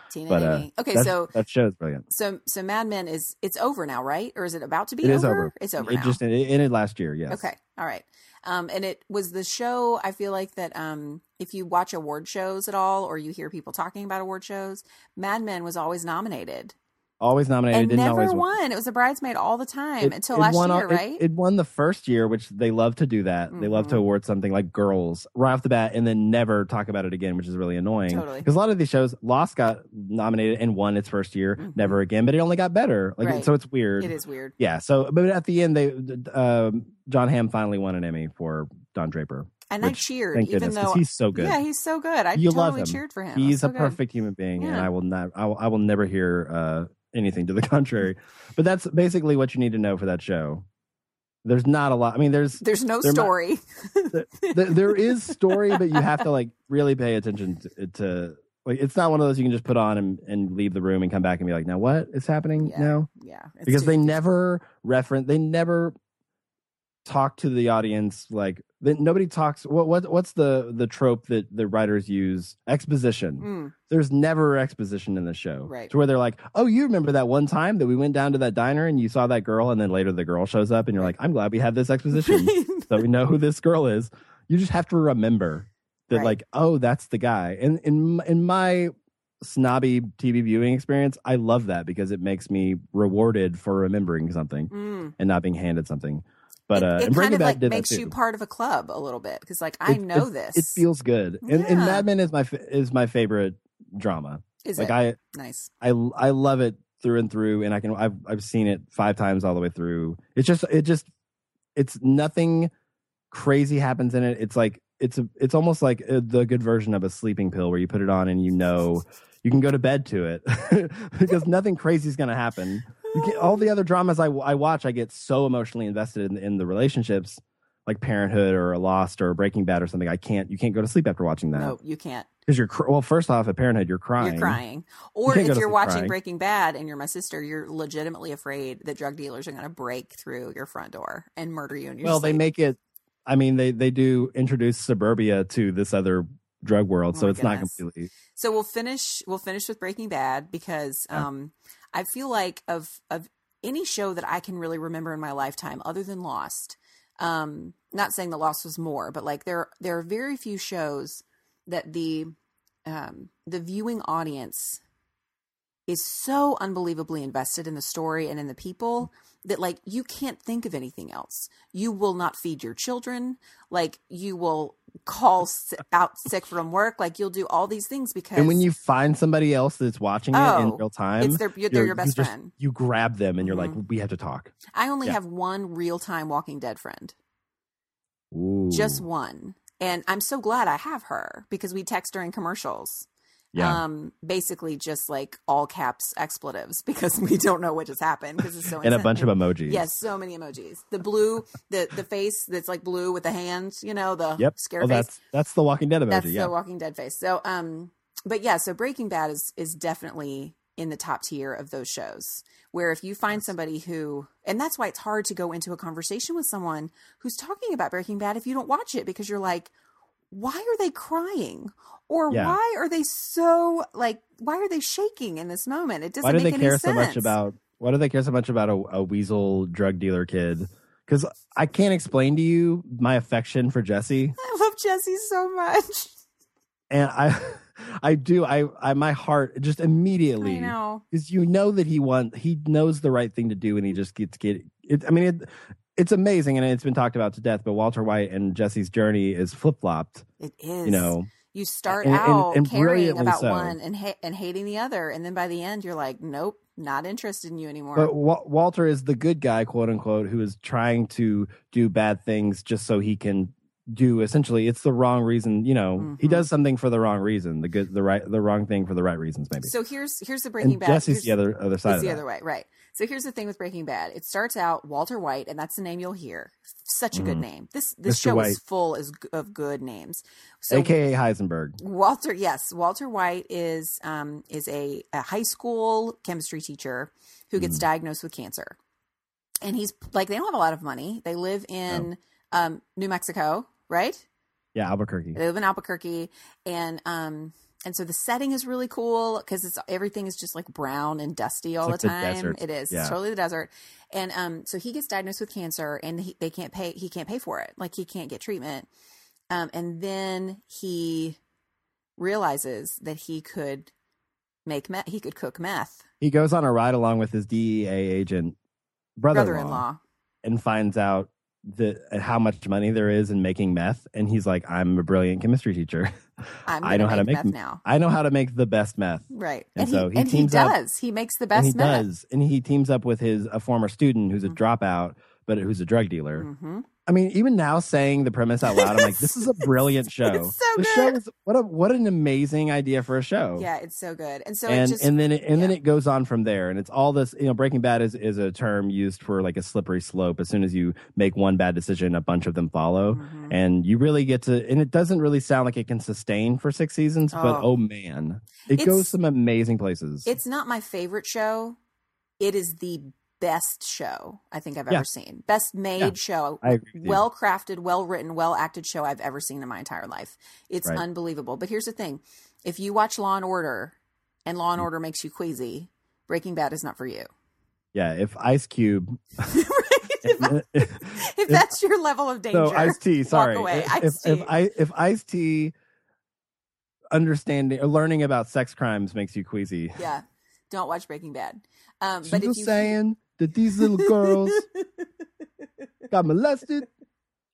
Speaker 4: Tina
Speaker 5: But,
Speaker 4: and
Speaker 5: uh,
Speaker 4: Amy. okay,
Speaker 5: That's-
Speaker 4: so
Speaker 5: that show is brilliant
Speaker 4: so so Mad Men is it's over now, right? Or is it about to be
Speaker 5: It
Speaker 4: over?
Speaker 5: is over.
Speaker 4: It's over
Speaker 5: it
Speaker 4: now.
Speaker 5: just it ended last year yes
Speaker 4: Okay. All right. Um, and it was the show. I feel like that um, if you watch award shows at all, or you hear people talking about award shows, Mad Men was always nominated
Speaker 5: always nominated
Speaker 4: and
Speaker 5: didn't
Speaker 4: never
Speaker 5: always
Speaker 4: won.
Speaker 5: win.
Speaker 4: It was a bridesmaid all the time
Speaker 5: It-
Speaker 4: until
Speaker 5: it
Speaker 4: last
Speaker 5: won all-
Speaker 4: year,
Speaker 5: it-
Speaker 4: right?
Speaker 5: It, won the first year, which they love to do that. They love to
Speaker 4: Mhm.
Speaker 5: award something like girls right off the bat and then never talk about it again, which is really annoying.
Speaker 4: Totally.
Speaker 5: Because a lot of these shows, Lost got nominated and won its first year,
Speaker 4: Mhm.
Speaker 5: never again, but it only got better. Like
Speaker 4: Right.
Speaker 5: so it's weird.
Speaker 4: it is weird.
Speaker 5: Yeah. So, but at the end, they um, John Hamm finally won an Emmy for Don Draper.
Speaker 4: And I
Speaker 5: Which,
Speaker 4: cheered,
Speaker 5: Thank
Speaker 4: even
Speaker 5: goodness, 'cause
Speaker 4: though
Speaker 5: he's so good.
Speaker 4: yeah, he's so good. I
Speaker 5: You
Speaker 4: totally
Speaker 5: love him.
Speaker 4: cheered for him. It was
Speaker 5: he's
Speaker 4: so
Speaker 5: a
Speaker 4: good.
Speaker 5: perfect human being, and
Speaker 4: Yeah.
Speaker 5: I will not. I will, I will never hear uh, anything to the contrary. but that's basically what you need to know for that show. There's not a lot. I mean, there's
Speaker 4: There's no
Speaker 5: There might-
Speaker 4: story.
Speaker 5: there, there is story, but you have to like really pay attention to, to like it's not one of those you can just put on and, and leave the room and come back and be like, now what is happening
Speaker 4: Yeah.
Speaker 5: now?
Speaker 4: yeah, it's
Speaker 5: because
Speaker 4: too-
Speaker 5: they never reference they never talk to the audience like they, nobody talks what, what what's the the trope that the writers use exposition
Speaker 4: Mm,
Speaker 5: there's never exposition in the show
Speaker 4: Right.
Speaker 5: to where they're like oh you remember that one time that we went down to that diner and you saw that girl and then later the girl shows up and you're like i'm glad we had this exposition so we know who this girl is you just have to remember that
Speaker 4: Right.
Speaker 5: like oh that's the guy and in in my snobby TV viewing experience, I love that because it makes me rewarded for remembering something
Speaker 4: Mm.
Speaker 5: and not being handed something. But uh,
Speaker 4: it,
Speaker 5: and
Speaker 4: it
Speaker 5: Breaking
Speaker 4: kind of
Speaker 5: Bad
Speaker 4: like
Speaker 5: did
Speaker 4: makes
Speaker 5: that too.
Speaker 4: you part of a club a little bit because like I
Speaker 5: It-
Speaker 4: know
Speaker 5: it-
Speaker 4: this.
Speaker 5: It feels good, and, and
Speaker 4: Yeah.
Speaker 5: Mad Men is my fa- is my favorite drama.
Speaker 4: is
Speaker 5: like
Speaker 4: it
Speaker 5: I
Speaker 4: nice?
Speaker 5: I I love it through and through, and I can I've I've seen it five times all the way through. It's just it just it's nothing crazy happens in it. It's like it's a, it's almost like uh, the good version of a sleeping pill where you put it on and you know you can go to bed to it because nothing crazy is going to happen. You can, all the other dramas I, I watch, I get so emotionally invested in, in the relationships, like Parenthood or Lost or Breaking Bad or something. I can't you can't go to sleep after watching that
Speaker 4: No, you can't.
Speaker 5: because you're cr- well. First off, at Parenthood, you're crying.
Speaker 4: You're crying. Or
Speaker 5: can't go
Speaker 4: if
Speaker 5: to
Speaker 4: you're
Speaker 5: sleep
Speaker 4: watching
Speaker 5: crying.
Speaker 4: Breaking Bad and you're my sister, you're legitimately afraid that drug dealers are going to break through your front door and murder you in your
Speaker 5: well
Speaker 4: sleep.
Speaker 5: they make it i mean they they do introduce suburbia to this other drug world
Speaker 4: Oh
Speaker 5: so
Speaker 4: my
Speaker 5: it's not
Speaker 4: goodness.
Speaker 5: completely
Speaker 4: So we'll finish we'll finish with Breaking Bad because
Speaker 5: Yeah.
Speaker 4: um I feel like of of any show that I can really remember in my lifetime other than Lost. Um not saying the Lost was more, but like there there are very few shows that the um the viewing audience is so unbelievably invested in the story and in the people that like you can't think of anything else. You will not feed your children, like you will call s- out sick from work, like you'll do all these things because
Speaker 5: and when you find somebody else that's watching it in
Speaker 4: Oh,
Speaker 5: real time
Speaker 4: it's Mm-hmm. their you're- they're
Speaker 5: you're-
Speaker 4: your
Speaker 5: you
Speaker 4: best
Speaker 5: just-
Speaker 4: friend.
Speaker 5: you grab them and you're like we have to talk
Speaker 4: I only
Speaker 5: yeah.
Speaker 4: have one real time Walking Dead friend,
Speaker 5: Ooh.
Speaker 4: just one, and I'm so glad I have her because we text during commercials.
Speaker 5: yeah
Speaker 4: Um, basically just like all caps expletives because we don't know what just happened because it's so
Speaker 5: and a bunch of
Speaker 4: insensitive.
Speaker 5: emojis
Speaker 4: Yes, so many emojis. The blue, the the face that's like blue with the hands, you know, the
Speaker 5: yep
Speaker 4: scare
Speaker 5: oh,
Speaker 4: face.
Speaker 5: that's that's the walking dead emoji
Speaker 4: That's
Speaker 5: yeah
Speaker 4: the Walking Dead face. So, um, but yeah, so Breaking Bad is is definitely in the top tier of those shows. Where if you find somebody who, and that's why it's hard to go into a conversation with someone who's talking about Breaking Bad if you don't watch it because you're like, why are they crying? Or
Speaker 5: Yeah.
Speaker 4: why are they so like? Why are they shaking in this moment? It doesn't
Speaker 5: why do
Speaker 4: make
Speaker 5: they
Speaker 4: any
Speaker 5: care
Speaker 4: sense.
Speaker 5: so much about why do they care so much about a, a weasel drug dealer kid because i can't explain to you my affection for jesse
Speaker 4: I love Jesse so much.
Speaker 5: and I, I do. I, I, my heart just
Speaker 4: I
Speaker 5: immediately
Speaker 4: know.
Speaker 5: because you know that he wants, he knows the right thing to do, and he just gets get. It, I mean, it, it's amazing, and it's been talked about to death. But Walter White and Jesse's journey is flip flopped.
Speaker 4: It is.
Speaker 5: You know,
Speaker 4: you start
Speaker 5: And- and-
Speaker 4: out
Speaker 5: and
Speaker 4: caring
Speaker 5: brilliantly
Speaker 4: about
Speaker 5: so.
Speaker 4: one and ha- and hating the other, and then by the end, you're like, nope, not interested in you anymore.
Speaker 5: but Wa- Walter is the good guy, quote unquote, who is trying to do bad things just so he can do essentially it's the wrong reason you know he
Speaker 4: Mhm.
Speaker 5: does something for the wrong reason the good the right the wrong thing for the right reasons maybe
Speaker 4: so here's here's the Breaking
Speaker 5: and
Speaker 4: Bad.
Speaker 5: jesse's
Speaker 4: here's-
Speaker 5: the other other side
Speaker 4: it's
Speaker 5: of
Speaker 4: the
Speaker 5: that.
Speaker 4: other way, right? So here's the thing with Breaking Bad. It starts out Walter White, and that's the name you'll hear. Such a good
Speaker 5: Mhm.
Speaker 4: name. This this
Speaker 5: Mr.
Speaker 4: show
Speaker 5: White.
Speaker 4: is full is of good names. So
Speaker 5: aka heisenberg
Speaker 4: Walter, yes, Walter White is um, is a, a high school chemistry teacher who gets
Speaker 5: Mm.
Speaker 4: diagnosed with cancer, and he's like they don't have a lot of money. They live in um, New Mexico, right?
Speaker 5: yeah albuquerque
Speaker 4: They live in Albuquerque, and um, and so the setting is really cool because it's everything is just like brown and dusty all
Speaker 5: like
Speaker 4: the
Speaker 5: the
Speaker 4: time.
Speaker 5: desert.
Speaker 4: It is
Speaker 5: Yeah.
Speaker 4: it's totally the desert, and um, so he gets diagnosed with cancer, and he, they can't pay. He can't pay for it. Like he can't get treatment, um, and then he realizes that he could make meth. He could cook meth.
Speaker 5: He goes on a ride along with his DEA agent brother-in-law,
Speaker 4: Brother-in-law.
Speaker 5: and finds out the how much money there is in making meth. And he's like, "I'm a brilliant chemistry teacher.
Speaker 4: I'm
Speaker 5: I know
Speaker 4: gonna
Speaker 5: how to make
Speaker 4: meth
Speaker 5: m-
Speaker 4: now.
Speaker 5: I know how to make the best meth."
Speaker 4: Right,
Speaker 5: And
Speaker 4: and,
Speaker 5: so
Speaker 4: he,
Speaker 5: he
Speaker 4: and he
Speaker 5: teams up-
Speaker 4: does. He makes the
Speaker 5: and
Speaker 4: best
Speaker 5: he
Speaker 4: meth.
Speaker 5: does, and he teams up with his a former student who's a
Speaker 4: Mhm.
Speaker 5: dropout, but who's a drug dealer.
Speaker 4: Mm-hmm.
Speaker 5: I mean, even now saying the premise out loud, I'm like, "This is a brilliant show.
Speaker 4: it's so
Speaker 5: the
Speaker 4: good.
Speaker 5: show is what a what an amazing idea for a show."
Speaker 4: Yeah, it's so good. And so
Speaker 5: and
Speaker 4: it just
Speaker 5: and then it, and then
Speaker 4: yeah.
Speaker 5: it goes on from there and it's all this you know breaking bad is is a term used for like a slippery slope as soon as you make one bad decision a bunch of them follow
Speaker 4: Mhm.
Speaker 5: and you really get to and it doesn't really sound like it can sustain for six seasons but
Speaker 4: Oh.
Speaker 5: oh man it
Speaker 4: It's-
Speaker 5: goes some amazing places
Speaker 4: It's not my favorite show. It is the best show I think I've
Speaker 5: Yeah.
Speaker 4: ever seen. Best made
Speaker 5: Yeah.
Speaker 4: show.
Speaker 5: I agree with you.
Speaker 4: Well crafted, well written, well acted show I've ever seen in my entire life. It's
Speaker 5: Right.
Speaker 4: unbelievable. But here's the thing if you watch Law and Order and Law and
Speaker 5: Mm.
Speaker 4: Order makes you queasy, Breaking Bad is not for you.
Speaker 5: yeah if ice cube
Speaker 4: Right? if, if that's your level of danger.
Speaker 5: So Ice T, sorry.
Speaker 4: away,
Speaker 5: If, if
Speaker 4: Ice-T.
Speaker 5: I if Ice T understanding or learning about sex crimes makes you queasy.
Speaker 4: Yeah. Don't watch Breaking Bad. Um,
Speaker 5: She
Speaker 4: but if
Speaker 5: was
Speaker 4: you
Speaker 5: saying that these little girls got molested.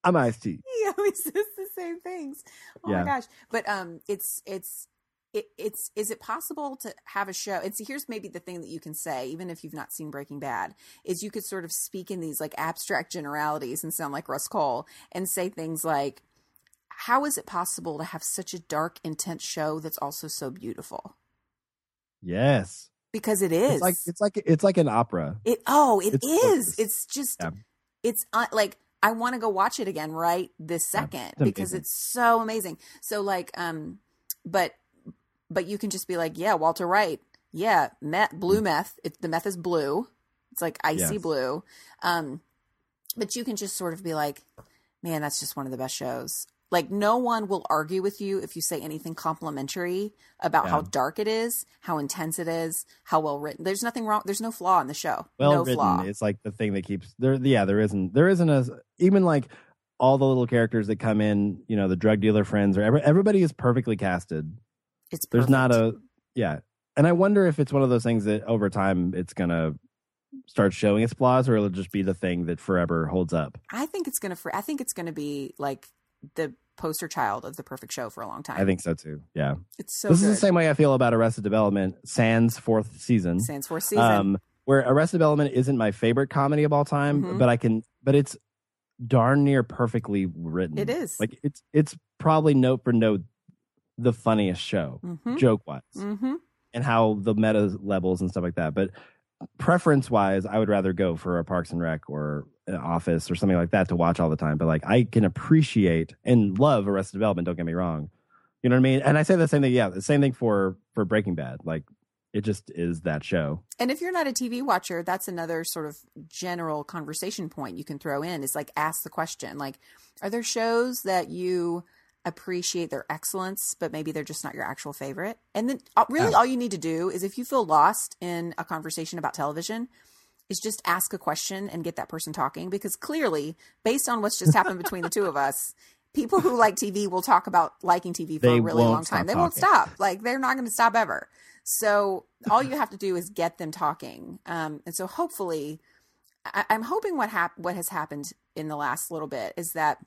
Speaker 5: I'm iced tea.
Speaker 4: he always says the same things. Oh
Speaker 5: Yeah.
Speaker 4: my gosh! But um, it's it's it, it's is it possible to have a show? And see, here's maybe the thing that you can say, even if you've not seen Breaking Bad, is you could sort of speak in these like abstract generalities and sound like Russ Cole and say things like, "How is it possible to have such a dark, intense show that's also so beautiful?"
Speaker 5: Yes.
Speaker 4: Because it is.
Speaker 5: It's like it's like it's like an opera.
Speaker 4: It oh, it's
Speaker 5: It's gorgeous.
Speaker 4: It's just
Speaker 5: Yeah.
Speaker 4: it's uh, like I want to go watch it again right this
Speaker 5: Yeah,
Speaker 4: second
Speaker 5: it's
Speaker 4: because
Speaker 5: amazing.
Speaker 4: it's so amazing. So like um but but you can just be like, yeah, Walter Wright. Yeah, meth, blue meth. It, the meth is blue. It's like icy
Speaker 5: Mm. Yes.
Speaker 4: blue. Um but you can just sort of be like, man, that's just one of the best shows. Like no one will argue with you if you say anything complimentary about how
Speaker 5: Yeah.
Speaker 4: dark it is, how intense it is, how well written. There's nothing wrong. There's no flaw in the show.
Speaker 5: Well
Speaker 4: no
Speaker 5: written
Speaker 4: flaw.
Speaker 5: It's like the thing that keeps there. Yeah, there isn't there isn't a even like all the little characters that come in. You know, the drug dealer friends or every, everybody is perfectly casted.
Speaker 4: It's
Speaker 5: There's not
Speaker 4: perfect.
Speaker 5: a yeah. And I wonder if it's one of those things that over time it's gonna start showing its flaws, or it'll just be the thing that forever holds up.
Speaker 4: I think it's gonna. fr- I think it's gonna be like the poster child of the perfect show for a long time.
Speaker 5: I think so too. Yeah,
Speaker 4: it's so.
Speaker 5: this
Speaker 4: good.
Speaker 5: is the same way I feel about Arrested Development, Sans fourth season.
Speaker 4: Sans fourth season.
Speaker 5: Um, where Arrested Development isn't my favorite comedy of all time,
Speaker 4: Mhm.
Speaker 5: but I can, but it's darn near perfectly written.
Speaker 4: It is.
Speaker 5: like it's it's probably note for note the funniest show,
Speaker 4: mm-hmm.
Speaker 5: joke wise,
Speaker 4: Mm-hmm.
Speaker 5: and how the meta levels and stuff like that. But preference wise, I would rather go for a Parks and Rec or an Office or something like that to watch all the time. But like I can appreciate and love Arrested Development. Don't get me wrong. You know what I mean? And I say the same thing. Yeah, the same thing for for Breaking Bad. Like it just is that show.
Speaker 4: And if you're not a TV watcher, that's another sort of general conversation point you can throw in. Is like ask the question, like, are there shows that you appreciate their excellence, but maybe they're just not your actual favorite? And then uh, really, all you need to do is if you feel lost in a conversation about television, is just ask a question and get that person talking because clearly, based on what's just happened between the two of us. People who like TV will talk about liking TV for
Speaker 5: They
Speaker 4: a really
Speaker 5: won't
Speaker 4: long time.
Speaker 5: stop
Speaker 4: They won't
Speaker 5: talking.
Speaker 4: stop. Like they're not going to stop ever. So all you have to do is get them talking. Um, and so hopefully, I- I'm hoping what hap- what has happened in the last little bit is that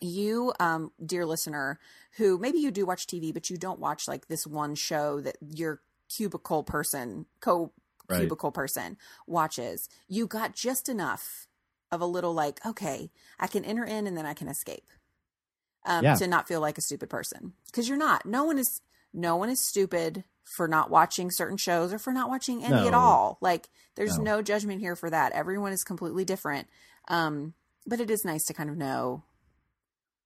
Speaker 4: you, um, dear listener, who maybe you do watch TV, but you don't watch like this one show that your cubicle person co
Speaker 5: Right.
Speaker 4: cubicle person watches, you got just enough of a little like, okay, I can enter in and then I can escape um,
Speaker 5: Yeah.
Speaker 4: to not feel like a stupid person because you're not. No one is no one is stupid for not watching certain shows or for not watching any at
Speaker 5: No.
Speaker 4: all. Like there's
Speaker 5: No.
Speaker 4: no. judgment here for that. Everyone is completely different. Um, but it is nice to kind of know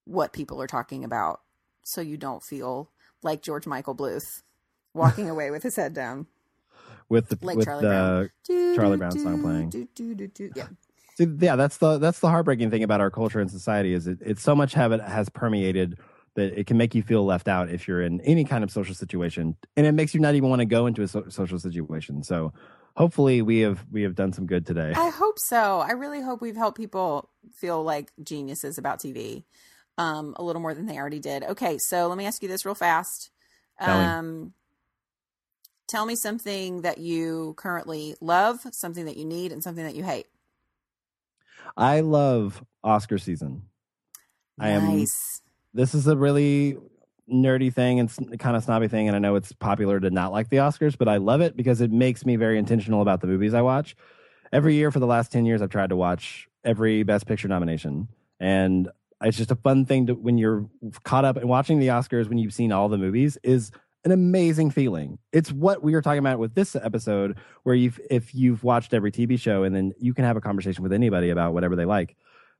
Speaker 4: what people are talking about so you don't feel like George Michael Bluth walking away with his head down.
Speaker 5: with the
Speaker 4: Like
Speaker 5: with
Speaker 4: Charlie
Speaker 5: the
Speaker 4: Brown. Do,
Speaker 5: Charlie
Speaker 4: do,
Speaker 5: Brown song
Speaker 4: do,
Speaker 5: playing.
Speaker 4: do, do, do, do. Yeah.
Speaker 5: See, yeah that's the that's the heartbreaking thing about our culture and society is it, it's so much habit has permeated that it can make you feel left out if you're in any kind of social situation and it makes you not even want to go into a so- social situation so hopefully we have we have done some good today
Speaker 4: I hope so. I really hope we've helped people feel like geniuses about TV um, a little more than they already did. Okay, so let me ask you this real fast.
Speaker 5: Tell me.
Speaker 4: Um, tell me something that you currently love, something that you need, and something that you hate.
Speaker 5: i love oscar season i am
Speaker 4: nice.
Speaker 5: this is a really nerdy thing and kind of snobby thing and i know it's popular to not like the oscars but i love it because it makes me very intentional about the movies i watch every year for the last 10 years i've tried to watch every best picture nomination and it's just a fun thing to when you're caught up and watching the oscars when you've seen all the movies is an amazing feeling it's what we were talking about with this episode where you've if you've watched every tv show and then you can have a conversation with anybody about whatever they like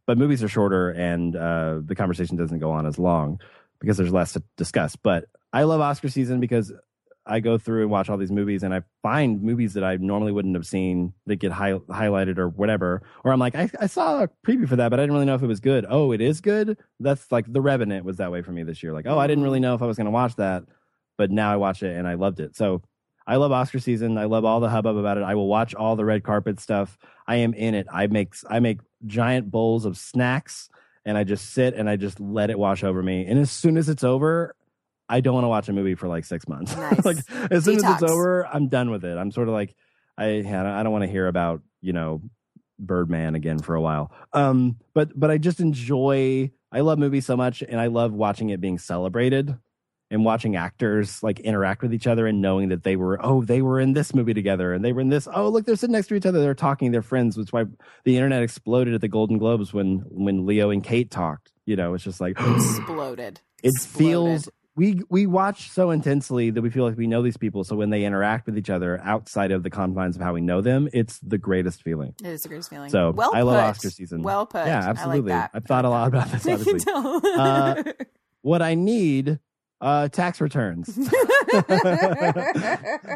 Speaker 5: but movies are shorter and uh, the conversation doesn't go on as long because there's less to discuss. But I love Oscar season because I go through and watch all these movies and I find movies that I normally wouldn't have seen that get high, highlighted or whatever. Or I'm like, I, I saw a preview for that, but I didn't really know if it was good. Oh, it is good. That's like The Revenant was that way for me this year. Like, oh, I didn't really know if I was going to watch that, but now I watch it and I loved it. So I love Oscar season. I love all the hubbub about it. I will watch all the red carpet stuff. I am in it. I make I make giant bowls of snacks and I just sit and I just let it wash over me. And as soon as it's over, I don't want to watch a movie for like six months.
Speaker 4: Nice.
Speaker 5: like as soon as
Speaker 4: Detox.
Speaker 5: it's over, I'm done with it. I'm sort of like, I I don't want to hear about you know Birdman again for a while. Um, but but I just enjoy. I love movies so much, and I love watching it being celebrated and watching actors like interact with each other and knowing that they were oh they were in this movie together and they were in this oh look they're sitting next to each other they're talking they're friends which is why the internet exploded at the golden globes when when leo and kate talked you know it's just like
Speaker 4: Exploded.
Speaker 5: it
Speaker 4: Exploded.
Speaker 5: feels we we watch so intensely that we feel like we know these people so when they interact with each other outside of the confines of how we know them it's the greatest feeling
Speaker 4: It is the greatest feeling.
Speaker 5: so
Speaker 4: well
Speaker 5: i love
Speaker 4: put.
Speaker 5: oscar season
Speaker 4: Well put.
Speaker 5: yeah absolutely
Speaker 4: I like that.
Speaker 5: i've thought a lot about this
Speaker 4: I can
Speaker 5: obviously
Speaker 4: tell.
Speaker 5: Uh, what i need uh tax returns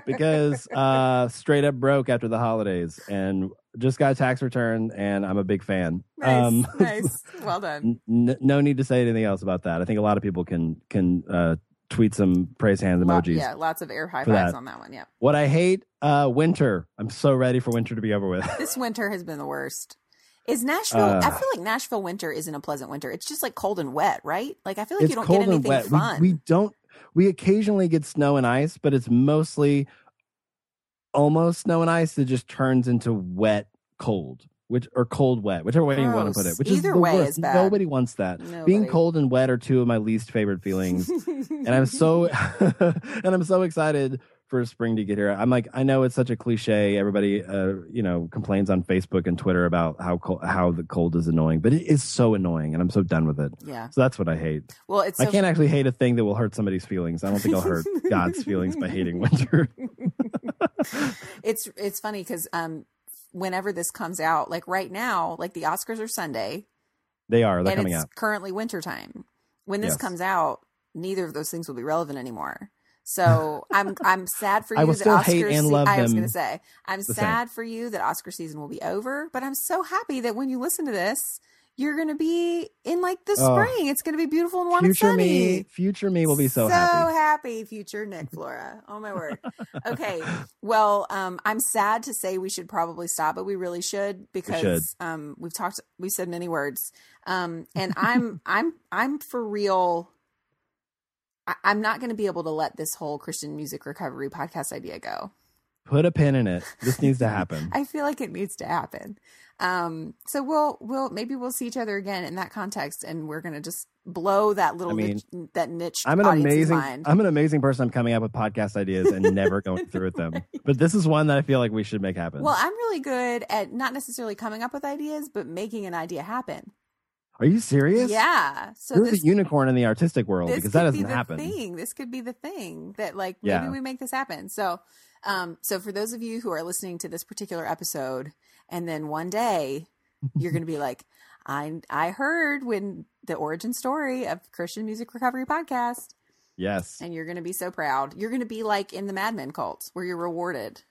Speaker 5: because uh straight up broke after the holidays and just got a tax return and i'm a big fan Um,
Speaker 4: nice, nice. Well done.
Speaker 5: n- n- no need to say anything else about that i think a lot of people can can uh tweet some praise hands
Speaker 4: Lo-
Speaker 5: emojis
Speaker 4: yeah, lots of air high
Speaker 5: for
Speaker 4: fives
Speaker 5: that.
Speaker 4: on that one. Yeah.
Speaker 5: what i hate uh winter i'm so ready for winter to be over with
Speaker 4: This winter has been the worst. Is Nashville?
Speaker 5: Uh,
Speaker 4: I feel like Nashville winter isn't a pleasant winter. It's just like cold and wet, right? Like I feel like you
Speaker 5: it's
Speaker 4: don't
Speaker 5: cold
Speaker 4: get anything
Speaker 5: and wet We-
Speaker 4: fun.
Speaker 5: We, don't we occasionally get snow and ice but it's mostly almost snow and ice that just turns into wet cold which or cold wet whichever way you want to put it
Speaker 4: Gross.
Speaker 5: which is
Speaker 4: Either
Speaker 5: the
Speaker 4: way
Speaker 5: worst.
Speaker 4: is bad.
Speaker 5: nobody wants that being
Speaker 4: Nobody.
Speaker 5: cold and wet are two of my least favorite feelings and I'm so and I'm so excited for spring to get here. I'm like, I know it's such a cliche. Everybody, uh, you know, complains on Facebook and Twitter about how cold, how the cold is annoying, but it is so annoying, and I'm so done with it.
Speaker 4: yeah.
Speaker 5: So that's what I hate.
Speaker 4: Well, it's
Speaker 5: I
Speaker 4: so
Speaker 5: can't actually hate a thing that will hurt somebody's feelings. I don't think I'll hurt God's feelings by hating winter.
Speaker 4: it's it's funny because um, whenever this comes out, like right now, like the Oscars are Sunday,
Speaker 5: They are. They're
Speaker 4: and
Speaker 5: coming
Speaker 4: it's
Speaker 5: out.
Speaker 4: currently wintertime. When this
Speaker 5: Yes.
Speaker 4: comes out, neither of those things will be relevant anymore. So I'm I'm sad for you
Speaker 5: I will
Speaker 4: that
Speaker 5: still
Speaker 4: Oscars.
Speaker 5: hate and love
Speaker 4: I was
Speaker 5: them
Speaker 4: going to say I'm
Speaker 5: the same.
Speaker 4: sad for you that Oscar season will be over, but I'm so happy that when you listen to this, you're going to be in like the
Speaker 5: Oh.
Speaker 4: spring. It's going to be beautiful and warm
Speaker 5: Future
Speaker 4: and sunny.
Speaker 5: me, future me will be so,
Speaker 4: so
Speaker 5: happy.
Speaker 4: happy, future Nick Flora. Oh my word. Okay. Well, um, I'm sad to say we should probably stop, but we really should because
Speaker 5: should.
Speaker 4: um we've talked we said many words. Um and I'm I'm I'm for real I, I'm not gonna be able to let this whole Christian music recovery podcast idea go.
Speaker 5: Put a pin in it. This needs to happen.
Speaker 4: I feel like it needs to happen. Um so we'll we'll maybe we'll see each other again in that context and we're gonna just blow that little
Speaker 5: I mean,
Speaker 4: niche, that niche
Speaker 5: I'm an
Speaker 4: audience's
Speaker 5: amazing
Speaker 4: mind.
Speaker 5: I'm an amazing person. I'm coming up with podcast ideas and never going through with them. But this is one that I feel like we should make happen.
Speaker 4: Well, I'm really good at not necessarily coming up with ideas, but making an idea happen.
Speaker 5: Are you serious?
Speaker 4: Yeah. So
Speaker 5: You're
Speaker 4: this,
Speaker 5: the unicorn in the artistic world
Speaker 4: this
Speaker 5: because
Speaker 4: could
Speaker 5: that
Speaker 4: be
Speaker 5: doesn't
Speaker 4: the
Speaker 5: happen.
Speaker 4: thing. This could be the thing that like
Speaker 5: Yeah.
Speaker 4: maybe we make this happen. So, um, so for those of you who are listening to this particular episode, and then one day you're going to be like, I I heard when the origin story of Christian Music Recovery Podcast,
Speaker 5: Yes.
Speaker 4: and you're going to be so proud. You're going to be like in the Mad Men cult where you're rewarded.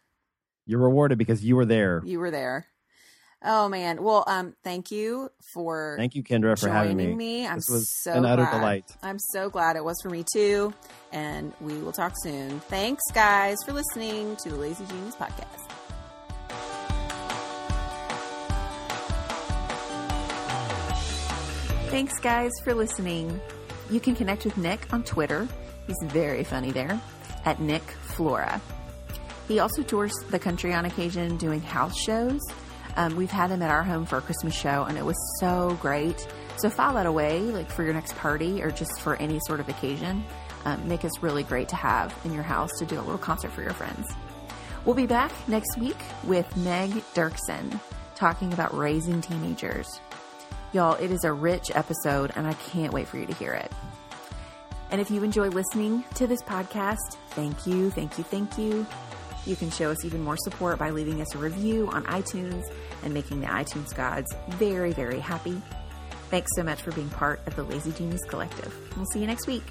Speaker 5: You're rewarded because you were there.
Speaker 4: You were there. Oh man. Well, um, thank you for
Speaker 5: Thank you, Kendra, for having me.
Speaker 4: joining me. I'm
Speaker 5: This was
Speaker 4: so
Speaker 5: an utter
Speaker 4: glad.
Speaker 5: delight.
Speaker 4: I'm so glad it was for me too. And we will talk soon. Thanks, guys, for listening to the Lazy Genius Podcast.
Speaker 3: Thanks, guys, for listening. You can connect with Nick on Twitter. He's very funny there at Nick Flora. He also tours the country on occasion doing house shows. Um, we've had him at our home for a Christmas show, and it was so great. So file that away, like for your next party or just for any sort of occasion. Um, Nick is really great to have in your house to do a little concert for your friends. We'll be back next week with Meg Dirksen talking about raising teenagers. Y'all, it is a rich episode, and I can't wait for you to hear it. And if you enjoy listening to this podcast, thank you, thank you, thank you. You can show us even more support by leaving us a review on iTunes and making the iTunes gods very, very happy. Thanks so much for being part of the Lazy Genius Collective. We'll see you next week.